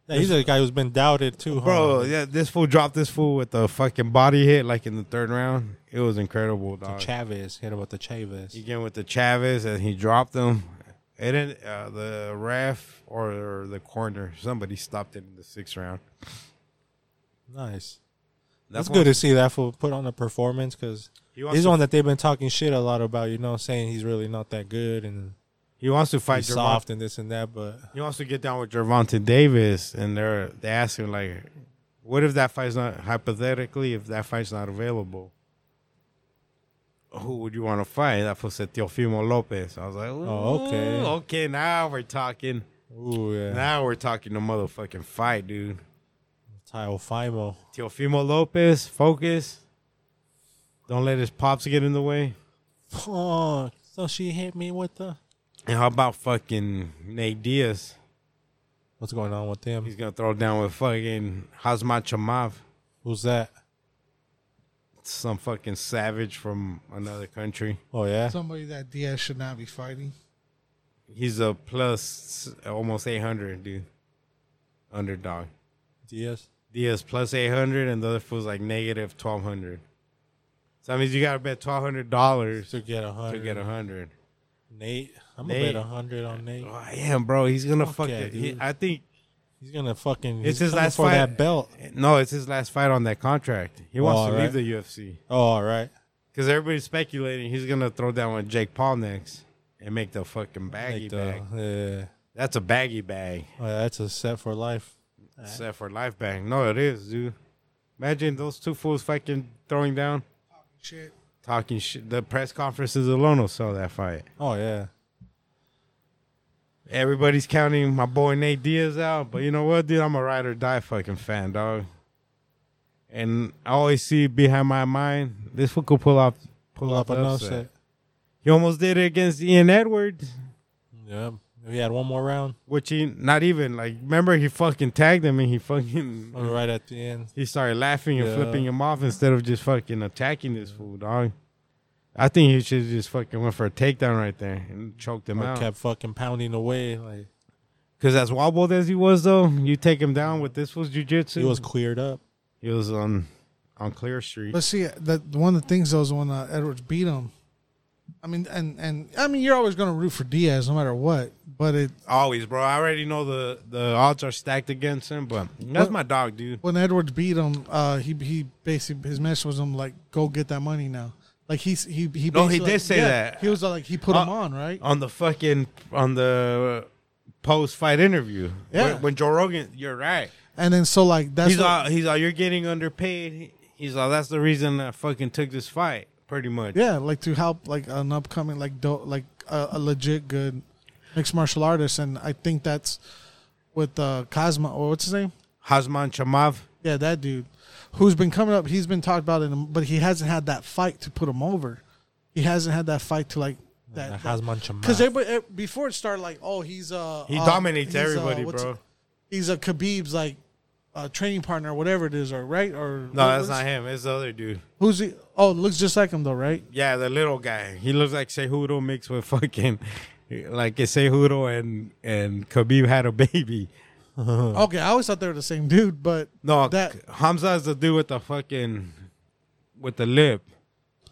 Speaker 3: Yeah, he's a guy who's been doubted too, huh?
Speaker 1: Bro, yeah, this fool dropped this fool with a fucking body hit like in the third round. It was incredible,
Speaker 3: The
Speaker 1: dog.
Speaker 3: Chavez hit him with the Chavez.
Speaker 1: He came with the Chavez and he dropped him. It didn't, uh, the ref or the corner, somebody stopped it in the sixth round.
Speaker 3: Nice. That's
Speaker 1: That's
Speaker 3: good to see that fool put on a performance because
Speaker 1: He
Speaker 3: he's
Speaker 1: wants
Speaker 3: the
Speaker 1: to-
Speaker 3: one that they've been talking shit a lot about. You know, saying he's really not that good and
Speaker 1: He wants to fight
Speaker 3: he's soft and this and that. But
Speaker 1: He wants to get down with Gervonta Davis, and they're they ask him like, "What if that fight's not hypothetically? If that fight's not available, who would you want to fight?" That fool said Teofimo Lopez. I was like,
Speaker 3: Oh, okay.
Speaker 1: "Ooh, okay, now we're talking.
Speaker 3: ooh yeah,
Speaker 1: Now we're talking the motherfucking fight, dude.
Speaker 3: Tyle Fimo.
Speaker 1: Teofimo Lopez, focus. Don't let his pops get in the way.
Speaker 3: Oh, so she hit me with the.
Speaker 1: And how about fucking Nate Diaz?
Speaker 3: What's going on with him?
Speaker 1: He's gonna throw down with fucking Hazmat Chamav."
Speaker 3: Who's that?
Speaker 1: some fucking savage from another country.
Speaker 3: Oh yeah,
Speaker 2: Somebody that Diaz should not be fighting.
Speaker 1: He's a plus almost 800, dude. Underdog.
Speaker 3: Diaz.
Speaker 1: Diaz plus 800, and the other fool's like negative 1200. So that means you got to bet $1,200
Speaker 3: To get a
Speaker 1: to
Speaker 3: hundred.
Speaker 1: get 100.
Speaker 3: Nate. I'm gonna
Speaker 1: Nate.
Speaker 3: bet a hundred on Nate.
Speaker 1: Oh, damn, bro. He's going to
Speaker 3: Fuck
Speaker 1: fuck
Speaker 3: yeah,
Speaker 1: it. He-
Speaker 3: dude.
Speaker 1: I think,
Speaker 3: He's gonna fucking. He's
Speaker 1: It's his
Speaker 3: coming
Speaker 1: last
Speaker 3: for
Speaker 1: fight.
Speaker 3: that belt.
Speaker 1: no, it's his last fight on that contract. He wants
Speaker 3: Oh, all
Speaker 1: to
Speaker 3: right.
Speaker 1: leave the UFC
Speaker 3: Oh, all right.
Speaker 1: because everybody's speculating he's going to throw down with Jake Paul next and make the fucking baggy
Speaker 3: Like the-
Speaker 1: bag.
Speaker 3: yeah.
Speaker 1: That's a baggy bag.
Speaker 3: Oh, yeah, that's a set for life.
Speaker 1: Except for life bang. No, it is, dude. Imagine those two fools fucking throwing down,
Speaker 2: Shit.
Speaker 1: talking shit. The press conferences alone will sell that fight.
Speaker 3: Oh yeah.
Speaker 1: Everybody's counting my boy Nate Diaz out, but you know what, dude? I'm a ride or die fucking fan, dog. And I always see behind my mind, this fool could pull off, pull,
Speaker 3: Pull
Speaker 1: off
Speaker 3: up
Speaker 1: an
Speaker 3: an
Speaker 1: upset.
Speaker 3: upset.
Speaker 1: He almost did it against Ian Edwards,
Speaker 3: Yeah. If he had one more round,
Speaker 1: which he not even like. Remember, he fucking tagged him and he fucking
Speaker 3: or right at the end.
Speaker 1: he started laughing and
Speaker 3: Yeah.
Speaker 1: flipping him off instead of just fucking attacking this fool, dog. I think he should just fucking went for a takedown right there and choked him
Speaker 3: Or
Speaker 1: out.
Speaker 3: kept fucking pounding away. Like
Speaker 1: Because as wobbled as he was, though, you take him down with this was jujitsu.
Speaker 3: he was cleared up.
Speaker 1: he was on on Clear Street.
Speaker 2: But see, that one of the things though is when uh, Edwards beat him. I mean, and and I mean, you're always going to root for Diaz no matter what. But it
Speaker 1: Always, bro. I already know the the odds are stacked against him, but that's my dog, dude.
Speaker 2: when Edwards beat him, uh, he he basically his message was him like, go get that money now. Like he's he he.
Speaker 1: No,
Speaker 2: basically,
Speaker 1: he did
Speaker 2: like,
Speaker 1: say
Speaker 2: yeah,
Speaker 1: that.
Speaker 2: He was uh, like he put him
Speaker 1: Uh,
Speaker 2: on right.
Speaker 1: On the fucking on the post fight interview,
Speaker 2: Yeah.
Speaker 1: when, when Joe Rogan, you're right.
Speaker 2: And then so like that's
Speaker 1: he's uh,
Speaker 2: what-
Speaker 1: all he's all you're getting underpaid. He's all that's the reason I fucking took this fight, pretty much.
Speaker 2: yeah, like to help like an upcoming like do, like a, a legit good mixed martial artist, and I think that's with uh, Cosmo or what's his name?
Speaker 1: Hazman Chamav.
Speaker 2: Yeah, that dude who's been coming up. He's been talked about in, but he hasn't had that fight to put him over. He hasn't had that fight to like that.
Speaker 3: How's
Speaker 2: because everybody eh, before it started, like, oh, he's uh
Speaker 1: He
Speaker 2: uh,
Speaker 1: dominates
Speaker 2: he's, uh,
Speaker 1: everybody,
Speaker 2: what's-
Speaker 1: bro.
Speaker 2: He's a Khabib's like uh, training partner, or whatever it is, or right or
Speaker 1: No, that's not him. It's the other dude.
Speaker 2: Who's he? Oh, looks just like him though, right?
Speaker 1: Yeah, the little guy. He looks like Cejudo mixed with [LAUGHS] fucking like if Cejudo and and Khabib had a baby.
Speaker 2: Okay, I always thought they were the same dude, but
Speaker 1: No,
Speaker 2: that
Speaker 1: Hamza is the dude with the fucking with the lip.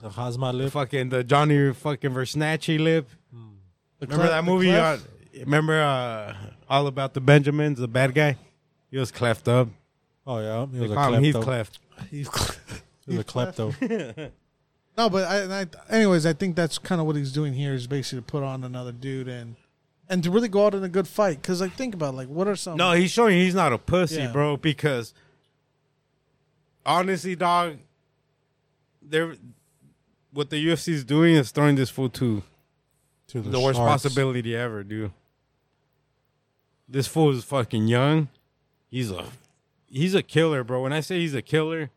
Speaker 3: The Hazma
Speaker 1: The
Speaker 3: lip.
Speaker 1: fucking the Johnny fucking Versnatchy lip.
Speaker 2: the
Speaker 1: Remember
Speaker 2: Clef-
Speaker 1: that
Speaker 2: the
Speaker 1: movie? Uh,
Speaker 2: Clef?
Speaker 1: remember uh, All About the Benjamins, the bad guy? He was cleft up.
Speaker 3: Oh yeah, he
Speaker 1: They
Speaker 3: was a
Speaker 1: call him Heath
Speaker 3: klepto.
Speaker 1: Cleft.
Speaker 3: He was a
Speaker 1: [LAUGHS]
Speaker 3: klepto.
Speaker 2: no, but I, and I, anyways, I think that's kind of what he's doing here is basically to put on another dude and and to really go out in a good fight. Because like, think about it, like, what are some?
Speaker 1: No, he's showing he's not a pussy,
Speaker 2: Yeah.
Speaker 1: bro. Because honestly, dog, they're what the UFC is doing is throwing this fool to
Speaker 3: To
Speaker 1: the worst
Speaker 3: sharks.
Speaker 1: possibility ever, dude. This fool is fucking young. He's a he's a killer, bro. When I say he's a killer,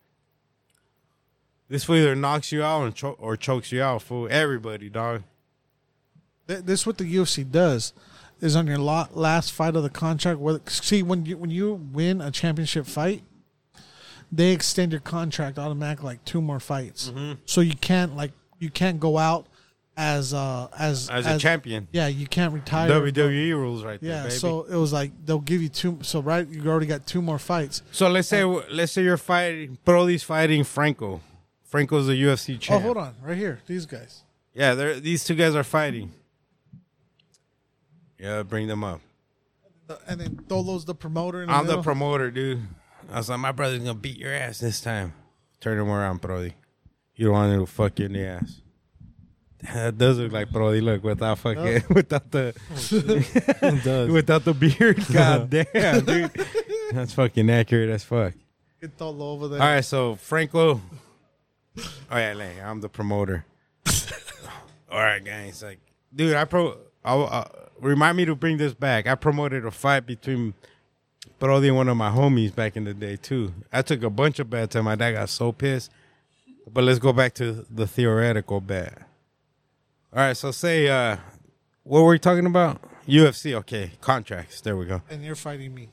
Speaker 1: this fool either knocks you out and cho- or chokes you out, fool. Everybody, dog.
Speaker 2: Th- this is what the UFC does. is on your la- last fight of the contract. Whether, see, when you when you win a championship fight, they extend your contract automatically like two more fights.
Speaker 1: Mm-hmm.
Speaker 2: So you can't like you can't go out as uh as
Speaker 1: As a champion.
Speaker 2: Yeah, you can't retire.
Speaker 1: WWE E rules right there,
Speaker 2: Yeah,
Speaker 1: baby.
Speaker 2: so it was like they'll give you two. So right, you already got two more fights.
Speaker 1: So let's say let's say you're fighting Brody's fighting Franco. Franco's the UFC
Speaker 2: Oh,
Speaker 1: champ.
Speaker 2: hold on, right here, these guys.
Speaker 1: Yeah, they're, these two guys are fighting. Yeah, bring them up.
Speaker 2: Uh, and then Dolo's the promoter. In the
Speaker 1: I'm the
Speaker 2: middle.
Speaker 1: promoter, dude. I was like, my brother's gonna beat your ass this time. Turn him around, Brody. You don't want him to fuck you in the ass. [LAUGHS] That does look like Brody. Look without fucking [LAUGHS] without the
Speaker 2: Oh,
Speaker 1: [LAUGHS]
Speaker 3: It does.
Speaker 1: without
Speaker 2: [LAUGHS]
Speaker 1: the beard. God damn, dude. That's fucking accurate as fuck.
Speaker 2: Get Dolo over there.
Speaker 1: All right, so Franco. Oh yeah, like, I'm the [LAUGHS] promoter. All right, guys. Like, dude, I pro. I, I, remind me to bring this back. I promoted a fight between Brody and one of my homies back in the day too. I took a bunch of bets, and my dad got so pissed. But let's go back to the theoretical bet. All right, so say uh, what were we talking about? UFC, okay, contracts. There we go
Speaker 2: And you're fighting me.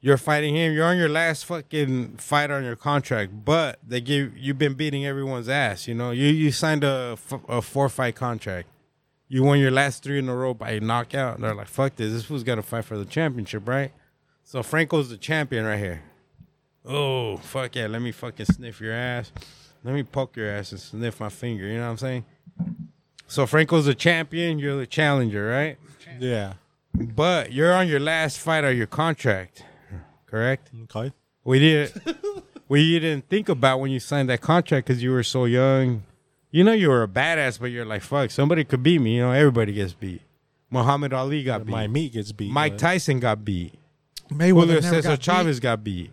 Speaker 1: you're fighting him. You're on your last fucking fight on your contract, but they give you've been beating everyone's ass. You know, you you signed a f- a four fight contract. You won your last three in a row by knockout. They're like, fuck this. This fool's got to fight for the championship, right? So Franco's the champion right here. Oh fuck yeah! Let me fucking sniff your ass. Let me poke your ass and sniff my finger. You know what I'm saying? So Franco's the champion. You're the challenger, right?
Speaker 3: Yeah.
Speaker 1: But you're on your last fight of your contract, correct?
Speaker 3: Okay.
Speaker 1: We didn't. [LAUGHS] we you didn't think about when you signed that contract because you were so young. You know you were a badass, but you're like, fuck, somebody could beat me. You know, everybody gets beat. Muhammad Ali got beat.
Speaker 3: My meat gets beat.
Speaker 1: Mike
Speaker 3: but-
Speaker 1: Tyson got beat.
Speaker 2: Mayweather
Speaker 1: Julio
Speaker 2: never
Speaker 1: Cesar
Speaker 2: got
Speaker 1: Chavez got beat.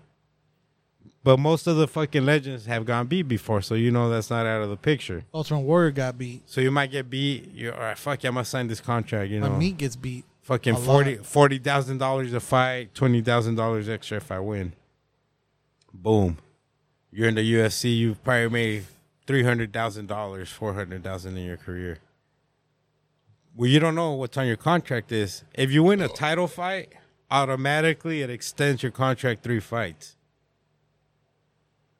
Speaker 1: But most of the fucking legends have gone beat before, so you know that's not out of the picture.
Speaker 2: beat. Ultimate Warrior got beat.
Speaker 1: So you might get beat. You're all right. Fuck, yeah, I must sign this contract. You
Speaker 2: My
Speaker 1: know,
Speaker 2: meat gets beat.
Speaker 1: fucking
Speaker 2: a lot.
Speaker 1: forty forty thousand dollars a fight, twenty thousand dollars extra if I win. Boom, you're in the UFC. You've probably made three hundred thousand dollars, four hundred thousand in your career. Well, you don't know what's on your contract is. If you win a title fight, automatically it extends your contract three fights.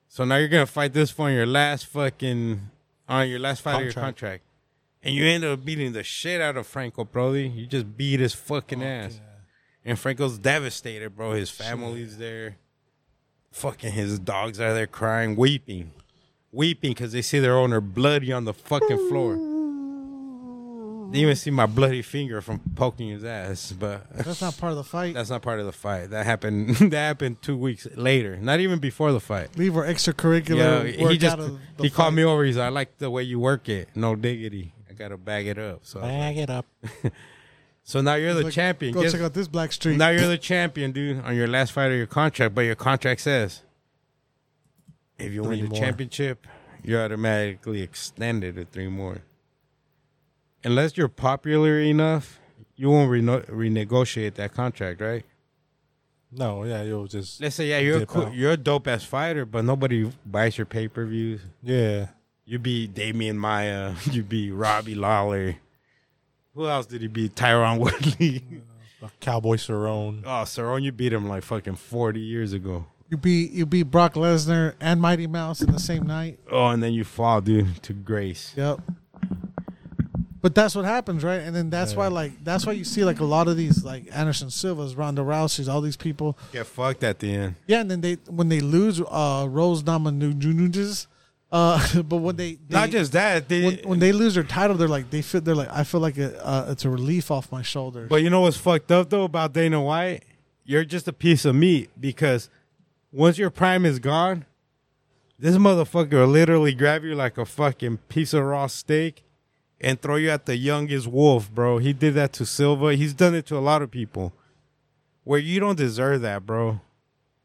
Speaker 1: So now you're gonna fight this for your last fucking on your last fight of your
Speaker 3: Contract.
Speaker 1: contract. And you end up beating the shit out of Franco, Brody. You just beat his fucking ass. And Franco's devastated, bro. His family's there. Fucking his dogs are there crying, weeping. Weeping because they see their owner bloody on the fucking floor. They even see my bloody finger from poking his ass, but [LAUGHS]
Speaker 2: That's not part of the fight.
Speaker 1: that's not part of the fight. That happened. [LAUGHS] That happened two weeks later. Not even before the fight.
Speaker 2: Leave our
Speaker 1: Yeah,
Speaker 2: extracurricular work
Speaker 1: he just
Speaker 2: out of the
Speaker 1: he called
Speaker 2: fight.
Speaker 1: me over. He's like, I like the way you work it. No diggity. I gotta bag it up. So I was like-
Speaker 3: Bag it up.
Speaker 1: [LAUGHS] so now you're the
Speaker 2: Like,
Speaker 1: champion.
Speaker 2: Go
Speaker 1: Guess-
Speaker 2: check out this black street.
Speaker 1: now you're the champion, dude. On your last fight of your contract, but your contract says if you
Speaker 3: Three
Speaker 1: win the
Speaker 3: more.
Speaker 1: championship, you're automatically extended to three more. Unless you're popular enough, you won't reno- renegotiate that contract, right?
Speaker 3: No, yeah, you'll just.
Speaker 1: Let's say yeah, you're a
Speaker 3: Dip
Speaker 1: cool,
Speaker 3: out.
Speaker 1: you're a dope ass fighter, but nobody buys your pay per views.
Speaker 3: Yeah.
Speaker 1: You beat Damian Maya. [LAUGHS] You beat Robbie Lawler. Who else did he beat? Tyron Woodley. [LAUGHS]
Speaker 3: Cowboy Cerrone.
Speaker 1: oh, Cerrone, you beat him like fucking forty years ago.
Speaker 2: You beat you beat Brock Lesnar and Mighty Mouse in the same night.
Speaker 1: Oh, and then you fall, dude, to Grace.
Speaker 2: Yep. But that's what happens, right? And then that's why, like, that's why you see like a lot of these, like Anderson Silva's, Ronda Rousey's, all these people.
Speaker 1: Get fucked at the end.
Speaker 2: Yeah, and then they when they lose, uh, Rose Namajunas. Uh, [LAUGHS] but when they, they
Speaker 1: Not just that, they,
Speaker 2: when, when they lose their title, they're like they feel they're like I feel like it, uh, it's a relief off my shoulders.
Speaker 1: but you know what's fucked up though about Dana White? You're just a piece of meat because once your prime is gone, this motherfucker will literally grab you like a fucking piece of raw steak and throw you at the youngest wolf, bro. He did that to Silva. He's done it to a lot of people. Where you don't deserve that, bro.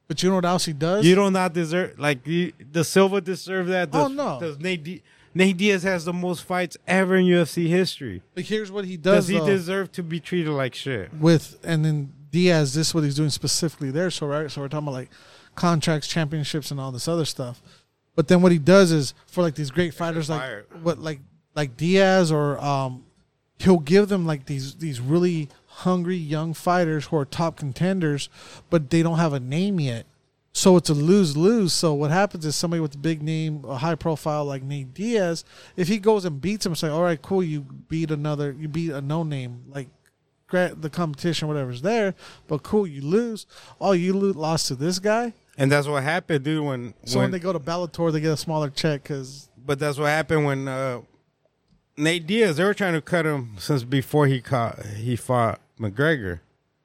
Speaker 2: But you know what else he does?
Speaker 1: You do not deserve like you, the Silva deserved that. The,
Speaker 2: Oh, no.
Speaker 1: the Nate, Di- Nate Diaz has the most fights ever in UFC history.
Speaker 2: but here's what he does.
Speaker 1: Does, he
Speaker 2: though,
Speaker 1: deserve to be treated like shit?
Speaker 2: with and then Diaz? This is what he's doing specifically there. So right, so we're talking about like contracts, championships, and all this other stuff. But then what he does is for like these great fighters, like
Speaker 1: fired.
Speaker 2: what like like Diaz or um, he'll give them like these these really hungry young fighters who are top contenders, but they don't have a name yet. So it's a lose lose. So what happens is somebody with a big name, a high profile like Nate Diaz, if he goes and beats him, say, all right, cool, you beat another, you beat a no name like gra- the competition, whatever's there, but cool, you lose. Oh, you lo- lost to this guy.
Speaker 1: And that's what happened, dude. When,
Speaker 2: So when, they go to Bellator, they get a smaller check because
Speaker 1: but that's what happened when uh, Nate Diaz. They were trying to cut him since before he caught he fought McGregor.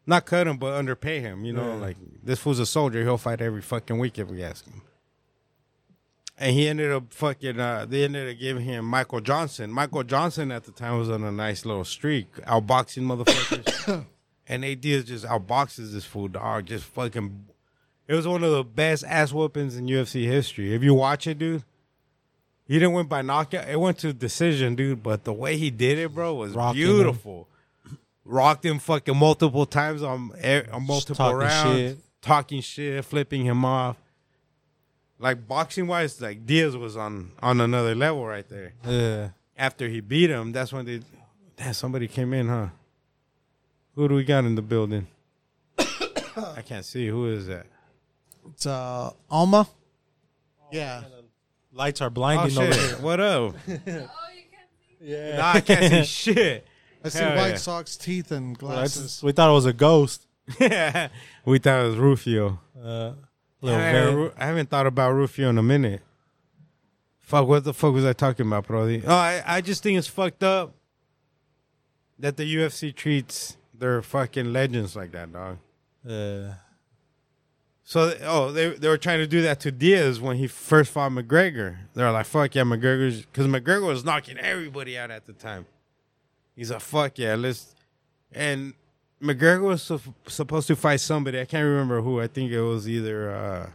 Speaker 1: Not cut him, but underpay him. You know, like this fool's a soldier. He'll fight every fucking week if we ask him. And he ended up fucking. Uh, they ended up giving him Michael Johnson. Michael Johnson at the time was on a nice little streak, outboxing motherfuckers. [COUGHS] and Nate Diaz just outboxes this fool dog. Just fucking. It was one of the best ass whoopings in UFC history. If you watch it, dude, he didn't win by knockout. It went to decision, dude. But the way he did it, bro, was
Speaker 3: Rocked him.
Speaker 1: beautiful. Rocked him fucking multiple times on, air- on multiple
Speaker 3: talking
Speaker 1: rounds,
Speaker 3: shit.
Speaker 1: talking shit, flipping him off. Like boxing wise, like Diaz was on on another level right there.
Speaker 3: Yeah.
Speaker 1: After he beat him, that's when they, damn, somebody came in, huh? Who do we got in the building? [COUGHS] I can't see who is that.
Speaker 2: it's uh, Alma. Yeah.
Speaker 3: Lights are
Speaker 1: Oh
Speaker 3: blinding over
Speaker 1: shit!
Speaker 3: here.
Speaker 1: What up?
Speaker 3: Yeah.
Speaker 1: nah, I can't see [LAUGHS] shit.
Speaker 2: I see
Speaker 1: Hell
Speaker 2: White
Speaker 1: yeah.
Speaker 2: Sox teeth and
Speaker 3: That's-
Speaker 2: glasses.
Speaker 3: we thought it was a ghost.
Speaker 1: we thought it was Rufio.
Speaker 3: Uh,
Speaker 1: I
Speaker 3: little
Speaker 1: haven't,
Speaker 3: van.
Speaker 1: I haven't thought about Rufio in a minute. Fuck, what the fuck was I talking about, Brody? Oh, I, I just think it's fucked up that the UFC treats their fucking legends like that, dog.
Speaker 3: Yeah.
Speaker 1: So, oh, they they were trying to do that to Diaz when he first fought McGregor. They're like, fuck yeah, McGregor's because McGregor was knocking everybody out at the time. He's like, fuck yeah, let's. And McGregor was sup- supposed to fight somebody. I can't remember who. I think it was either uh,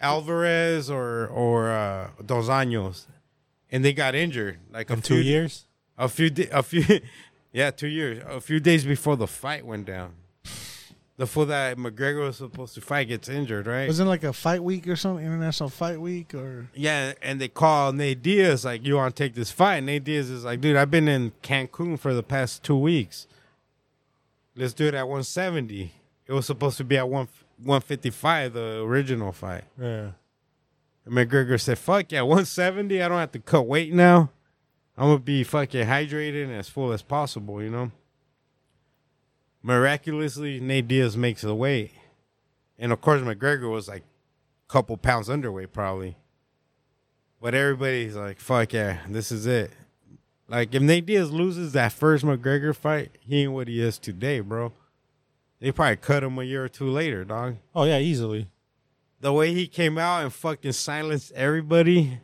Speaker 1: Alvarez or or uh, Dos Anjos, and they got injured like a
Speaker 3: In two
Speaker 1: few-
Speaker 3: years.
Speaker 1: a few di- a few [LAUGHS] yeah two years a few days before the fight went down the fool that mcgregor was supposed to fight gets injured right
Speaker 2: Wasn't it like a fight week or something? International fight week or
Speaker 1: yeah and they call nate diaz like you want to take this fight and nate diaz is like dude i've been in cancun for the past two weeks let's do it at 170 it was supposed to be at one 155 the original fight
Speaker 3: Yeah.
Speaker 1: And McGregor said, "Fuck yeah, 170. I don't have to cut weight now. I'm gonna be fucking hydrated and as full as possible. You know." Miraculously, Nate Diaz makes the weight, and of course McGregor was like a couple pounds underweight probably. But everybody's like, "Fuck yeah, this is it." Like if Nate Diaz loses that first McGregor fight, he ain't what he is today, bro. They probably cut him a year or two later, dog
Speaker 3: Oh yeah, easily.
Speaker 1: the way he came out and fucking silenced everybody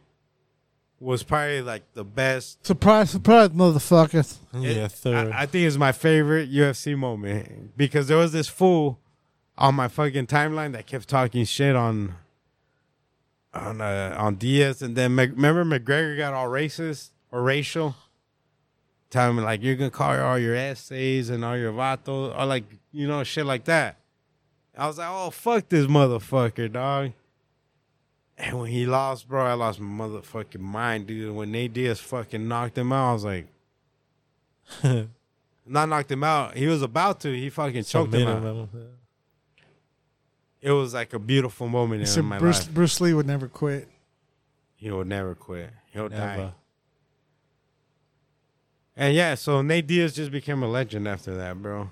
Speaker 1: was probably like the best.
Speaker 2: surprise, surprise, motherfucker!
Speaker 3: yeah, third.
Speaker 1: I, I think it's my favorite UFC moment because there was this fool on my fucking timeline that kept talking shit on on uh, on Diaz, and then Mc, remember McGregor got all racist or racial, telling me like you're gonna call all your essays and all your vatos or like you know shit like that. I was like, oh fuck this motherfucker, dog. And when he lost, bro, I lost my motherfucking mind, dude. When Nate Diaz fucking knocked him out, I was like, [LAUGHS] not knocked him out. He was about to. He fucking choked him out.
Speaker 3: Minimum.
Speaker 1: It was like a beautiful moment
Speaker 2: He
Speaker 1: in
Speaker 2: said
Speaker 1: my
Speaker 2: Bruce
Speaker 1: life.
Speaker 2: Bruce Lee would never quit.
Speaker 1: He will never quit. He'll die.
Speaker 3: Never.
Speaker 1: And yeah, so Nate Diaz just became a legend after that, bro.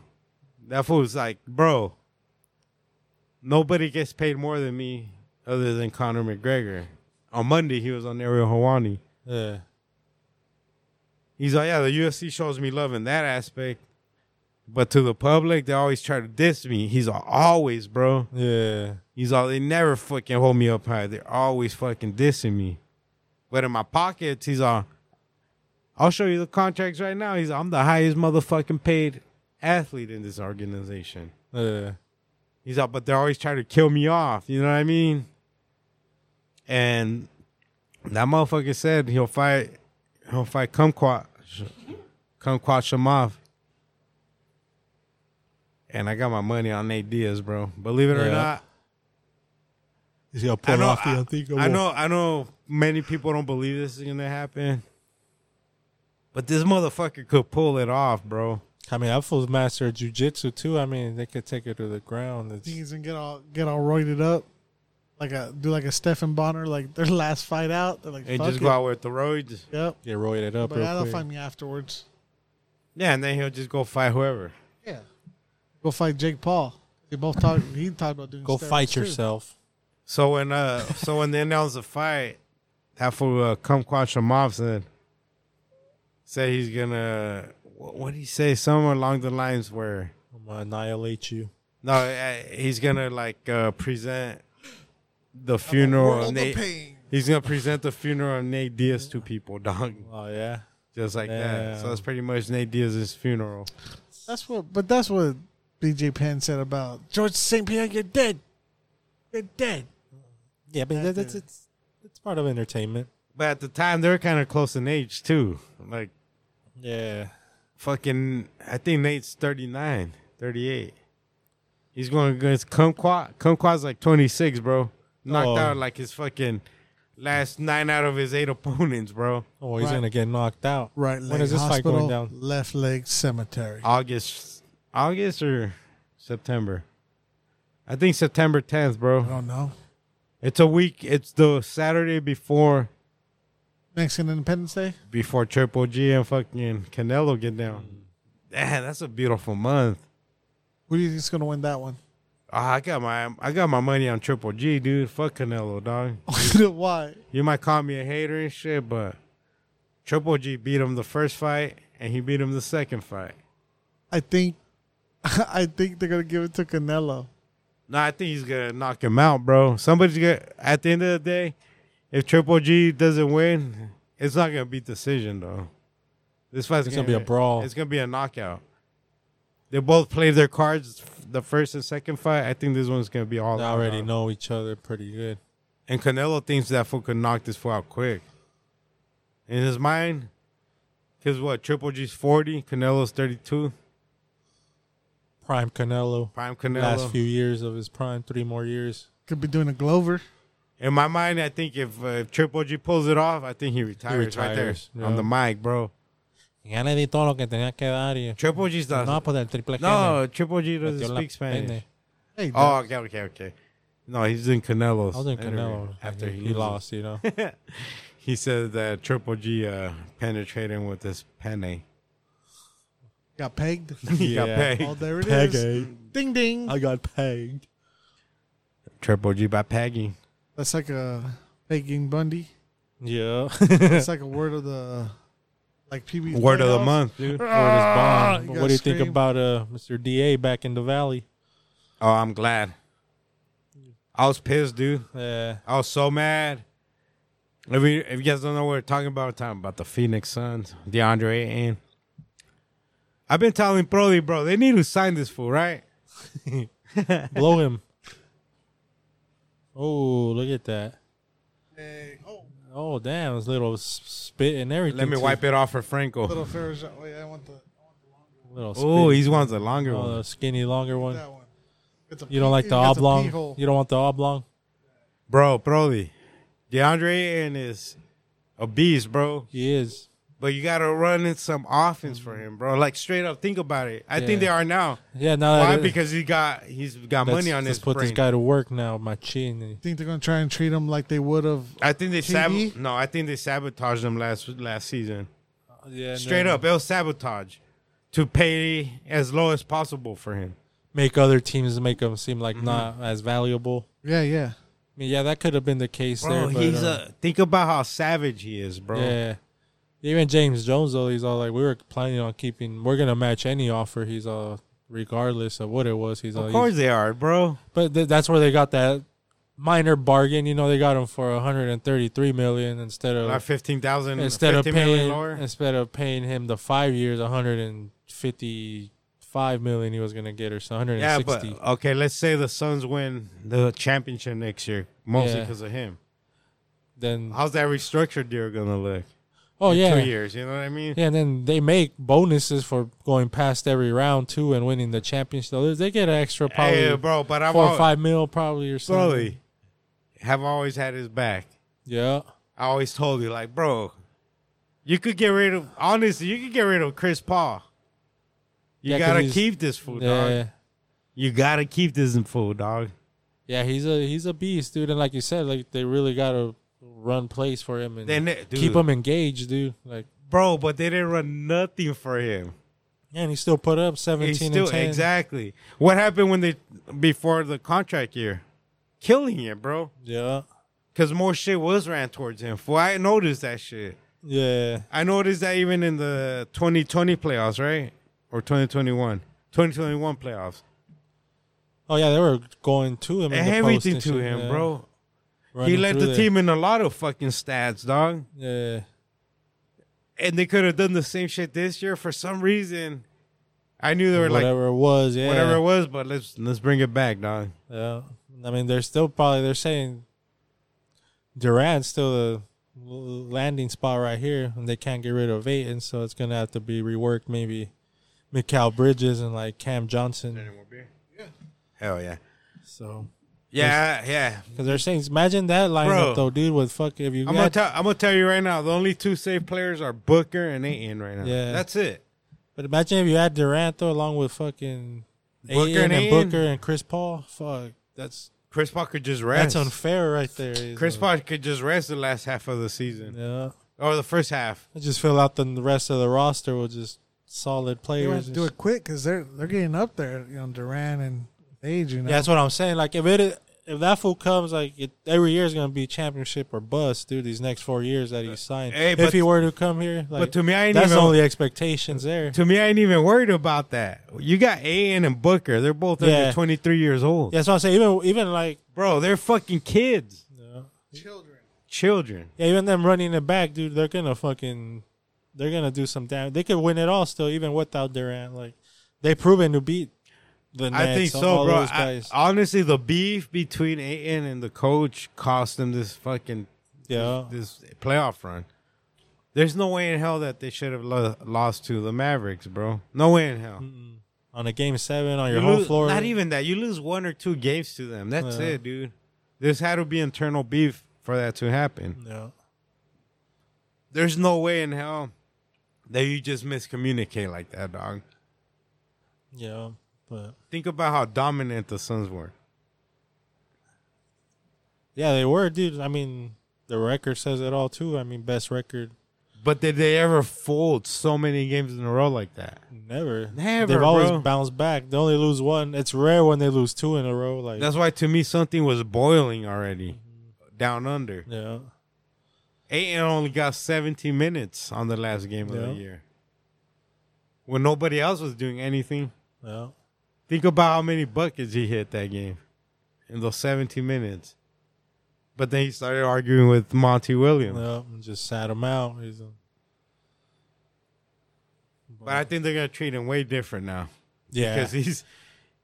Speaker 1: That fool was like, bro, nobody gets paid more than me other than Conor McGregor. On Monday, he was on Ariel Hawani.
Speaker 3: Yeah.
Speaker 1: He's like, yeah, the UFC shows me love in that aspect. But to the public, they always try to diss me. He's like, always, bro.
Speaker 3: Yeah.
Speaker 1: He's all they never fucking hold me up high. They're always fucking dissing me. But in my pockets, he's all I'll show you the contracts right now. He's I'm the highest motherfucking paid athlete in this organization.
Speaker 3: Yeah.
Speaker 1: He's all but they're always trying to kill me off. You know what I mean? And that motherfucker said he'll fight he'll fight Kumquat Sh- Kumquat Shamov. And I got my money on Nate Diaz, bro. Believe it or
Speaker 3: Yeah.
Speaker 1: not,
Speaker 3: He's gonna
Speaker 1: I
Speaker 3: pull
Speaker 1: know,
Speaker 3: off the
Speaker 1: I-
Speaker 3: unthinkable.
Speaker 1: I know. I know. Many people don't believe this is gonna happen, But this motherfucker could pull it off, bro.
Speaker 3: I mean, that fool's master of jujitsu too. I mean, they could take it to the ground. It's,
Speaker 2: Jeez, and get all get all roided up, like a do like a Stefan Bonner, like their [LAUGHS] last fight out. They're like,
Speaker 1: And
Speaker 2: Fuck
Speaker 1: just
Speaker 2: it.
Speaker 1: go out with the roids.
Speaker 2: Yep.
Speaker 3: get roided up
Speaker 2: But yeah,
Speaker 3: real
Speaker 2: they'll
Speaker 3: quick.
Speaker 2: find me afterwards.
Speaker 1: Yeah, and then he'll just go fight whoever.
Speaker 2: Yeah. Go fight Jake Paul. They both talked. He talked about doing.
Speaker 3: Go
Speaker 2: steroids,
Speaker 3: fight
Speaker 2: too.
Speaker 3: yourself.
Speaker 1: So when uh, so when they announced the fight, that fool uh, Kumquat Shamov said, said he's gonna. What what did he say? Somewhere along the lines where
Speaker 3: I'm gonna annihilate you.
Speaker 1: no, uh, he's gonna like uh, present the funeral. Of Nate, he's gonna present the funeral of Nate Diaz to people, dog,
Speaker 3: Oh yeah,
Speaker 1: just like that. So
Speaker 3: Damn.
Speaker 1: that's pretty much Nate Diaz's funeral.
Speaker 2: That's what. But that's what BJ Penn said about George St. Pierre. You're dead. You're dead.
Speaker 3: yeah, but
Speaker 2: That
Speaker 3: that, that's
Speaker 2: dude.
Speaker 3: it's it's part of entertainment.
Speaker 1: But at the time, they were kind of close in age too. Like
Speaker 3: Yeah,
Speaker 1: fucking, I think Nate's 39, 38. He's going against Kumquat. Kumquat's like 26, bro. Knocked
Speaker 3: Oh.
Speaker 1: out like his fucking last nine out of his eight opponents, bro.
Speaker 3: oh, he's
Speaker 2: Right.
Speaker 3: gonna get knocked out.
Speaker 2: Right leg
Speaker 3: When is this
Speaker 2: hospital,
Speaker 3: fight going down?
Speaker 2: Left leg cemetery.
Speaker 1: August, August or September? I think September 10th,
Speaker 2: I
Speaker 1: bro.
Speaker 2: don't know.
Speaker 1: It's a week. It's the Saturday before
Speaker 2: Mexican Independence Day.
Speaker 1: before Triple G and fucking Canelo get down. Damn, that's a beautiful month.
Speaker 2: Who do you think's gonna win that one? [LAUGHS]
Speaker 1: Oh, I got my I got my money on Triple G, dude. Fuck Canelo, dog.
Speaker 2: Why?
Speaker 1: You might call me a hater and shit, but Triple G beat him the first fight, and he beat him the second fight.
Speaker 2: I think, [LAUGHS] I think they're gonna give it to Canelo.
Speaker 1: No, I think he's gonna knock him out, bro. Somebody's gonna at the end of the day, if Triple G doesn't win, it's not gonna be decision though. This fight's
Speaker 3: It's gonna be a brawl.
Speaker 1: It's gonna be a knockout. They both played their cards the first and second fight. I think this one's gonna be all
Speaker 3: They
Speaker 1: out,
Speaker 3: already
Speaker 1: dog.
Speaker 3: know each other pretty good.
Speaker 1: And Canelo thinks that fool could knock this fool out quick. In his mind, because what, Triple G's 40, Canelo's 32,
Speaker 3: Prime Canelo.
Speaker 1: prime Canelo.
Speaker 3: Last few years of his prime, three more years.
Speaker 2: Could be doing a Glover.
Speaker 1: In my mind, I think if, uh, if Triple G pulls it off, I think he retires, right there
Speaker 3: retires, yeah.
Speaker 1: on the mic, bro.
Speaker 3: Ya le di todo lo que tenía que dar y-
Speaker 1: Triple G's not.
Speaker 3: No, pues el triple
Speaker 1: no, Triple G
Speaker 3: G me metió
Speaker 1: doesn't
Speaker 3: la
Speaker 1: speak Spanish.
Speaker 3: pene.
Speaker 2: Hey,
Speaker 1: Oh, okay, okay, okay. No, he's in Canelo's.
Speaker 3: I was in
Speaker 1: interview
Speaker 3: Canelo
Speaker 1: After he,
Speaker 3: he
Speaker 1: loses.
Speaker 3: lost, you
Speaker 2: [LAUGHS]
Speaker 3: know.
Speaker 1: He said that Triple G uh, penetrated him with his penne.
Speaker 2: got pegged.
Speaker 1: He
Speaker 3: [LAUGHS]
Speaker 1: got
Speaker 3: Yeah.
Speaker 1: paid.
Speaker 2: oh, there it is.
Speaker 3: Pegged.
Speaker 2: Ding ding.
Speaker 3: I got pegged.
Speaker 1: Triple G by Peggy.
Speaker 2: That's like a pegging Bundy.
Speaker 3: [LAUGHS] Yeah.
Speaker 2: It's like a word of the, like PB.
Speaker 1: Word of the
Speaker 2: playoffs.
Speaker 1: month, dude.
Speaker 3: Word is bond.
Speaker 2: Ah, You
Speaker 3: But
Speaker 2: gotta
Speaker 3: what do you think
Speaker 2: scream.
Speaker 3: about uh, Mr. DA back in the valley?
Speaker 1: Oh, I'm glad. I was pissed, dude.
Speaker 3: Yeah.
Speaker 1: I was so mad. If, we, if you guys don't know what we're talking about, we're talking about the Phoenix Suns, DeAndre Ayton. I've been telling Brody, bro, they need to sign this fool, right?
Speaker 3: Blow him. Oh, look at that.
Speaker 2: Hey, oh,
Speaker 3: Oh, damn. His little s- spit and everything.
Speaker 1: Let me wipe it off for Franco.
Speaker 2: little Ferris. Wait, I want the I want
Speaker 3: Little spit.
Speaker 1: Oh, he's one of the longer
Speaker 3: Oh, the
Speaker 1: ones.
Speaker 3: skinny, longer one.
Speaker 2: that one. It's a
Speaker 3: You don't like
Speaker 2: it
Speaker 3: the
Speaker 2: has a pee
Speaker 3: oblong?
Speaker 2: hole.
Speaker 3: You don't want the oblong?
Speaker 1: Bro, Brody, DeAndre Ayton is a beast, bro.
Speaker 3: He is.
Speaker 1: But you got to run in some offense for him, bro. Like, straight up, think about it. I think
Speaker 3: Yeah.
Speaker 1: they are now.
Speaker 3: Yeah, now
Speaker 1: Why?
Speaker 3: that it-
Speaker 1: Because he got he's got
Speaker 3: let's-
Speaker 1: money on
Speaker 3: let's
Speaker 1: his
Speaker 3: put
Speaker 1: brain.
Speaker 3: this guy to work now, my chin.
Speaker 2: Think they're gonna try and treat him like they would have.
Speaker 1: I think they
Speaker 2: TV?
Speaker 1: sab- no, I think they sabotaged him last last season.
Speaker 3: Yeah,
Speaker 1: Straight up, it was sabotage to pay as low as possible for him.
Speaker 3: Make other teams make him seem like
Speaker 1: Mm-hmm.
Speaker 3: not as valuable.
Speaker 2: Yeah, yeah.
Speaker 3: I mean, yeah, that could have been the case there. But, uh,
Speaker 1: think about how savage he is, bro.
Speaker 3: Yeah. Even James Jones, though, he's all like, we were planning on keeping, we're going to match any offer. He's all, regardless of what it was, he's all.
Speaker 1: Of
Speaker 3: he's-
Speaker 1: course they are, bro.
Speaker 3: but th- that's where they got that minor bargain. You know, they got him for 133 million instead of.
Speaker 1: Like fifteen thousand
Speaker 3: instead of paying
Speaker 1: lower.
Speaker 3: instead of paying him the five years 155 million he was gonna get or so
Speaker 1: Yeah,
Speaker 3: 160
Speaker 1: but okay, let's say the Suns win the championship next year, mostly
Speaker 3: Yeah.
Speaker 1: because of him.
Speaker 3: then
Speaker 1: How's that restructured deal gonna look?
Speaker 3: oh yeah
Speaker 1: Two years, you know what I mean?
Speaker 3: yeah and then they make bonuses for going past every round too and winning the championship So they get an extra probably
Speaker 1: Hey, bro, but I'm
Speaker 3: four
Speaker 1: al-
Speaker 3: or five mil probably or something
Speaker 1: Brody, have always had his back.
Speaker 3: yeah
Speaker 1: I always told you, like, bro, You could get rid of honestly, you could get rid of Chris Paul. You
Speaker 3: Yeah, 'cause
Speaker 1: gotta
Speaker 3: he's-
Speaker 1: keep this food,
Speaker 3: Yeah,
Speaker 1: dog.
Speaker 3: yeah.
Speaker 1: You gotta keep this in food, dog.
Speaker 3: Yeah, he's a he's a beast, dude. And like you said, like they really gotta run plays for him and
Speaker 1: They ne- dude.
Speaker 3: keep him engaged, dude. Like
Speaker 1: Bro, but they didn't run nothing for him.
Speaker 3: yeah, and he still put up seventeen
Speaker 1: He's still
Speaker 3: and ten.
Speaker 1: exactly. What happened when they before the contract year? Killing it, bro.
Speaker 3: Yeah,
Speaker 1: Cause more shit was ran towards him. For I noticed that shit.
Speaker 3: yeah,
Speaker 1: I noticed that even in the 2020 playoffs, right? Or 2021. 2021 playoffs.
Speaker 3: Oh yeah, they were going to him. in the post
Speaker 1: Everything
Speaker 3: and
Speaker 1: to
Speaker 3: shit,
Speaker 1: him,
Speaker 3: yeah.
Speaker 1: bro.
Speaker 3: Running
Speaker 1: He led
Speaker 3: through
Speaker 1: the
Speaker 3: there.
Speaker 1: team in a lot of fucking stats, dog.
Speaker 3: Yeah,
Speaker 1: And they could have done the same shit this year for some reason. I knew they were like
Speaker 3: whatever it was. Yeah,
Speaker 1: whatever it was, but let's let's bring it back, dog.
Speaker 3: Yeah, I mean they're still probably they're saying Durant's still the l- landing spot right here, and they can't get rid of Aiton, so it's gonna have to be reworked. Maybe Mikal Bridges and like Cam Johnson.
Speaker 1: Hell yeah.
Speaker 3: So
Speaker 1: Yeah, yeah.
Speaker 3: because they're saying, imagine that lineup
Speaker 1: Bro.
Speaker 3: though, dude. With fuck if you
Speaker 1: I'm gonna
Speaker 3: got,
Speaker 1: tell I'm gonna tell you right now, the only two safe players are Booker and Aiton right now.
Speaker 3: Yeah.
Speaker 1: That's it.
Speaker 3: but imagine if you had Durant though, along with fucking
Speaker 1: Booker
Speaker 3: Aiton and,
Speaker 1: and Ayton.
Speaker 3: Booker and Chris Paul. Fuck, that's
Speaker 1: Chris Paul could just
Speaker 3: that's
Speaker 1: rest.
Speaker 3: unfair right there.
Speaker 1: Chris
Speaker 3: Like,
Speaker 1: Paul could just rest the last half of the season.
Speaker 3: Yeah,
Speaker 1: Or the first half.
Speaker 3: I just feel out the the rest of the roster with just solid
Speaker 2: They
Speaker 3: players.
Speaker 2: want to
Speaker 3: and
Speaker 2: do it quick because they're they're getting up there. You know, Duran and Age. You know,
Speaker 3: Yeah, that's what I'm saying. Like if it is- if that fool comes, like it, every year is gonna be championship or bust, dude. These next four years that he signed,
Speaker 1: Hey,
Speaker 3: if
Speaker 1: but-
Speaker 3: he were to come here, like
Speaker 1: but to me, I ain't
Speaker 3: that's
Speaker 1: even-
Speaker 3: the only expectations there.
Speaker 1: To me, I ain't even worried about that. You got Aiton and Booker. They're both
Speaker 3: Yeah.
Speaker 1: under 23 years old.
Speaker 3: Yeah, that's what I'm saying. Even even like
Speaker 1: Bro, they're fucking kids. Children. Children.
Speaker 3: yeah, even them running it back, dude. They're gonna fucking they're gonna do some damage. They could win it all still, even without Durant. Like they proven to beat the Nets.
Speaker 1: I think so,
Speaker 3: all
Speaker 1: bro.
Speaker 3: Those
Speaker 1: I-
Speaker 3: guys.
Speaker 1: honestly, the beef between Aiton and the coach cost them this fucking
Speaker 3: yeah,
Speaker 1: this playoff run. There's no way in hell that they should have lo- lost to the Mavericks, bro. No way in hell.
Speaker 3: on a game seven on
Speaker 1: You
Speaker 3: your home
Speaker 1: lose-
Speaker 3: floor.
Speaker 1: Not even that. You lose one or two games to them. That's
Speaker 3: Yeah.
Speaker 1: it, dude. There's had to be internal beef for that to happen.
Speaker 3: Yeah.
Speaker 1: There's no way in hell that you just miscommunicate like that, dog.
Speaker 3: Yeah, but
Speaker 1: Think about how dominant the Suns were.
Speaker 3: yeah, they were, dude. I mean, the record says it all too. I mean, best record
Speaker 1: But did they ever fold so many games in a row like that?
Speaker 3: never.
Speaker 1: Never,
Speaker 3: They've always
Speaker 1: bro.
Speaker 3: bounced back. They only lose one. It's rare when they lose two in a row. Like
Speaker 1: That's why to me something was boiling already down under.
Speaker 3: yeah,
Speaker 1: Aiton only got 17 minutes on the last game of
Speaker 3: Yeah.
Speaker 1: the year. When nobody else was doing anything,
Speaker 3: yeah.
Speaker 1: think about how many buckets he hit that game in those 17 minutes. But then he started arguing with Monty Williams.
Speaker 3: Yeah, and just sat him out. He's a-
Speaker 1: But I think they're going to treat him way different now
Speaker 3: yeah,
Speaker 1: because he's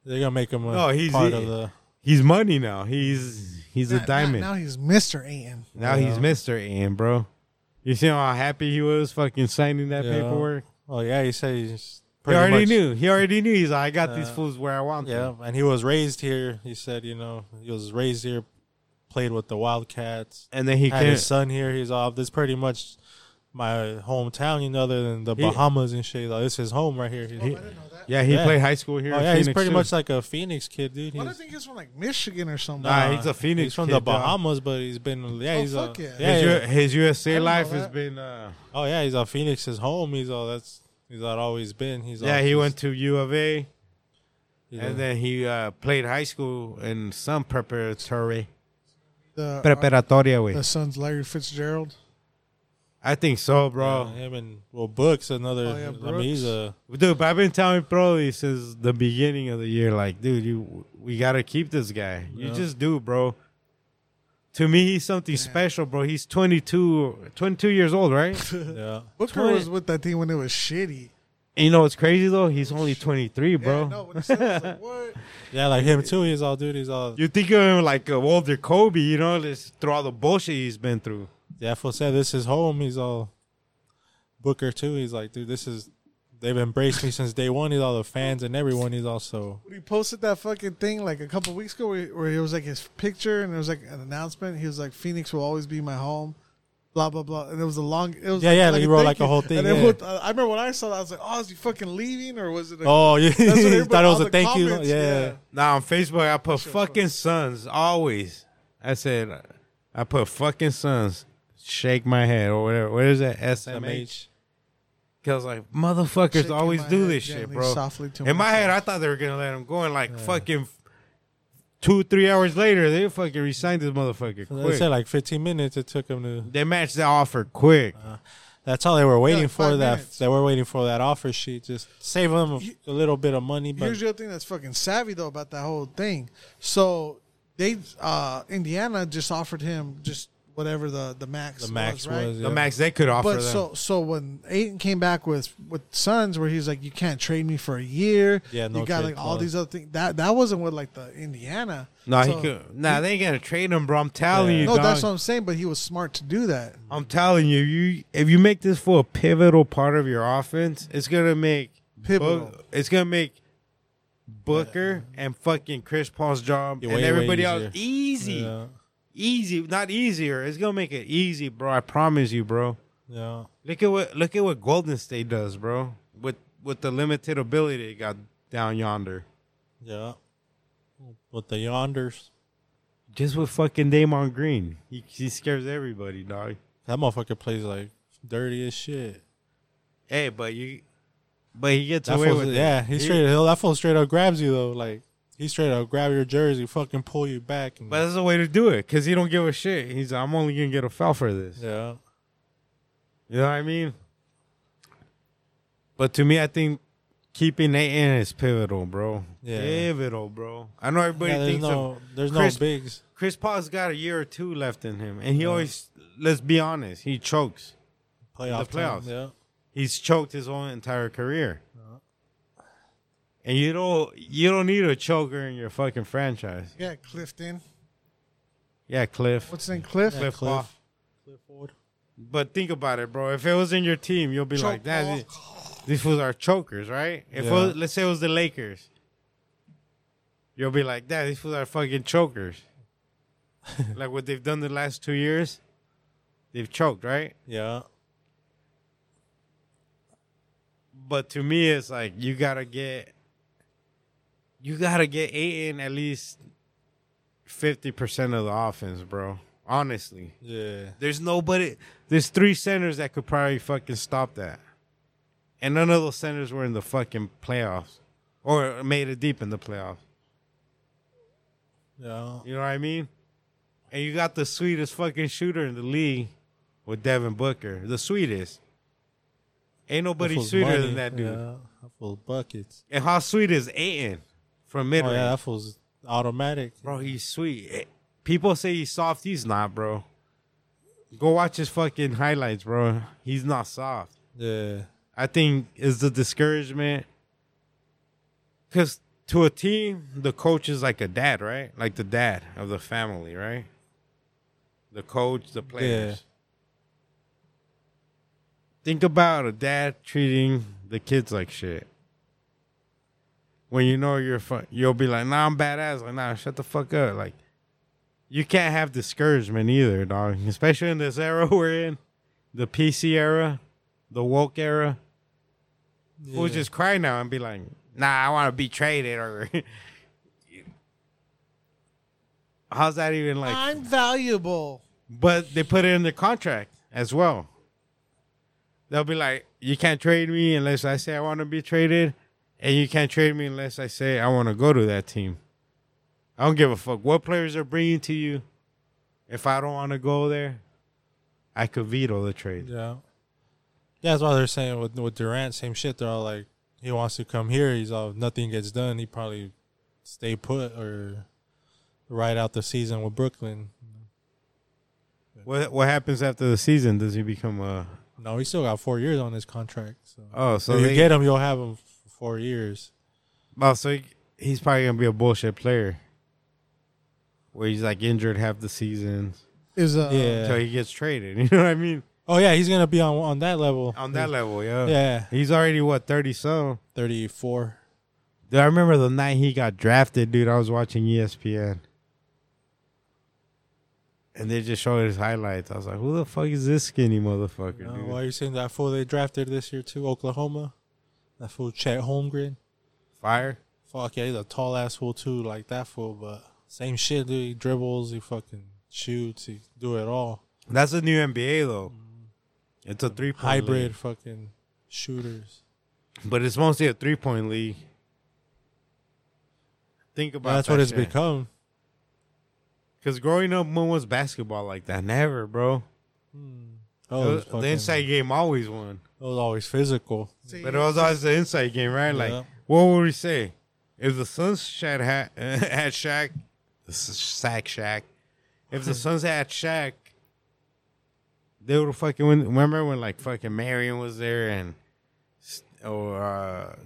Speaker 3: they're gonna make him a
Speaker 1: No, he's-
Speaker 3: part
Speaker 1: he-
Speaker 3: of the.
Speaker 1: he's money now. He's he's a
Speaker 2: Now- Now,
Speaker 1: diamond. Now,
Speaker 2: now he's Mister Aiton.
Speaker 1: he's Mr. Aiton, bro. You see how happy he was fucking signing that
Speaker 3: Yeah.
Speaker 1: paperwork?
Speaker 3: Oh yeah, he said he's.
Speaker 1: He
Speaker 3: pretty
Speaker 1: already
Speaker 3: much-
Speaker 1: knew. He already knew. He's like, I got these
Speaker 3: Yeah.
Speaker 1: fools where I want them.
Speaker 3: Yeah, and he was raised here. He said, you know, he was raised here, played with the Wildcats.
Speaker 1: And then he
Speaker 3: had
Speaker 1: came.
Speaker 3: his son here. He's off. This pretty much my hometown, you know, other than the
Speaker 1: He-
Speaker 3: Bahamas and shit. Like, this is his home right here. He- he-
Speaker 1: Yeah, he
Speaker 3: Yeah.
Speaker 1: played high school here.
Speaker 3: oh
Speaker 1: in
Speaker 3: yeah, he's
Speaker 1: Phoenix,
Speaker 3: pretty
Speaker 1: too.
Speaker 3: much like a Phoenix kid, dude.
Speaker 2: Well, I
Speaker 3: He's,
Speaker 2: think he's from like Michigan or something.
Speaker 1: Nah, he's a Phoenix.
Speaker 3: he's from
Speaker 1: kid,
Speaker 3: the
Speaker 1: dog.
Speaker 3: Bahamas, but he's been yeah,
Speaker 2: Oh,
Speaker 3: he's a
Speaker 2: fuck yeah.
Speaker 3: yeah,
Speaker 1: His, U-
Speaker 3: yeah.
Speaker 1: his
Speaker 2: I
Speaker 1: USA
Speaker 2: didn't know
Speaker 1: life has
Speaker 2: that.
Speaker 1: been. Uh,
Speaker 3: oh yeah, he's a Phoenix. His home. He's all that's he's not always been. He's
Speaker 1: yeah,
Speaker 3: all-
Speaker 1: he
Speaker 3: he's-
Speaker 1: went to U of A,
Speaker 3: he's
Speaker 1: and
Speaker 3: a-
Speaker 1: then he uh, played high school in some preparatory
Speaker 2: the, uh,
Speaker 1: preparatoria
Speaker 2: the
Speaker 1: way.
Speaker 2: son's Larry Fitzgerald.
Speaker 1: I think so,
Speaker 3: yeah,
Speaker 1: bro.
Speaker 3: him and well Brooks another.
Speaker 2: Oh, yeah,
Speaker 3: I mean, he's a
Speaker 1: Dude, but I've been telling Broly since the beginning of the year, like, dude, you we gotta keep this guy. You
Speaker 3: Yeah.
Speaker 1: just do, bro. To me, he's something special, bro. He's 22, 22 years old, right?
Speaker 2: [LAUGHS]
Speaker 3: yeah.
Speaker 2: Booker
Speaker 1: Twenty-
Speaker 2: was with that team when it was shitty.
Speaker 1: And you know what's crazy though? He's only 23, bro.
Speaker 2: Yeah, no, when he said it, I was like, [LAUGHS] what?
Speaker 3: Yeah, like him too. He's all dude. He's
Speaker 1: [LAUGHS]
Speaker 3: all
Speaker 1: You think of him like a Walter Kobe, you know, this, through all the bullshit he's been through.
Speaker 3: Yeah, fool said this is home. He's all Booker too. He's like, dude, this is they've embraced me since day one. He's all the fans and everyone. He's also
Speaker 2: When he posted that fucking thing like a couple weeks ago where, where it was like his picture and there was like an announcement. He was like, Phoenix will always be my home. blah blah blah. And it was a long. It was
Speaker 3: Yeah, yeah, like you wrote,
Speaker 2: thank
Speaker 3: like, a
Speaker 2: you.
Speaker 3: whole thing,
Speaker 2: And it
Speaker 3: yeah.
Speaker 2: would- uh, I remember when I saw that, I was like, "Oh, is he fucking leaving or was it?" A,
Speaker 3: Oh, yeah. [LAUGHS]
Speaker 2: That's what
Speaker 3: you
Speaker 2: everybody-
Speaker 3: thought it was
Speaker 2: all
Speaker 3: a
Speaker 2: the
Speaker 3: thank you.
Speaker 2: comments,
Speaker 3: yeah.
Speaker 1: Now on Facebook, I put fucking sons always. I said, uh, I put fucking sons. Shake my head or whatever. Where is that SMH?
Speaker 3: MH.
Speaker 1: Because like motherfuckers
Speaker 2: Shaking
Speaker 1: always
Speaker 2: my
Speaker 1: do
Speaker 2: head
Speaker 1: this shit,
Speaker 2: gently,
Speaker 1: bro.
Speaker 2: softly to
Speaker 1: In my
Speaker 2: myself.
Speaker 1: head, I thought they were gonna let him go, and like fucking two, three hours later, they fucking resigned this motherfucker
Speaker 3: They
Speaker 1: quick.
Speaker 3: said like 15 minutes it took him to.
Speaker 1: they matched the offer quick.
Speaker 3: Uh-huh. That's all they were waiting
Speaker 2: like
Speaker 3: for.
Speaker 2: five
Speaker 3: That
Speaker 2: minutes.
Speaker 3: they were waiting for that offer sheet. Just save them a, a little bit of money, but
Speaker 2: Here's the other thing that's fucking savvy though about that whole thing. So they uh Indiana just offered him just whatever the the max
Speaker 3: the max
Speaker 2: was, right?
Speaker 3: was.
Speaker 1: the
Speaker 3: yeah.
Speaker 1: max they could offer
Speaker 2: But
Speaker 1: them.
Speaker 2: so so when Aiden came back with with Suns, where he's like, you can't trade me for a year.
Speaker 3: Yeah, no
Speaker 2: you got
Speaker 3: trade
Speaker 2: like all
Speaker 3: clause.
Speaker 2: these other things. That that wasn't with like the Indiana.
Speaker 1: nah,
Speaker 2: So-
Speaker 1: he could. Nah, they ain't gonna trade him, bro. I'm telling
Speaker 3: Yeah.
Speaker 1: you,
Speaker 2: No, that's what
Speaker 1: dog.
Speaker 2: I'm saying. But he was smart to do that.
Speaker 1: I'm telling you, you if you make this for a pivotal part of your offense, it's gonna make
Speaker 2: Pivotal.
Speaker 1: Book- it's gonna make Booker and fucking Chris Paul's job
Speaker 3: Yeah,
Speaker 1: and
Speaker 3: way, way
Speaker 1: everybody
Speaker 3: easier.
Speaker 1: else easy,
Speaker 3: Yeah,
Speaker 1: easy, not easier. It's gonna make it easy, bro. I promise you, bro.
Speaker 3: yeah.
Speaker 1: Look at what look at what Golden State does, bro. With with the limited ability they got down yonder,
Speaker 3: Yeah. With the yonders.
Speaker 1: just with fucking Damon Green, he, he scares everybody, dog.
Speaker 3: That motherfucker plays like dirty as shit.
Speaker 1: Hey, but you, but he gets
Speaker 3: That
Speaker 1: away
Speaker 3: fool's-
Speaker 1: with it.
Speaker 3: yeah, he straight he'll, that fool straight up grabs you though. Like he straight up grab your jersey, fucking pull you back. And,
Speaker 1: But that's the way to do it, cause he don't give a shit. He's I'm only gonna get a foul for this.
Speaker 3: yeah,
Speaker 1: You know what I mean? But to me, I think keeping Aiden is pivotal, bro.
Speaker 3: Yeah.
Speaker 1: Pivotal, bro. I know everybody
Speaker 3: yeah there's
Speaker 1: thinks
Speaker 3: no
Speaker 1: of
Speaker 3: there's
Speaker 1: Chris-
Speaker 3: no bigs.
Speaker 1: Chris Paul's got a year or two left in him, and he always let's be honest, he chokes.
Speaker 3: Playoff
Speaker 1: playoffs.
Speaker 3: Time. Yeah,
Speaker 1: He's choked his whole entire career. And you don't you don't need a choker in your fucking franchise.
Speaker 2: Yeah, Clifton.
Speaker 1: Yeah, Cliff.
Speaker 2: What's his name? Cliff.
Speaker 1: Cliff,
Speaker 3: Cliff.
Speaker 1: Paul. But think about it, bro. If it was in your team, you'll be like, "Damn, these, these fools are chokers, right?" If it
Speaker 3: Yeah.
Speaker 1: was, let's say it was the Lakers, you'll be like, "Damn, these fools are fucking
Speaker 3: [LAUGHS]
Speaker 1: chokers." like what they've done the last two years, they've choked, right?
Speaker 3: yeah.
Speaker 1: But to me, it's like you gotta get, you gotta get Aiden at least fifty percent of the offense, bro. Honestly,
Speaker 3: Yeah,
Speaker 1: There's nobody. There's three centers that could probably fucking stop that, and none of those centers were in the fucking playoffs or made it deep in the playoffs.
Speaker 3: yeah,
Speaker 1: You know what I mean? And you got the sweetest fucking shooter in the league with Devin Booker, the sweetest. Ain't
Speaker 3: That
Speaker 1: nobody
Speaker 3: fool's
Speaker 1: sweeter
Speaker 3: money.
Speaker 1: than that dude.
Speaker 3: Yeah, that fool's buckets.
Speaker 1: And how sweet is Aiton from mid
Speaker 3: Oh yeah, that fool's automatic.
Speaker 1: Bro, he's sweet. Eh, People say he's soft. He's not, bro. Go watch his fucking highlights, bro. He's not soft.
Speaker 3: Yeah,
Speaker 1: I think is the discouragement. Because to a team, the coach is like a dad, right? Like the dad of the family, right? The coach, the players. Think about a dad treating the kids like shit. When you know you're fun, you'll be like, "Nah, I'm badass." Like, "Nah, shut the fuck up." Like, you can't have discouragement either, dog. Especially in this [LAUGHS] era we're in, the PC era, the woke era.
Speaker 3: yeah.
Speaker 1: Who would just cry now and be like, "Nah, I want to be traded." Or [LAUGHS] how's that even like?
Speaker 2: I'm valuable.
Speaker 1: But they put it in the contract as well. They'll be like, "You can't trade me unless I say I want to be traded, and you can't trade me unless I say I want to go to that team." I don't give a fuck what players are bringing to you. If I don't want to go there, I could veto the trade.
Speaker 3: Yeah. Yeah, that's why they're saying with with Durant, same shit. They're all like, he wants to come here. He's all nothing gets done. He probably stay put or ride out the season with Brooklyn.
Speaker 1: What what happens after the season? Does he become a
Speaker 3: No, he still got four years on his contract. So,
Speaker 1: oh? So
Speaker 3: if
Speaker 1: they-
Speaker 3: you get him, you'll have him for four years.
Speaker 1: Oh, so he, he's probably gonna be a bullshit player, where he's like injured half the season
Speaker 2: Is uh,
Speaker 3: yeah.
Speaker 1: until he gets traded. [LAUGHS] You know what I mean?
Speaker 3: oh yeah, he's gonna be on on that level.
Speaker 1: On that level, yeah.
Speaker 3: Yeah,
Speaker 1: He's already what thirty some.
Speaker 3: thirty four.
Speaker 1: Dude, I remember the E night he got drafted, dude. I was watching ESPN, and they just showed his highlights. I was like, who the fuck is this skinny motherfucker?
Speaker 3: Uh,
Speaker 1: dude?
Speaker 3: why are you saying that fool they drafted this year too? Oklahoma, that fool Chet Holmgren.
Speaker 1: Fire.
Speaker 3: Fuck yeah, he's a tall ass fool too, like that fool. But same shit, dude. He dribbles, he fucking shoots, he do it all.
Speaker 1: That's the new NBA though. It's a three point
Speaker 3: Mm. Hybrid fucking shooters.
Speaker 1: but it's mostly a three point league. Think about
Speaker 3: That's
Speaker 1: that
Speaker 3: what it's
Speaker 1: shit.
Speaker 3: become.
Speaker 1: Because growing up, no one's basketball like that. Never, bro.
Speaker 3: Oh, it was
Speaker 1: It was- the inside game always won,
Speaker 3: It was always physical.
Speaker 1: but uh, it was always the inside game, right? Like,
Speaker 3: Yeah.
Speaker 1: what would we say if the Suns had had, [LAUGHS] had Shaq, the s- sack Shaq? If the Suns had Shaq, they would fucking win. Remember when like fucking Marion was there and s- or uh,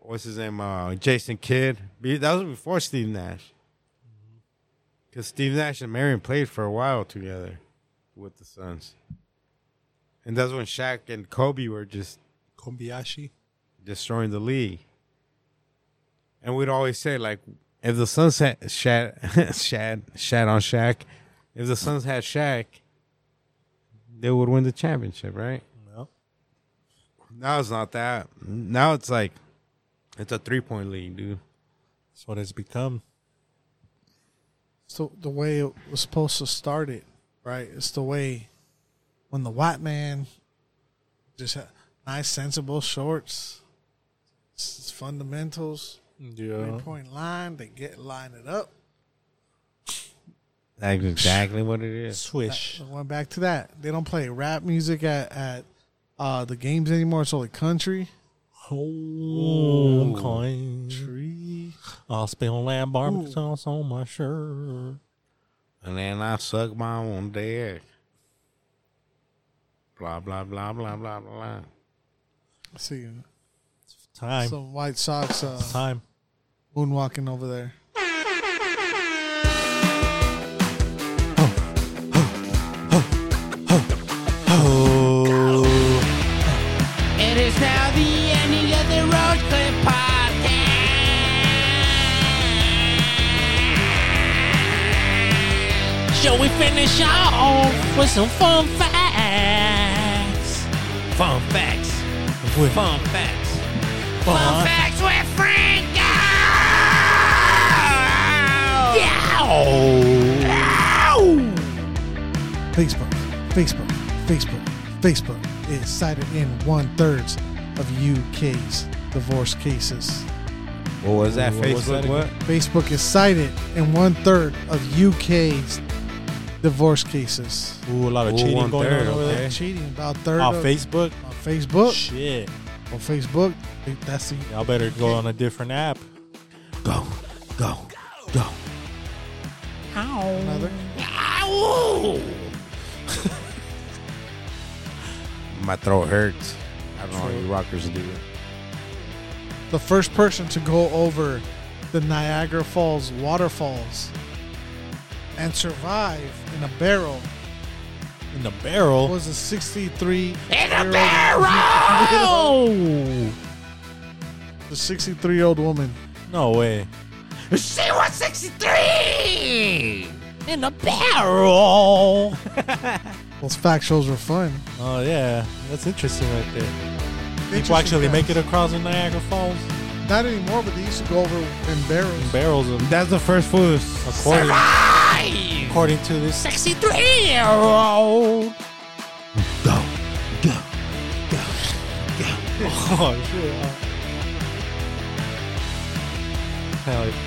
Speaker 1: what's his name, uh, Jason Kidd? Be- That was before Steve Nash. Because Steve Nash and Marion played for a while together with the Suns. And that's when Shaq and Kobe were just
Speaker 3: Kobayashi.
Speaker 1: destroying the league. And we'd always say, like, if the Suns had Shad, [LAUGHS] Shad, Shad on Shaq, if the Suns had Shaq, they would win the championship, right?
Speaker 3: Yep.
Speaker 1: Now it's not that. Now it's like, it's a three point league, dude.
Speaker 3: That's what it's become.
Speaker 2: It's the, the way it was supposed to start it, right? It's the way when the white man just had nice, sensible shorts, it's, it's fundamentals,
Speaker 3: Yeah.
Speaker 2: three point line, they get line it up.
Speaker 1: That's exactly what it is.
Speaker 3: Swish.
Speaker 2: I went back to that. They don't play rap music at, at uh, the games anymore. It's only country.
Speaker 3: Oh, I'm calling.
Speaker 2: Tree.
Speaker 3: I'll spill that barbecue sauce on my shirt.
Speaker 1: And then I suck my own dick. Blah, blah, blah, blah, blah, blah.
Speaker 2: I see
Speaker 3: Time.
Speaker 2: some White Sox uh,
Speaker 3: Time.
Speaker 2: moonwalking over there.
Speaker 7: It is now the ending of the Road Clip Podcast. Shall we finish off with some fun facts? Fun facts. Fun facts. Fun, facts with Franco. Yeah.
Speaker 2: Facebook, Facebook, Facebook, Facebook is cited in one third of UK's divorce cases.
Speaker 1: What was that?
Speaker 3: What
Speaker 1: Facebook?
Speaker 3: was that
Speaker 1: what?
Speaker 3: again?
Speaker 2: Facebook is cited in one third of UK's divorce cases.
Speaker 3: Ooh, a lot of
Speaker 1: Ooh,
Speaker 3: cheating
Speaker 1: one
Speaker 3: going
Speaker 1: third,
Speaker 3: on over
Speaker 1: okay.
Speaker 3: there.
Speaker 2: Cheating about third
Speaker 3: On
Speaker 2: of-
Speaker 3: Facebook.
Speaker 2: on Facebook.
Speaker 3: Shit.
Speaker 2: On Facebook, that's the
Speaker 3: Y'all better go on a different app.
Speaker 1: Go, go, go.
Speaker 2: another.
Speaker 7: Ow.
Speaker 1: My throat hurts. I don't know how you rockers do it.
Speaker 2: The first person to go over the Niagara Falls waterfalls and survive in a barrel
Speaker 3: In the barrel.
Speaker 2: was a 63
Speaker 7: In a barrel.
Speaker 2: the 63 year old woman.
Speaker 3: No way.
Speaker 7: She was 63 in a barrel.
Speaker 2: Those fact shows were fun.
Speaker 3: Oh, yeah. That's interesting right there. People actually make it across the Niagara Falls.
Speaker 2: Not anymore, but they used to go over in barrels.
Speaker 3: Barrels of.
Speaker 1: That's the first food.
Speaker 3: According,
Speaker 7: I,
Speaker 3: according to this
Speaker 7: 63 year old.
Speaker 3: 啊 [LAUGHS] Oh shit. Hell,